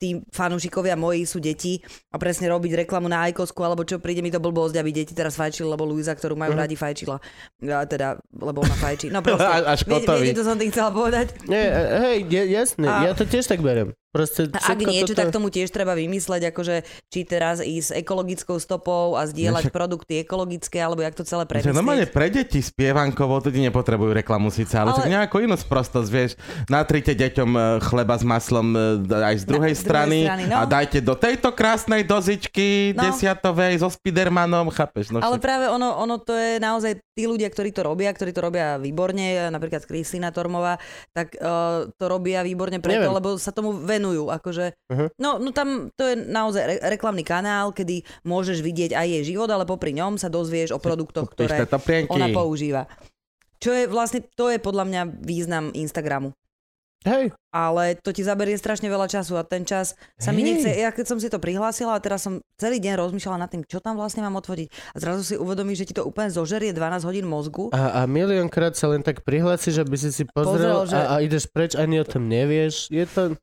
tí fanúšikovia moji sú deti a presne robiť reklamu na Ajkosku alebo čo, príde mi to blbosť, aby deti teraz fajčili, lebo Luisa, ktorú majú
Mhm.
radi, fajčila. Ja, teda, lebo ona fajčí. No proste,
A- až
viete,
kotovi.
viete, to som tým chcela povedať.
Nie, e, hej, je, jasne, ja
A-
to tiež tak berem. Proste
A ak
všetko
niečo,
toto...
tak tomu tiež treba vymysleť, akože či teraz ísť s ekologickou stopou a zdieľať produkty ekologické, alebo jak to celé
Že normálne
premyslieť.
pre deti spievankovo to ti nepotrebujú reklamu síce, ale,
Ale-
ale... nejakú inú sprostosť, vieš. Natrite deťom e, chleba s maslom e, d- aj z druhej
druhej
strany,
strany, no.
a dajte do tejto krásnej dozičky
No.
desiatovej so Spidermanom, chápeš? No,
Ale
ale...
práve ono, ono to je naozaj tí ľudia, ktorí to robia, ktorí to robia výborne, napríklad Kristina Tormová, tak uh, to robia výborne preto,
Neviem.
lebo sa tomu venujú. Akože,
Mhm.
no, no tam to je naozaj re- reklamný kanál, kedy môžeš vidieť aj jej život, ale popri ňom sa dozvieš o produktoch, ktoré
to plienky.
ona používa. Čo je vlastne, to je podľa mňa význam Instagramu.
Hej,
Ale to ti zaberie strašne veľa času a ten čas sa mi
Hej.
nechce. Ja keď som si to prihlásila a teraz som celý deň rozmýšľala nad tým, čo tam vlastne mám odfotiť. A zrazu si uvedomíš, že ti to úplne zožerie 12 hodín mozgu.
a, a miliónkrát sa len tak prihlásiš, aby si si
Pozrel,
pozrel,
že-
a, a ideš preč, ani o tom nevieš. Je to...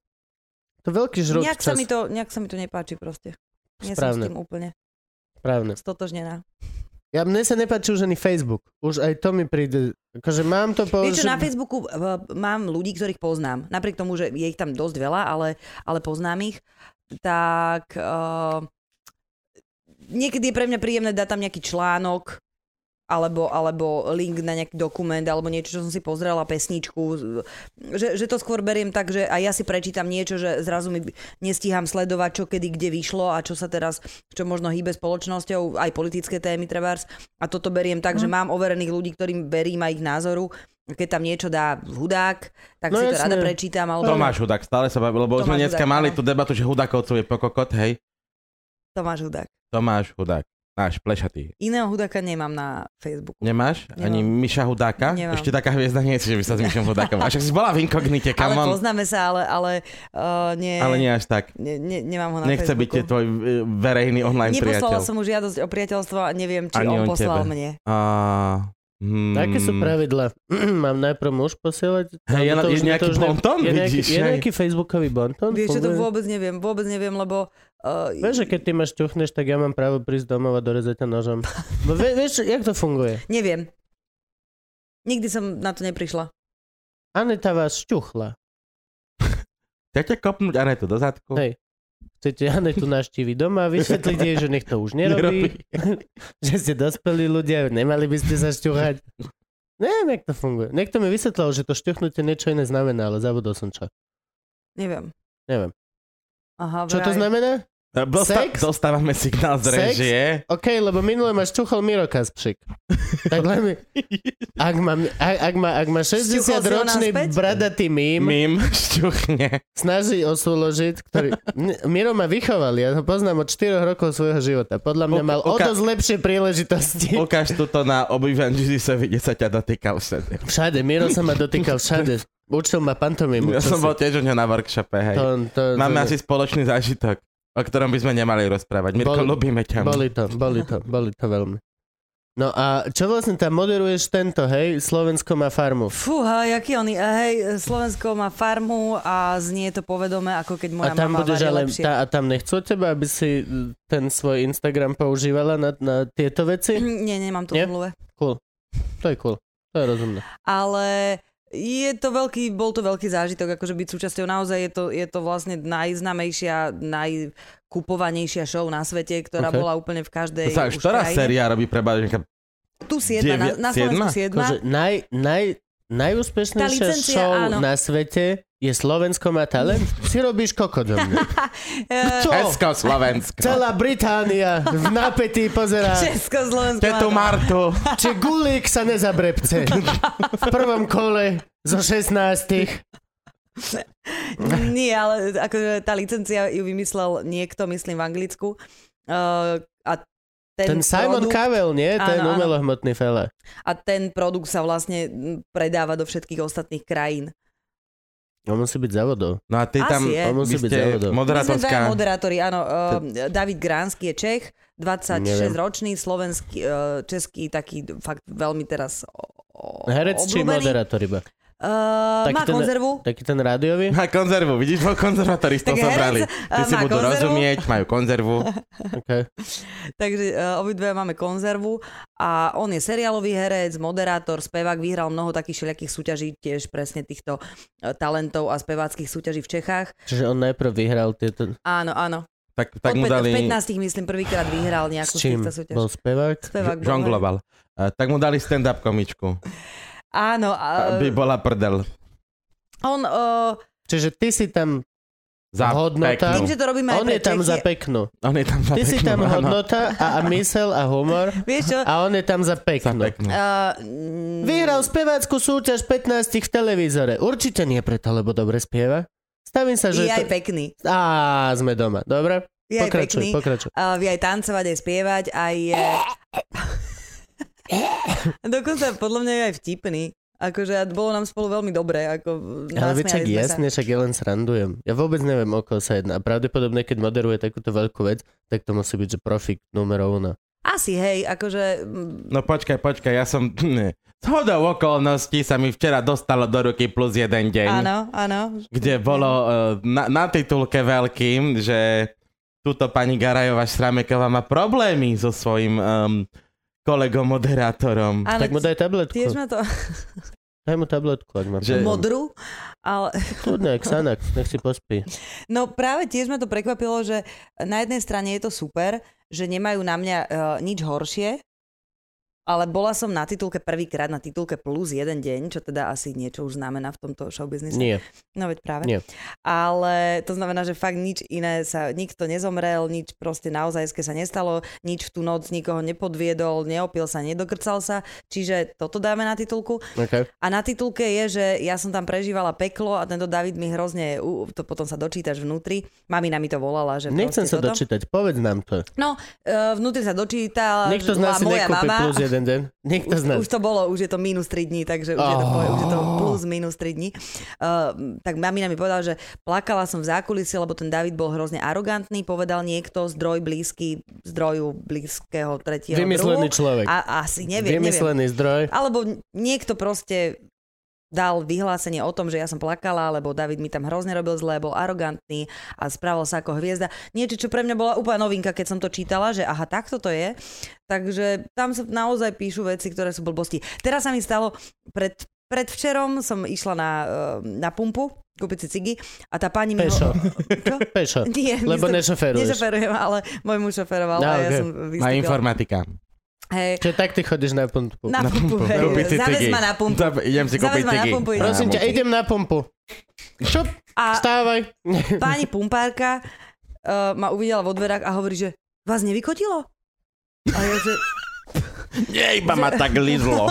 To veľký žrúb
Nejak
čas.
sa, mi to, nejak sa mi to nepáči proste. Nie som s
Správne.
tým úplne
Správne.
stotožnená.
Ja, mne sa nepáči už ani Facebook. Už aj to mi príde. Akože mám to po...
Vieš čo, na Facebooku eh, mám ľudí, ktorých poznám. Napriek tomu, že je ich tam dosť veľa, ale, ale poznám ich. Tak uh, niekedy je pre mňa príjemné dať tam nejaký článok, alebo, alebo link na nejaký dokument, alebo niečo, čo som si pozrela, pesničku. Že, že to skôr beriem tak, že aj ja si prečítam niečo, že zrazu mi nestíham sledovať, čo kedy kde vyšlo a čo sa teraz, čo možno hýbe spoločnosťou, aj politické témy trebárs. A toto beriem tak, že mám overených ľudí, ktorým verím aj ich názoru. Keď tam niečo dá hudák, tak
No
si to
jasné.
rada prečítam. Alebo...
Tomáš Hudák, stále sa baví, lebo už sme
Tomáš
dneska
Hudák, no.
mali
áno.
tú debatu, že Hudákovcov je pokokot, hej.
Tomáš Hudák.
Tomáš Hudák. Náš, plešatý.
Iného hudáka nemám na Facebooku.
Nemáš? Ani Miša Hudáka?
Nemám.
Ešte taká hviezda nie si, že by sa s Mišom Hudákom... A však si bola v
Ale
inkognite, kamon.
poznáme sa, ale, ale, uh, nie,
Ale nie až tak.
Ne, ne, nemám ho na
Nechce byť
Facebooku.
tie tvoj e, verejný online
Neposlala
priateľ.
som mu žiadosť o priateľstvo a neviem, či
Ani
on,
on
poslal
tebe.
mne.
A... Hmm.
Aké sú pravidla? Mám najprv muž posielať?
Hej, je
Alebo
na-
to
je
už- to
nejaký
už ne-
bonton,
je nejaký-
vidíš,
Je
hej.
nejaký facebookový bonton?
Vieš, čo to
Funguje?
vôbec neviem, vôbec neviem, lebo... Uh,
Vieš, že keď ty ma šťuchneš, tak ja mám právo prísť domov a dorezať ťa nožom. Bo vie, vieš, jak to funguje?
Neviem. Nikdy som na to neprišla.
Aneta vás šťuchla.
Ťa ťa kopnúť Anetu do zadku?
Hej. Chcete Anetu naštíviť doma a vysvetliť jej, že nech to už nerobí, že ste dospelí ľudia, nemali by ste sa šťuchať. Neviem, jak to funguje. Niekto mi vysvetlal, že to šťuchnutie niečo iné znamená, ale zabudol som čo.
Neviem.
Neviem.
Aha,
Čo to
vraj.
znamená?
E, Dosta-
Sex?
dostávame signál z
Sex?
režie.
OK, lebo minule ma šťuchol Miro Kaspšik. Tak len mi... Ak má, ak, ak má, ak má
Šťuchol si ho
60-ročný
naspäť?
bradatý mím,
Mím šťuchne.
snaží osúložiť, ktorý... N- Miro ma vychoval, ja ho poznám od 4 rokov svojho života. Podľa mňa
Oka-
mal o
oka-
dosť lepšie príležitosti.
Ukáž tuto na obyvanžili sa vidie sa ťa dotýkal vtedy.
Všade, Miro sa ma dotýkal všade. Učil ma pantomimu.
Ja
čo
som
si-
bol tiež u ňa na workshope, hej.
to, to,
Máme
to,
asi spoločný zážitok, o ktorom by sme nemali rozprávať. Mirko,
Bol-
ľubíme ťa.
Boli to, boli to, boli to veľmi. No a čo vlastne tam moderuješ tento, hej? Slovensko má farmu.
Fúha, jaký on je. Hej, Slovensko má farmu a znie to povedome, ako keď moja
A tam
mama
budeš
varí
ale,
lepšie.
tá, a tam nechcú od teba, aby si ten svoj Instagram používala na, na tieto veci?
Nie, nemám to
Nie?
v mluve.
Cool. To je cool. To je rozumné.
ale je to veľký, bol to veľký zážitok, akože byť súčasťou naozaj je to, je to vlastne najznamejšia, najkupovanejšia show na svete,
Ok.
ktorá bola úplne v každej
Za
už
ktorá
krajine.
séria robí preba, že
Tu siedma,
Devia-
na, na Slovensku siedma.
Akože naj, naj, najúspešnejšia
Tá licencia,
show
áno.
na svete je Slovensko má talent? Si robíš kokot do mňa. Kto?
Eh,
Česko, Slovensko.
Celá Británia v napätí pozerá,
Česko, Slovensko.
Tetu Martu.
či Gulík sa nezabrepce. V prvom kole zo 16.
Nie, ale akože tá licencia ju vymyslel niekto, myslím, v Anglicku. Uh, a ten,
Ten Simon
produkt,
Cowell, nie? Ten
Áno, áno.
umelohmotný fele.
a ten produkt sa vlastne mm, predáva do všetkých ostatných krajín.
On musí byť závodov.
No a ty
Asi
tam
je.
On
vy
musí byť
ste
závodov.
My sme dvaja
moderátorská.
moderátori, áno. Uh, David Gránsky je Čech, 26-ročný, slovenský, uh, český, taký fakt veľmi teraz o, o,
Herec či
obľúbený.
moderátor iba?
Uh,
Taký
má
ten-
konzervu.
Taký ten rádiový?
Má konzervu, vidíš, bol
Tak
konzervatoristov
herec,
zobrali. Ty
a
si
má
budú
konzervu.
rozumieť, majú konzervu.
Okay.
Takže uh, obidve máme konzervu a on je seriálový herec, moderátor, spevák, vyhral mnoho takých všelijakých súťaží, tiež presne týchto eh, talentov a speváckých súťaží v Čechách.
Čiže on najprv vyhral tieto...
Áno, áno.
Tak,
Od
tak mu
pe-
dali...
V 15 myslím prvýkrát vyhral nejakú
S
z
čím?
týchto súťaží.
Bol spevák?
Spevák bol, hej.
Žongloval. A Tak mu dali stand-up komičku,
Eh, Áno, a,
aby bola prdel.
on eh,
Čiže ty si tam...
Za
Hodnota. Áno.
Tým,
peknú.
že to robíme aj
On
pre
je tam
Čechy,
za peknú.
On je tam za
Ty si
peknú,
tam
áno.
hodnota a, a mysel a humor
Vieš čo?
a on je tam za
Za
peknú.
Uh,
peknú.
mm,
Vyhral spevácku súťaž 15 v televízore. Určite nie preto, lebo dobre spieva. Stavím sa, že...
Je
To...
aj pekný.
Á, sme doma. Dobre?
Je aj
pokračuj,
pekný.
pokračuj.
Uh, vie aj tancovať, aj spievať, aj... eh, Dokonca podľa mňa je aj vtipný. Akože a bolo nám spolu veľmi dobre. Ako,
Ale veď však
nasmiali sme sa.
jasne, však ja len srandujem. Ja vôbec neviem, o koho sa jedná. A pravdepodobne, keď moderuje takúto veľkú vec, tak to musí byť, že profik numero uno.
Asi, hej, akože... mm,
No počkaj, počkaj, ja som... Hodou okolností sa mi včera dostalo do ruky plus jeden deň.
Áno, áno.
kde bolo eh, na, na titulke veľkým, že túto pani Garajová Šrameková má problémy so svojím um, kolegom moderátorom.
áno
tak mu daj tabletku.
Tiež ma to...
Daj mu tabletku, ak má že...
Že-
Modru, ale...
Kľudne, Xanax, nech si pospí.
No práve tiež ma to prekvapilo, že na jednej strane je to super, že nemajú na mňa uh, nič e, horšie, Ale bola som na titulke prvýkrát, na titulke plus jeden deň, čo teda asi niečo už znamená v tomto showbiznise.
Nie.
No veď práve.
Nie.
Ale to znamená, že fakt nič iné sa, nikto nezomrel, nič proste naozaj sa nestalo, nič v tú noc nikoho nepodviedol, neopil sa, nedokrcal sa, čiže toto dáme na titulku.
Okay.
A na titulke je, že ja som tam prežívala peklo a tento David mi hrozne, u- to potom sa dočítaš vnútri, mamina mi to volala, že
Nechcem sa
proste toto.
dočítať, povedz nám to.
No, e, vnútri sa dočítala,
Niekto z
že-
nás
a
si
moja
nekúpi
mama,
plus jeden deň. Niekto z nás.
už to bolo, už je to minus 3 dní, takže už, je, to,
Oh.
už je to plus minus 3 dní. Uh, tak mamina mi povedala, že plakala som v zákulisí, lebo ten David bol hrozne arogantný, povedal niekto zdroj blízky, zdroju blízkeho tretieho
Vymyslený
druhu.
človek.
A asi neviem, neviem.
Vymyslený zdroj.
Alebo niekto proste dal vyhlásenie o tom, že ja som plakala, lebo David mi tam hrozne robil zle, bol arogantný a správal sa ako hviezda. Niečo, čo pre mňa bola úplne novinka, keď som to čítala, že aha, takto to je. Takže tam sa naozaj píšu veci, ktoré sú blbosti. Teraz sa mi stalo, pred, predvčerom som išla na, eh, na pumpu kúpiť si cigy a tá pani mi...
Pešo.
Čo?
Pešo.
Nie,
Lebo
nestop-
nešoferuješ.
nešoferujem, ale môj muž šoferoval
No,
a ja
okay.
som
Na
vystúpila.
informatika.
Hej,
Čiže tak ty chodíš na pumpu.
na, pumpu, hej,
Kúpiť si
Zavez
cigy.
ma na pumpu.
Dobre, Idem
Zavez
si kúpiť
ma na
cigy.
pumpu, idem.
Prosím ťa,
pumpu.
idem na pumpu. Šup,
A,
vstávaj.
pani pumpárka uh, ma uvidela vo dverách a hovorí, že vás nevykotilo? A ja, že,
Nie, iba ma tak lízlo.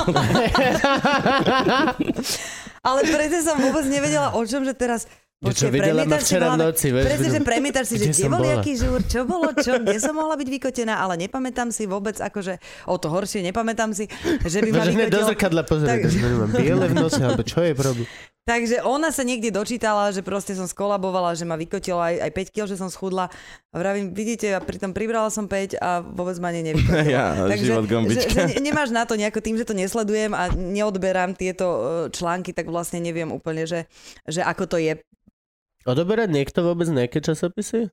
ale presne som vôbec nevedela o čom, že teraz...
Čo,
Počkej,
videla ma
premietaš si v
včera v
hlave-
noci, vieš?
Presne, že premietaš si, že
Kde
kde
som
bol
bola?
jaký žúr, čo bolo, čo, kde som mohla byť vykotená, ale nepamätám si vôbec, akože, o to horšie, nepamätám si, že by ma
Vážené No, do
vykotilo.
zrkadla pozerať,
Takže-
že mám biele v nose, alebo čo je problém?
Takže ona sa niekde dočítala, že proste som skolabovala, že ma vykotilo aj, aj 5 kg, že som schudla. A vravím, vidíte, a pritom pribrala som 5 a vôbec ma ani nevykotilo.
Ja, život
že,
gombička.
že ne- nemáš na to nejako tým, že to nesledujem a neodberám tieto eh, články, tak vlastne neviem úplne, že, že ako to je.
Odoberať niekto vôbec nejaké časopisy?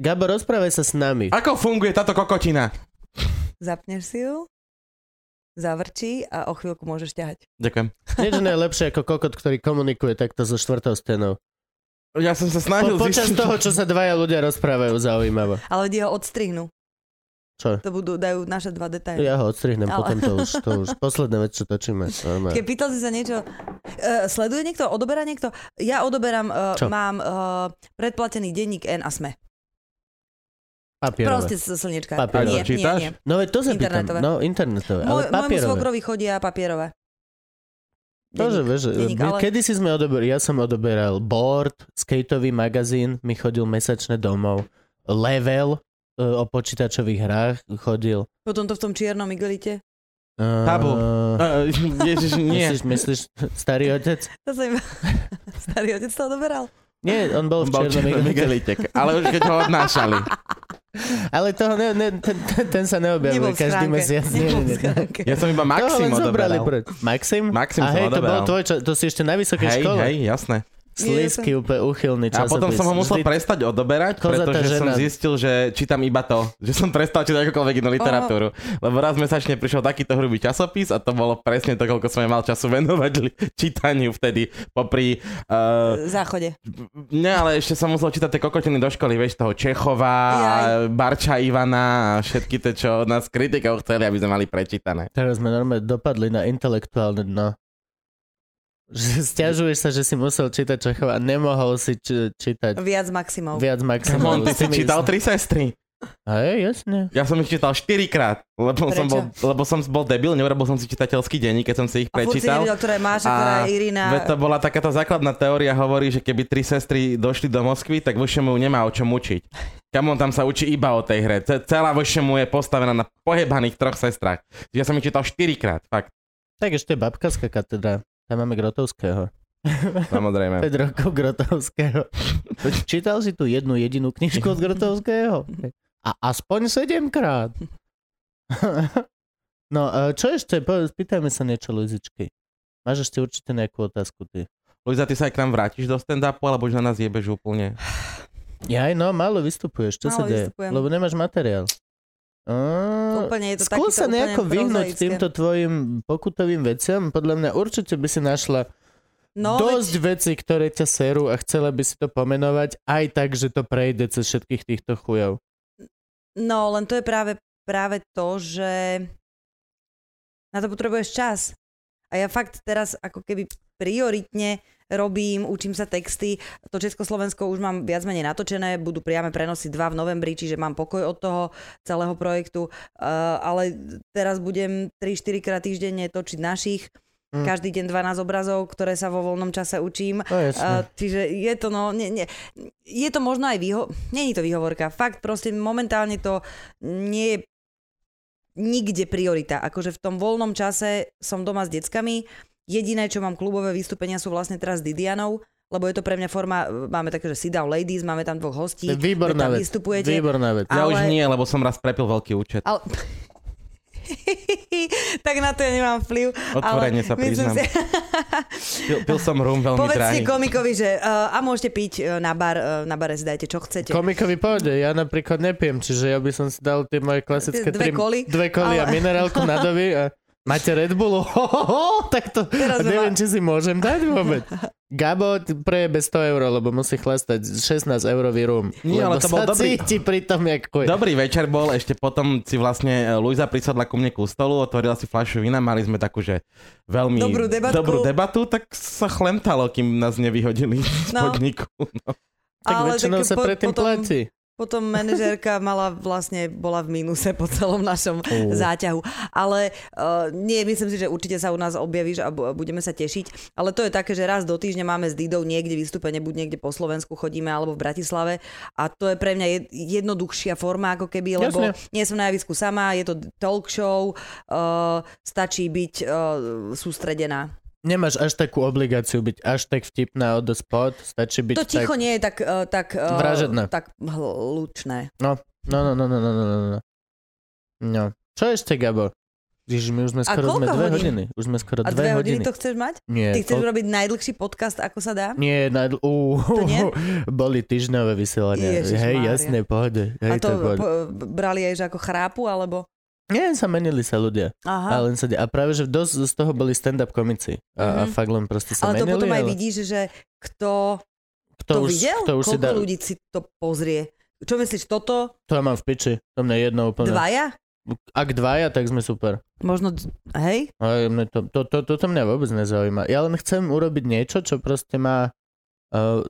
Gabo, rozprávaj sa s nami.
Ako funguje táto kokotina?
Zapneš si ju, zavrčí a o chvíľku môžeš ťahať.
Ďakujem.
Nič nie je lepšie ako kokot, ktorý komunikuje takto so štvrtou stenou.
Ja som sa snažil
no,
Po, počas
zistiť-
toho, čo sa dvaja ľudia rozprávajú zaujímavo.
Ale ľudia ho odstrihnú.
Čo?
To budú, dajú naše dva detaily.
Ja ho odstrihnem,
Ale-
potom to už, to už posledná vec, čo točíme. Normálne.
Keď pýtal si sa niečo, uh, sleduje niekto, odoberá niekto? Ja odoberám, uh,
Čo?
mám uh, predplatený denník N a SME.
Papierové.
Proste z slnečka.
Papierové.
Nie, nie,
Čítaš?
nie.
No veď to sa pýtam.
Internetové.
No, internetové, ale
Môj, môjmu
papierové.
svokrovi chodia papierové.
To, že
Denník.
vieš,
denník,
my,
ale-
kedy si sme odoberali, ja som odoberal Board, skateový magazín, mi chodil mesačne domov, Level e, o počítačových hrách chodil.
Potom to v tom čiernom igelite.
E,
Tabu. Eh, Ježiš, nie.
Myslíš, myslíš, starý otec?
To sa im... Starý otec to odoberal.
Nie, on bol
On
v
bol
čiernom igelite.
Miguelitek. Ale už keď ho odnášali.
Ale toho ne, ne, ten, ten, ten sa neobjavuje
Nebol v
každý
schránke.
mesiac. Nie,
Nebol v
nie, nie.
schránke.
Ja som iba
Toho
Maxim
len zobrali
odoberal.
preč. Maxim?
Maxim
A
som
hej, to bol
odoberal.
tvoj čas, to si ešte na vysokej
Hej,
škole.
hej, jasné.
Slízky, úplne uchylný
A
časopis.
potom som ho musel
Vždy-
prestať odoberať,
Kozatá
pretože
žena.
som zistil, že čítam iba to. Že som prestal čítať akokoľvek inú literatúru. Lebo raz mesačne prišiel takýto hrubý časopis a to bolo presne to, koľko som ja mal času venovať li- čítaniu vtedy popri... Uh,
V záchode.
ne, ale ešte som musel čítať tie kokotiny do školy, vieš, toho Čechova, a Barča Ivana a všetky tie, čo od nás kritikov chceli, aby sme mali prečítané.
Teraz sme normálne dopadli na intelektuálne dno. Že stiažuješ sa, že si musel čítať Čechova a nemohol si č- čítať
Viac maximov.
viac
Kamon,
maximálne.
ty si čítal tri sestry.
Hej, jasne.
Ja som ich čítal 4 krát, lebo
Prečo?
som, bol, lebo som bol debil, neurobil som si čitateľský denník, keď som si ich
A furt si
prečítal.
nevedel, ktorá je Máša, ktorá je Irina.
Veď to bola taká tá základná teória, hovorí, že keby tri sestry došli do Moskvy, tak VŠMU nemá o čom učiť. Kamon tam sa učí iba o tej hre. Ce- Celá VŠMU je postavená na pohebaných troch sestrách. Ja som ich čítal 4 krát, fakt,
Tak ešte babkárska katedra. Tam máme Grotovského.
samozrejme.
5 rokov Grotovského. Čítal si tu jednu jedinú knižku od Grotovského? A aspoň 7 krát. No, e, čo ešte? Po- Spýtajme sa niečo, Luzičky. Máš ešte určite nejakú otázku, ty.
Luisa, ty sa aj k nám vrátiš do stand-upu, alebo už na nás jebeš úplne.
Ja aj no, málo vystupuješ. Čo sa
Málo
deje?
vystupujem.
Lebo nemáš materiál. Á,
Úplne je to
Skús
takýto
sa
úplne
nejako vyhnúť
prozaické.
týmto tvojim pokutovým veciam. Podľa mňa určite by si našla
No,
dosť
veď,
vecí, ktoré ťa serú a chcela by si to pomenovať aj tak, že to prejde cez všetkých týchto chujov.
no, len to je práve, práve to, že Na to potrebuješ čas. A ja fakt teraz ako keby prioritne robím, učím sa texty. To Československo už mám viac menej natočené, budú priame prenosy dva v novembri, čiže mám pokoj od toho celého projektu. Uh, ale teraz budem 3-4 krát týždenne točiť našich.
Mm.
Mm. Každý deň 12 obrazov, ktoré sa vo voľnom čase učím.
To je
Uh, čiže je to, no, nie, nie. je to možno aj výho... Není to výhovorka. Fakt, proste momentálne to nie je nikde priorita. Akože v tom voľnom čase som doma s deckami. Jediné, čo mám klubové vystúpenia, sú vlastne teraz s Didianou, lebo je to pre mňa forma, máme také, že sit down ladies, máme tam dvoch hostí,
Výborná
tam
vec.
vystupujete.
Výborná vec.
Ja
Ale-
už nie, lebo som raz prepil veľký účet.
Ale... tak na to ja nemám vplyv.
Otvorene
ale
sa
myslím
priznám. Pil, pil som rum veľmi drahý.
Povedzte komikovi, že uh, a môžete piť uh, na bar, uh, na bare si dajte čo chcete.
Komikovi povede, ja napríklad nepijem, čiže ja by som si dal tie moje klasické tri,
Dve koly,
dve koly a
ale-
minerálku na dovi a máte Red Bullu, ho, ho, ho, tak to
Teraz sme
neviem,
ma-
či si môžem dať vôbec. Gabo t- prejebe 100 eur, lebo musí chlastať 16 eurový rum.
Nie, ale
lebo
to bol
sa
dobrý-
cíti pri tom, jak kuj.
Dobrý večer bol, ešte potom si vlastne e, Luisa prisadla ku mne ku stolu, otvorila si fľašu vína, mali sme takú, že veľmi
Dobrú debatku.
dobrú debatu, tak sa chlemtalo, kým nás nevyhodili z
No.
podniku. No.
Tak väčšinou
tak
sa
po-
predtým
potom,
platí.
Potom manažérka mala vlastne, bola v mínuse po celom našom záťahu. Ale uh, nie, myslím si, že určite sa u nás objavíš a bu- budeme sa tešiť. Ale to je také, že raz do týždňa máme s Didou niekde vystúpenie, buď niekde po Slovensku chodíme alebo v Bratislave. A to je pre mňa jed- jednoduchšia forma ako keby, lebo
Jasne.
nie som na javisku sama, je to talk show, uh, stačí byť uh, sústredená.
Nemáš až takú obligáciu byť až tak vtipná od spod, stačí byť
To ticho
tak...
nie je tak, uh, tak, uh,
Vražedné.
tak hlučné.
No, no, no, no, no, no, no, no. No. Čo ešte, Gabo? Ježiš, my už sme
A
skoro sme
koľko
dve
hodín?
hodiny. Už sme skoro
A
dve,
dve hodiny
hodiny.
to chceš mať?
Nie, Mm,
Ty chceš
koľko-
urobiť najdlhší podcast, ako sa dá?
Nie, na, uh,
nie?
boli týždňové vysielania.
Ježiš
hej,
Mária.
jasné, pohode.
A
Hej, to
to
pohode.
po, brali aj že ako chrápu, alebo...
Nie, sa menili sa ľudia. A,
Aha, ale,
len sa, de- a práve, že dosť z toho boli stand-up komici. A, a
Mhm.
fakt len proste sa
ale to
menili.
potom aj vidíš, že kto
kto
to,
už,
videl,
kto už si
koľko
dá,
ľudí si to pozrie. Čo myslíš, toto?
To mám v piči. To mne jedno úplne.
Dvaja?
Ak dvaja, tak sme super.
Možno, d- hej?
Ale mne to, to, to, toto mňa vôbec nezaujíma. Ja len chcem urobiť niečo, čo proste má uh,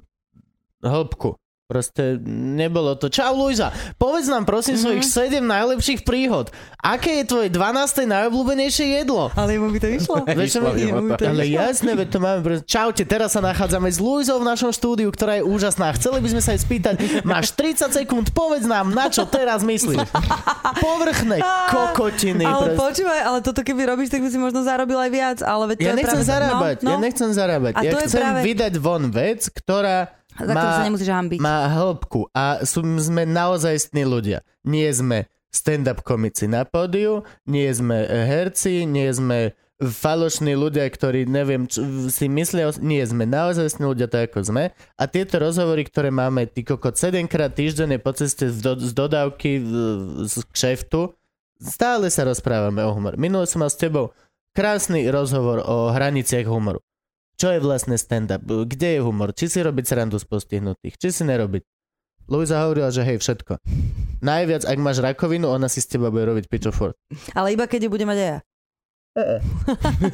hĺbku. Proste nebolo to. Čau, Luisa, povedz nám prosím mm-hmm. svojich 7 najlepších príhod. Aké je tvoje 12. najobľúbenejšie jedlo?
Ale mu by to vyšlo.
Vieš, čo
Išlo
mi-
by o to.
Ale jasné, veď to máme. pre- Čaute, teraz sa nachádzame s Luizou v našom štúdiu, ktorá je úžasná. Chceli by sme sa jej spýtať, máš 30 sekúnd, povedz nám, na čo teraz myslíš. Povrchné kokotiny. proste.
ale počúvaj, ale toto keby robíš, tak by si možno zarobil aj viac, ale veď to
Ja
je
nechcem
práve...
zarábať,
no, no,
ja nechcem zarábať.
A
Ja
to je
chcem
práve-
vydať von vec, ktorá
Za ktorú
má-
sa nemusíš hambiť.
má hĺbku a sú, sme naozajstní ľudia. Nie sme stand-up komici na pódiu, nie sme e, herci, nie sme falošní ľudia, ktorí neviem, čo si myslia, o- nie sme naozajstní ľudia tak, ako sme. A tieto rozhovory, ktoré máme ty kokot 7 krát týždenne po ceste z, do, z dodávky v- z kšeftu, stále sa rozprávame o humor. Minule som mal s tebou krásny rozhovor o hraniciach humoru. Čo je vlastne stand-up? Kde je humor? Či si robiť srandu z postihnutých? Či si nerobiť? Luisa hovorila, že hej, všetko. Najviac, ak máš rakovinu, ona si z teba bude robiť pičofor.
Ale iba keď ju budem mať aj ja.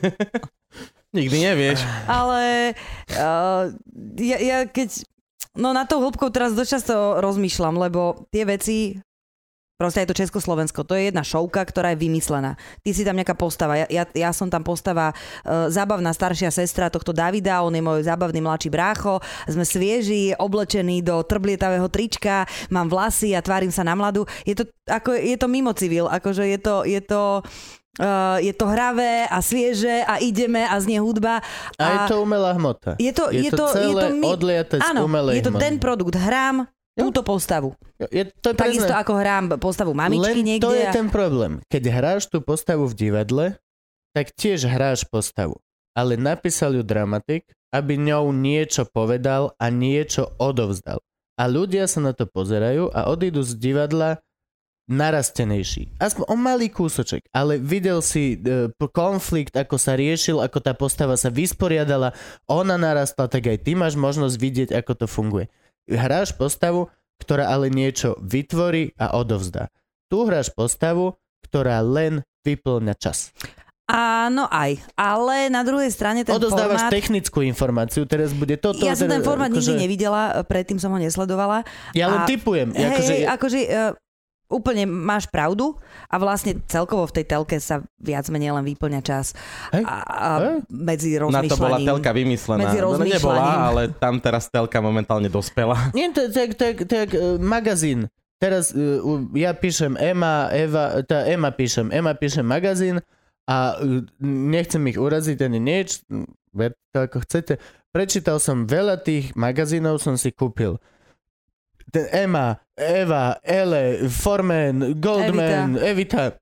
Nikdy nevieš.
Ale uh, ja, ja keď... No na tou hĺbkou teraz dočasto rozmýšľam, lebo tie veci... Proste aj to Československo, to je jedna šovka, ktorá je vymyslená. Ty si tam nejaká postava, ja, ja, ja som tam postava uh, zábavná staršia sestra tohto Davida, on je môj zábavný mladší brácho, sme svieži, oblečení do trblietavého trička, mám vlasy a tvárim sa na mladú. Je to, ako, je to mimo civil, akože je to, je to, uh, je to hravé a svieže a ideme a znie hudba.
A, je to umelá hmota.
Je to, je, to,
celé
je to my...
odliate z
Áno,
umelej
je to
hmoty.
ten produkt. Hrám túto postavu.
Je to je
Takisto
presne-
ako hrám postavu
Len
mamičky niekde.
to je
a-
ten problém. Keď hráš tú postavu v divadle, tak tiež hráš postavu. Ale napísal ju dramatik, aby ňou niečo povedal a niečo odovzdal. A ľudia sa na to pozerajú a odídu z divadla narastenejší. Aspoň o malý kúsoček, ale videl si e, p- konflikt, ako sa riešil, ako tá postava sa vysporiadala, ona narastla, tak aj ty máš možnosť vidieť, ako to funguje. Hráš postavu, ktorá ale niečo vytvorí a odovzdá. Tu hráš postavu, ktorá len vyplňa čas.
Áno, aj. Ale na druhej strane ten
Odozdávaš
formát...
technickú informáciu, teraz bude toto.
ja som
teraz-
ten formát nikdy
akože-
nevidela, predtým som ho nesledovala.
Ja len
a-
typujem.
Hej,
akože,
akože, hej, akože uh, úplne máš pravdu a vlastne celkovo v tej telke sa viac menej len vyplňa čas.
Hej,
A, a
hej.
medzi
Na to bola
rozmýšľaním.
telka vymyslená.
Medzi
no, nebola,
rozmýšľaním.
ale tam teraz telka momentálne dospela.
Nie, to je tak, tak, tak e, magazín. Teraz e, u- ja píšem Ema, Eva, tá Ema píšem, Ema píšem magazín a e, nechcem ich uraziť ani nič, m, verte to ako chcete. Prečítal som veľa tých magazínov, som si kúpil. Ten Ema, Eva, Ele, Forman, Goldman, Evita.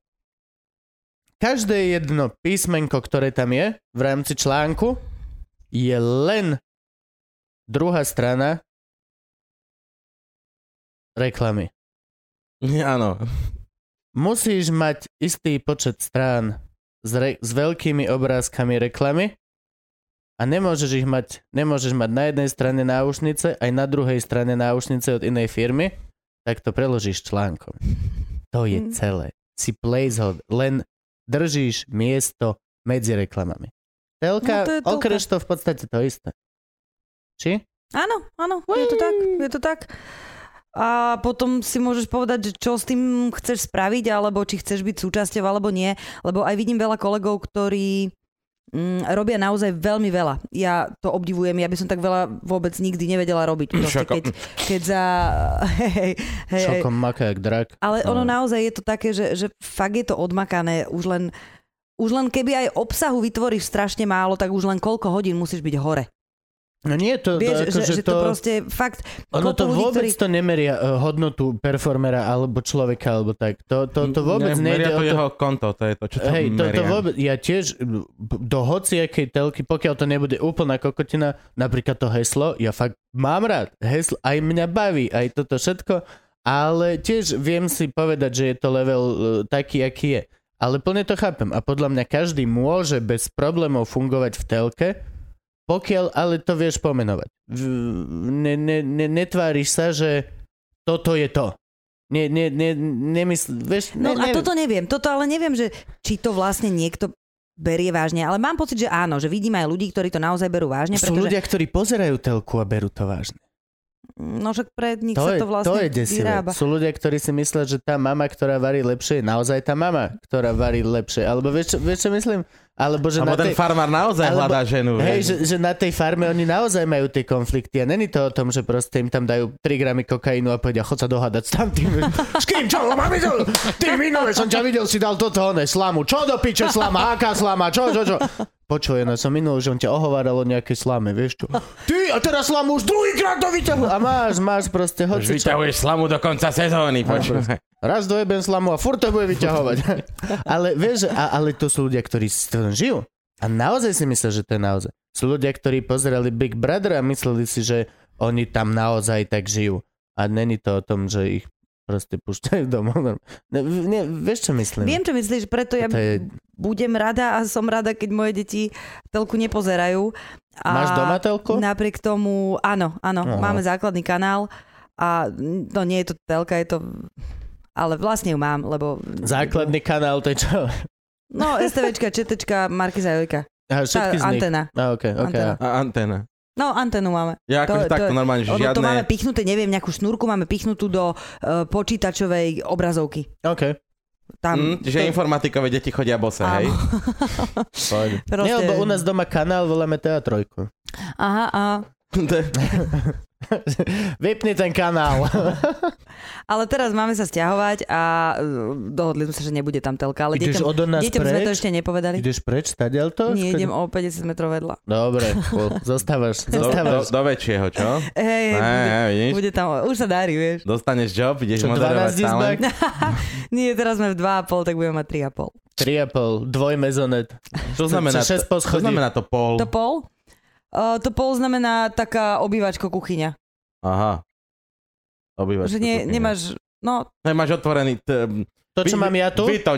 Každé jedno písmenko, ktoré tam je v rámci článku, je len druhá strana reklamy.
Áno.
Musíš mať istý počet strán s, re- s veľkými obrázkami reklamy a nemôžeš ich mať, nemôžeš mať na jednej strane náušnice, aj na druhej strane náušnice od inej firmy, tak to preložíš článkom. To je
Mm.
celé. Si placeholder, len držíš miesto medzi reklamami. Telka,
No to je telka.
okreš to v podstate to isté. Či?
Áno, áno, je to tak, je to tak. A potom si môžeš povedať, že čo s tým chceš spraviť, alebo či chceš byť súčasťou, alebo nie. Lebo aj vidím veľa kolegov, ktorí mm, robia naozaj veľmi veľa. Ja to obdivujem, ja by som tak veľa vôbec nikdy nevedela robiť. Proste,
Šoko.
keď, keď za... Hej, hej, hej.
Šokom maká jak drak.
Ale ono
No.
naozaj je to také, že, že fakt je to odmakané. Už len, už len keby aj obsahu vytvoríš strašne málo, tak už len koľko hodín musíš byť hore.
No nie, to, to,
Vieš,
akože
že, že to proste fakt...
Ono
koľko
to
ľudí,
vôbec
ktorí-
to nemeria e, hodnotu performera alebo človeka alebo tak. To, to, to vôbec
Ne,
nejde
meria
o
to
to.
jeho konto, to je to, čo to
Hej, to, to
meria.
vôbec, ja tiež m, do hociakej telky, pokiaľ to nebude úplná kokotina, napríklad to heslo, ja fakt mám rád, heslo, aj mňa baví, aj toto všetko, ale tiež viem si povedať, že je to level e, taký, aký je. Ale plne to chápem a podľa mňa každý môže bez problémov fungovať v telke, pokiaľ ale to vieš pomenovať. V- Ne, ne, ne, netváriš sa, že toto je to. Ne, ne, ne, nemysl, vieš,
No
ne, ne,
a toto neviem, toto ale neviem, že či to vlastne niekto berie vážne, ale mám pocit, že áno, že vidím aj ľudí, ktorí to naozaj berú vážne,
Sú
pretože
ľudia, ktorí pozerajú telku a berú to vážne.
no však pre nich
To
sa
je,
to vlastne
to je desivé.
vyrába.
Sú ľudia, ktorí si myslia, že tá mama, ktorá varí lepšie, je naozaj tá mama, ktorá varí lepšie. Alebo vieš, čo- vieš čo myslím? Alebo že
Lebo
na tej...
ten farmár naozaj
Alebo-
hľadá ženu.
Hej,
vieš.
že, že na tej farme oni naozaj majú tie konflikty a není to o tom, že proste im tam dajú 3 gramy kokainu a povedia, chod sa dohádať s tamtým. S kým? Čo? Mám videl? Ty minule som ťa videl, si dal toto, one, slamu. Čo do piče slama? Aká slama? Čo, čo, čo? Počuj, no som minul, že on ťa ohováral o nejakej slame, vieš čo? Ty, a teraz slamu už druhýkrát to vyťahol. A máš, máš proste, hoď
Už
si čo.
vyťahuješ slamu do konca sezóny, počúvaj.
Raz dojebem slamu a furt to bude vyťahovať. ale vieš, že- a, ale to sú ľudia, ktorí s tým žijú. A naozaj si myslia, že to je naozaj. Sú ľudia, ktorí pozerali Big Brother a mysleli si, že oni tam naozaj tak žijú. A není to o tom, že ich proste púšťajú domov. Ne, ne, vieš, čo myslím?
Viem, čo myslíš, preto ja
To je-
budem rada a som rada, keď moje deti telku nepozerajú. A
Máš doma telku?
Napriek tomu, áno, áno,
Aha.
máme základný kanál a no nie je to telka, je to... Ale vlastne ju mám, lebo...
Základný kanál, to je čo?
No, STVčka, ČTčka, Markiza Jojka.
Aha,
Tá
všetky z nich.
antena.
A, okay, okay.
Antena.
a-
A antena.
No, antenu máme.
Ja
To-
akože
to-
takto normálne, že
Ono to máme
žiadne...
pichnuté, neviem, nejakú šnúrku máme pichnutú do uh, počítačovej obrazovky.
Okay. Hm?
Tam.
Mm, že informatikové deti chodia bose,
Áno.
hej?
Proste...
Nie, lebo u nás doma kanál voláme Teatrojku.
Aha, aha.
To je-
Vypni ten kanál.
Ale teraz máme sa stiahovať a uh, dohodli sme sa, že nebude tam telka. Ale
Ideš
deťom,
odo nás
deťom sme to
preč?
ešte nepovedali.
Ideš preč, stadiaľ to?
Nie, idem o 50 metrov vedľa.
Dobre, cool. Zostávaš,
Do, do,
zostávaš.
do väčšieho, čo?
Hej,
Á,
bude,
á, vidíš?
bude tam, už sa darí, vieš.
Dostaneš job, ideš
Čo,
moderovať
12 izbák?
talent.
Nie, teraz sme v 2,5, tak budeme mať 3,5.
3,5, dvojmezonet.
Čo znamená,
Čo, šesť
to, čo
poschodí?
znamená to pol?
To pol? Uh, to pol znamená taká obývačko kuchyňa.
Aha. Obývačka.
Že nie,
kuchyňa.
nemáš, no
Nemáš otvorený... T-
To, čo
Vy-
mám ja tu?
Vy to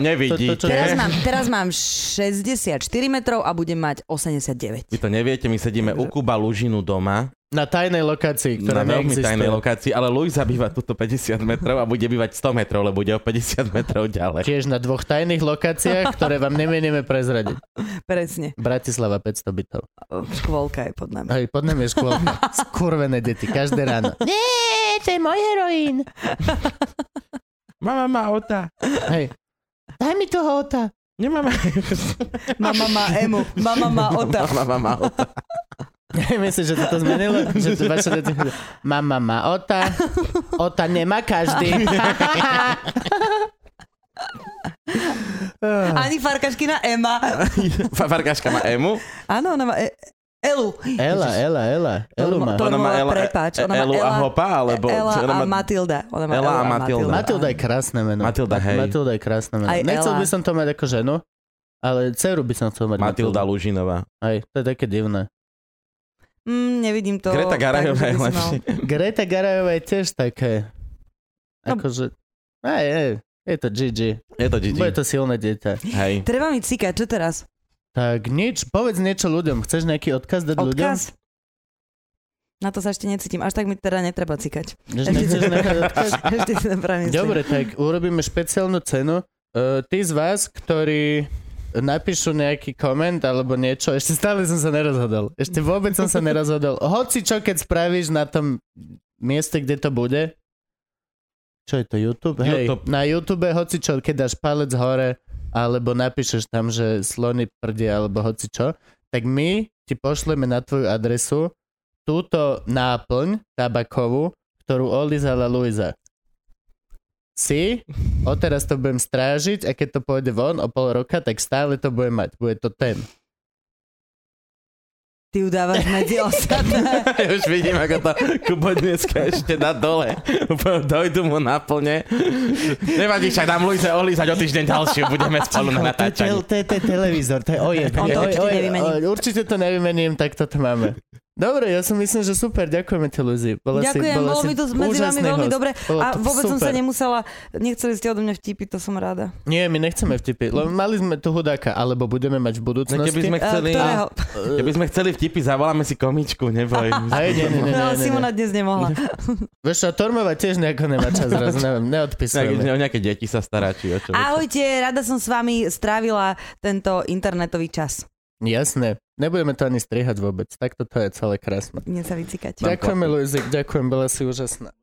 To- to-
nevidíte.
čo-
Teraz mám, teraz mám 64 metrov a budem mať 89.
Vy to neviete, my sedíme u Kuba Lužinu doma,
Na tajnej lokácii,
na
ktorá
veľmi
neexistuje.
tajnej lokácii, ale Luisa býva tuto 50 metrov a bude bývať 100 metrov, lebo bude o 50 metrov ďalej.
Tiež na dvoch tajných lokáciách, ktoré vám nemienime prezradiť.
Presne.
Bratislava 500 bytov.
Škôlka je pod nami.
Hej, pod nami je škôlka. Skurvené deti, každé ráno. Nie, to je môj heroín.
Mama má ota.
Hej. Daj mi toho ota.
Nemáme.
Mama má emu, mama má ota.
Mama má ota.
Myslíš, že to zmenilo? Že to vaše deti... Mama má ota. Ota nemá každý.
Ani farkaškina Ema.
Farkaška má emu.
Áno, ona má e- Elu.
Ela, Ela, Ela. Elu má.
To
Ona má
bola-
Ela, E-
prepáč, ona má
Elu a
Ela-
Hopa, alebo...
Ela
ona
a
má-
Matilda. Ona má
Ela
Ela
a Matilda.
Matilda je krásne meno.
Matilda, hej.
Matilda je krásne meno.
Aj
Nechcel
Ela.
by som to mať ako ženu, ale dceru by som chcel mať.
Matilda Lužinová.
Aj, to je také divné.
Mm, nevidím to.
Greta
tak, no.
Garajová
že
je
by si mal-
lepšie.
Greta ovaj, Garajová je tiež také.
No.
Akože... Aj, aj, e, je to GG.
Je to Gigi.
Bude to silné dieťa.
Hej.
Treba mi cika, čo teraz?
Tak nič, povedz niečo ľuďom. Chceš nejaký odkaz dať ľuďom?
Odkaz? Na to sa ešte necítim. Až tak mi teda netreba cikať.
Že nechceš nechať odkaz?
Ešte si nepravím
Dobre, tak urobíme špeciálnu cenu. Uh, tí z vás, ktorí napíšu nejaký koment alebo niečo, ešte stále som sa nerozhodol. Ešte vôbec som sa nerozhodol. Hoci čo, keď spravíš na tom mieste, kde to bude, čo je to, YouTube?
YouTube.
Hej, na YouTube hoci čo, keď dáš palec hore alebo napíšeš tam, že slony prdia alebo hoci čo, tak my ti pošleme na tvoju adresu túto náplň tabakovú, ktorú olizala Luisa. Si, odteraz to budem strážiť a keď to pôjde von o pol roka, tak stále to budem mať. Bude to ten.
Ty ju dávaš medzi ostatné.
Ja už vidím, ako to Kubo dneska ešte na dole. Úplne Dojdu mu naplne. Nevadí, však dám Luise olízať o týždeň ďalšiu. Budeme spolu na
to, je tel,
natáčaní.
to, je, to je televízor, to je ojeb.
On to
Oj,
určite
oj,
nevymení.
oj, Určite to nevymením, tak toto máme. Dobre, ja si myslím, že super, ďakujeme ti, Luzi. Bola
Ďakujem,
si, bola
bolo
si
mi to medzi vami
úžasný
veľmi
host.
dobre.
Bolo
A
to
vôbec som sa
super.
nemusela, nechceli ste odo mňa vtipiť, to som rada.
Nie, my nechceme vtipy. Lebo mali sme tu hudáka, alebo budeme mať v
No,
budúcnosti. E,
keby sme
Eh,
chceli...
Ktorého?
Keby sme chceli vtipy, zavoláme si komičku, neboj.
Hej, nie, nie, nie,
No,
nie, nie,
Simona
nie.
dnes nemohla.
Vieš čo, Tormová tiež nejako nemá čas raz, neviem, neodpisujeme.
O nejaké deti sa stará, či o čo.
Ahojte, rada som s vami strávila tento internetový čas.
Jasné, nebudeme to ani strihať vôbec, takto to je celé krásne.
Dnes sa vycikať.
Ďakujeme, Luizik, ďakujem, bola si úžasná.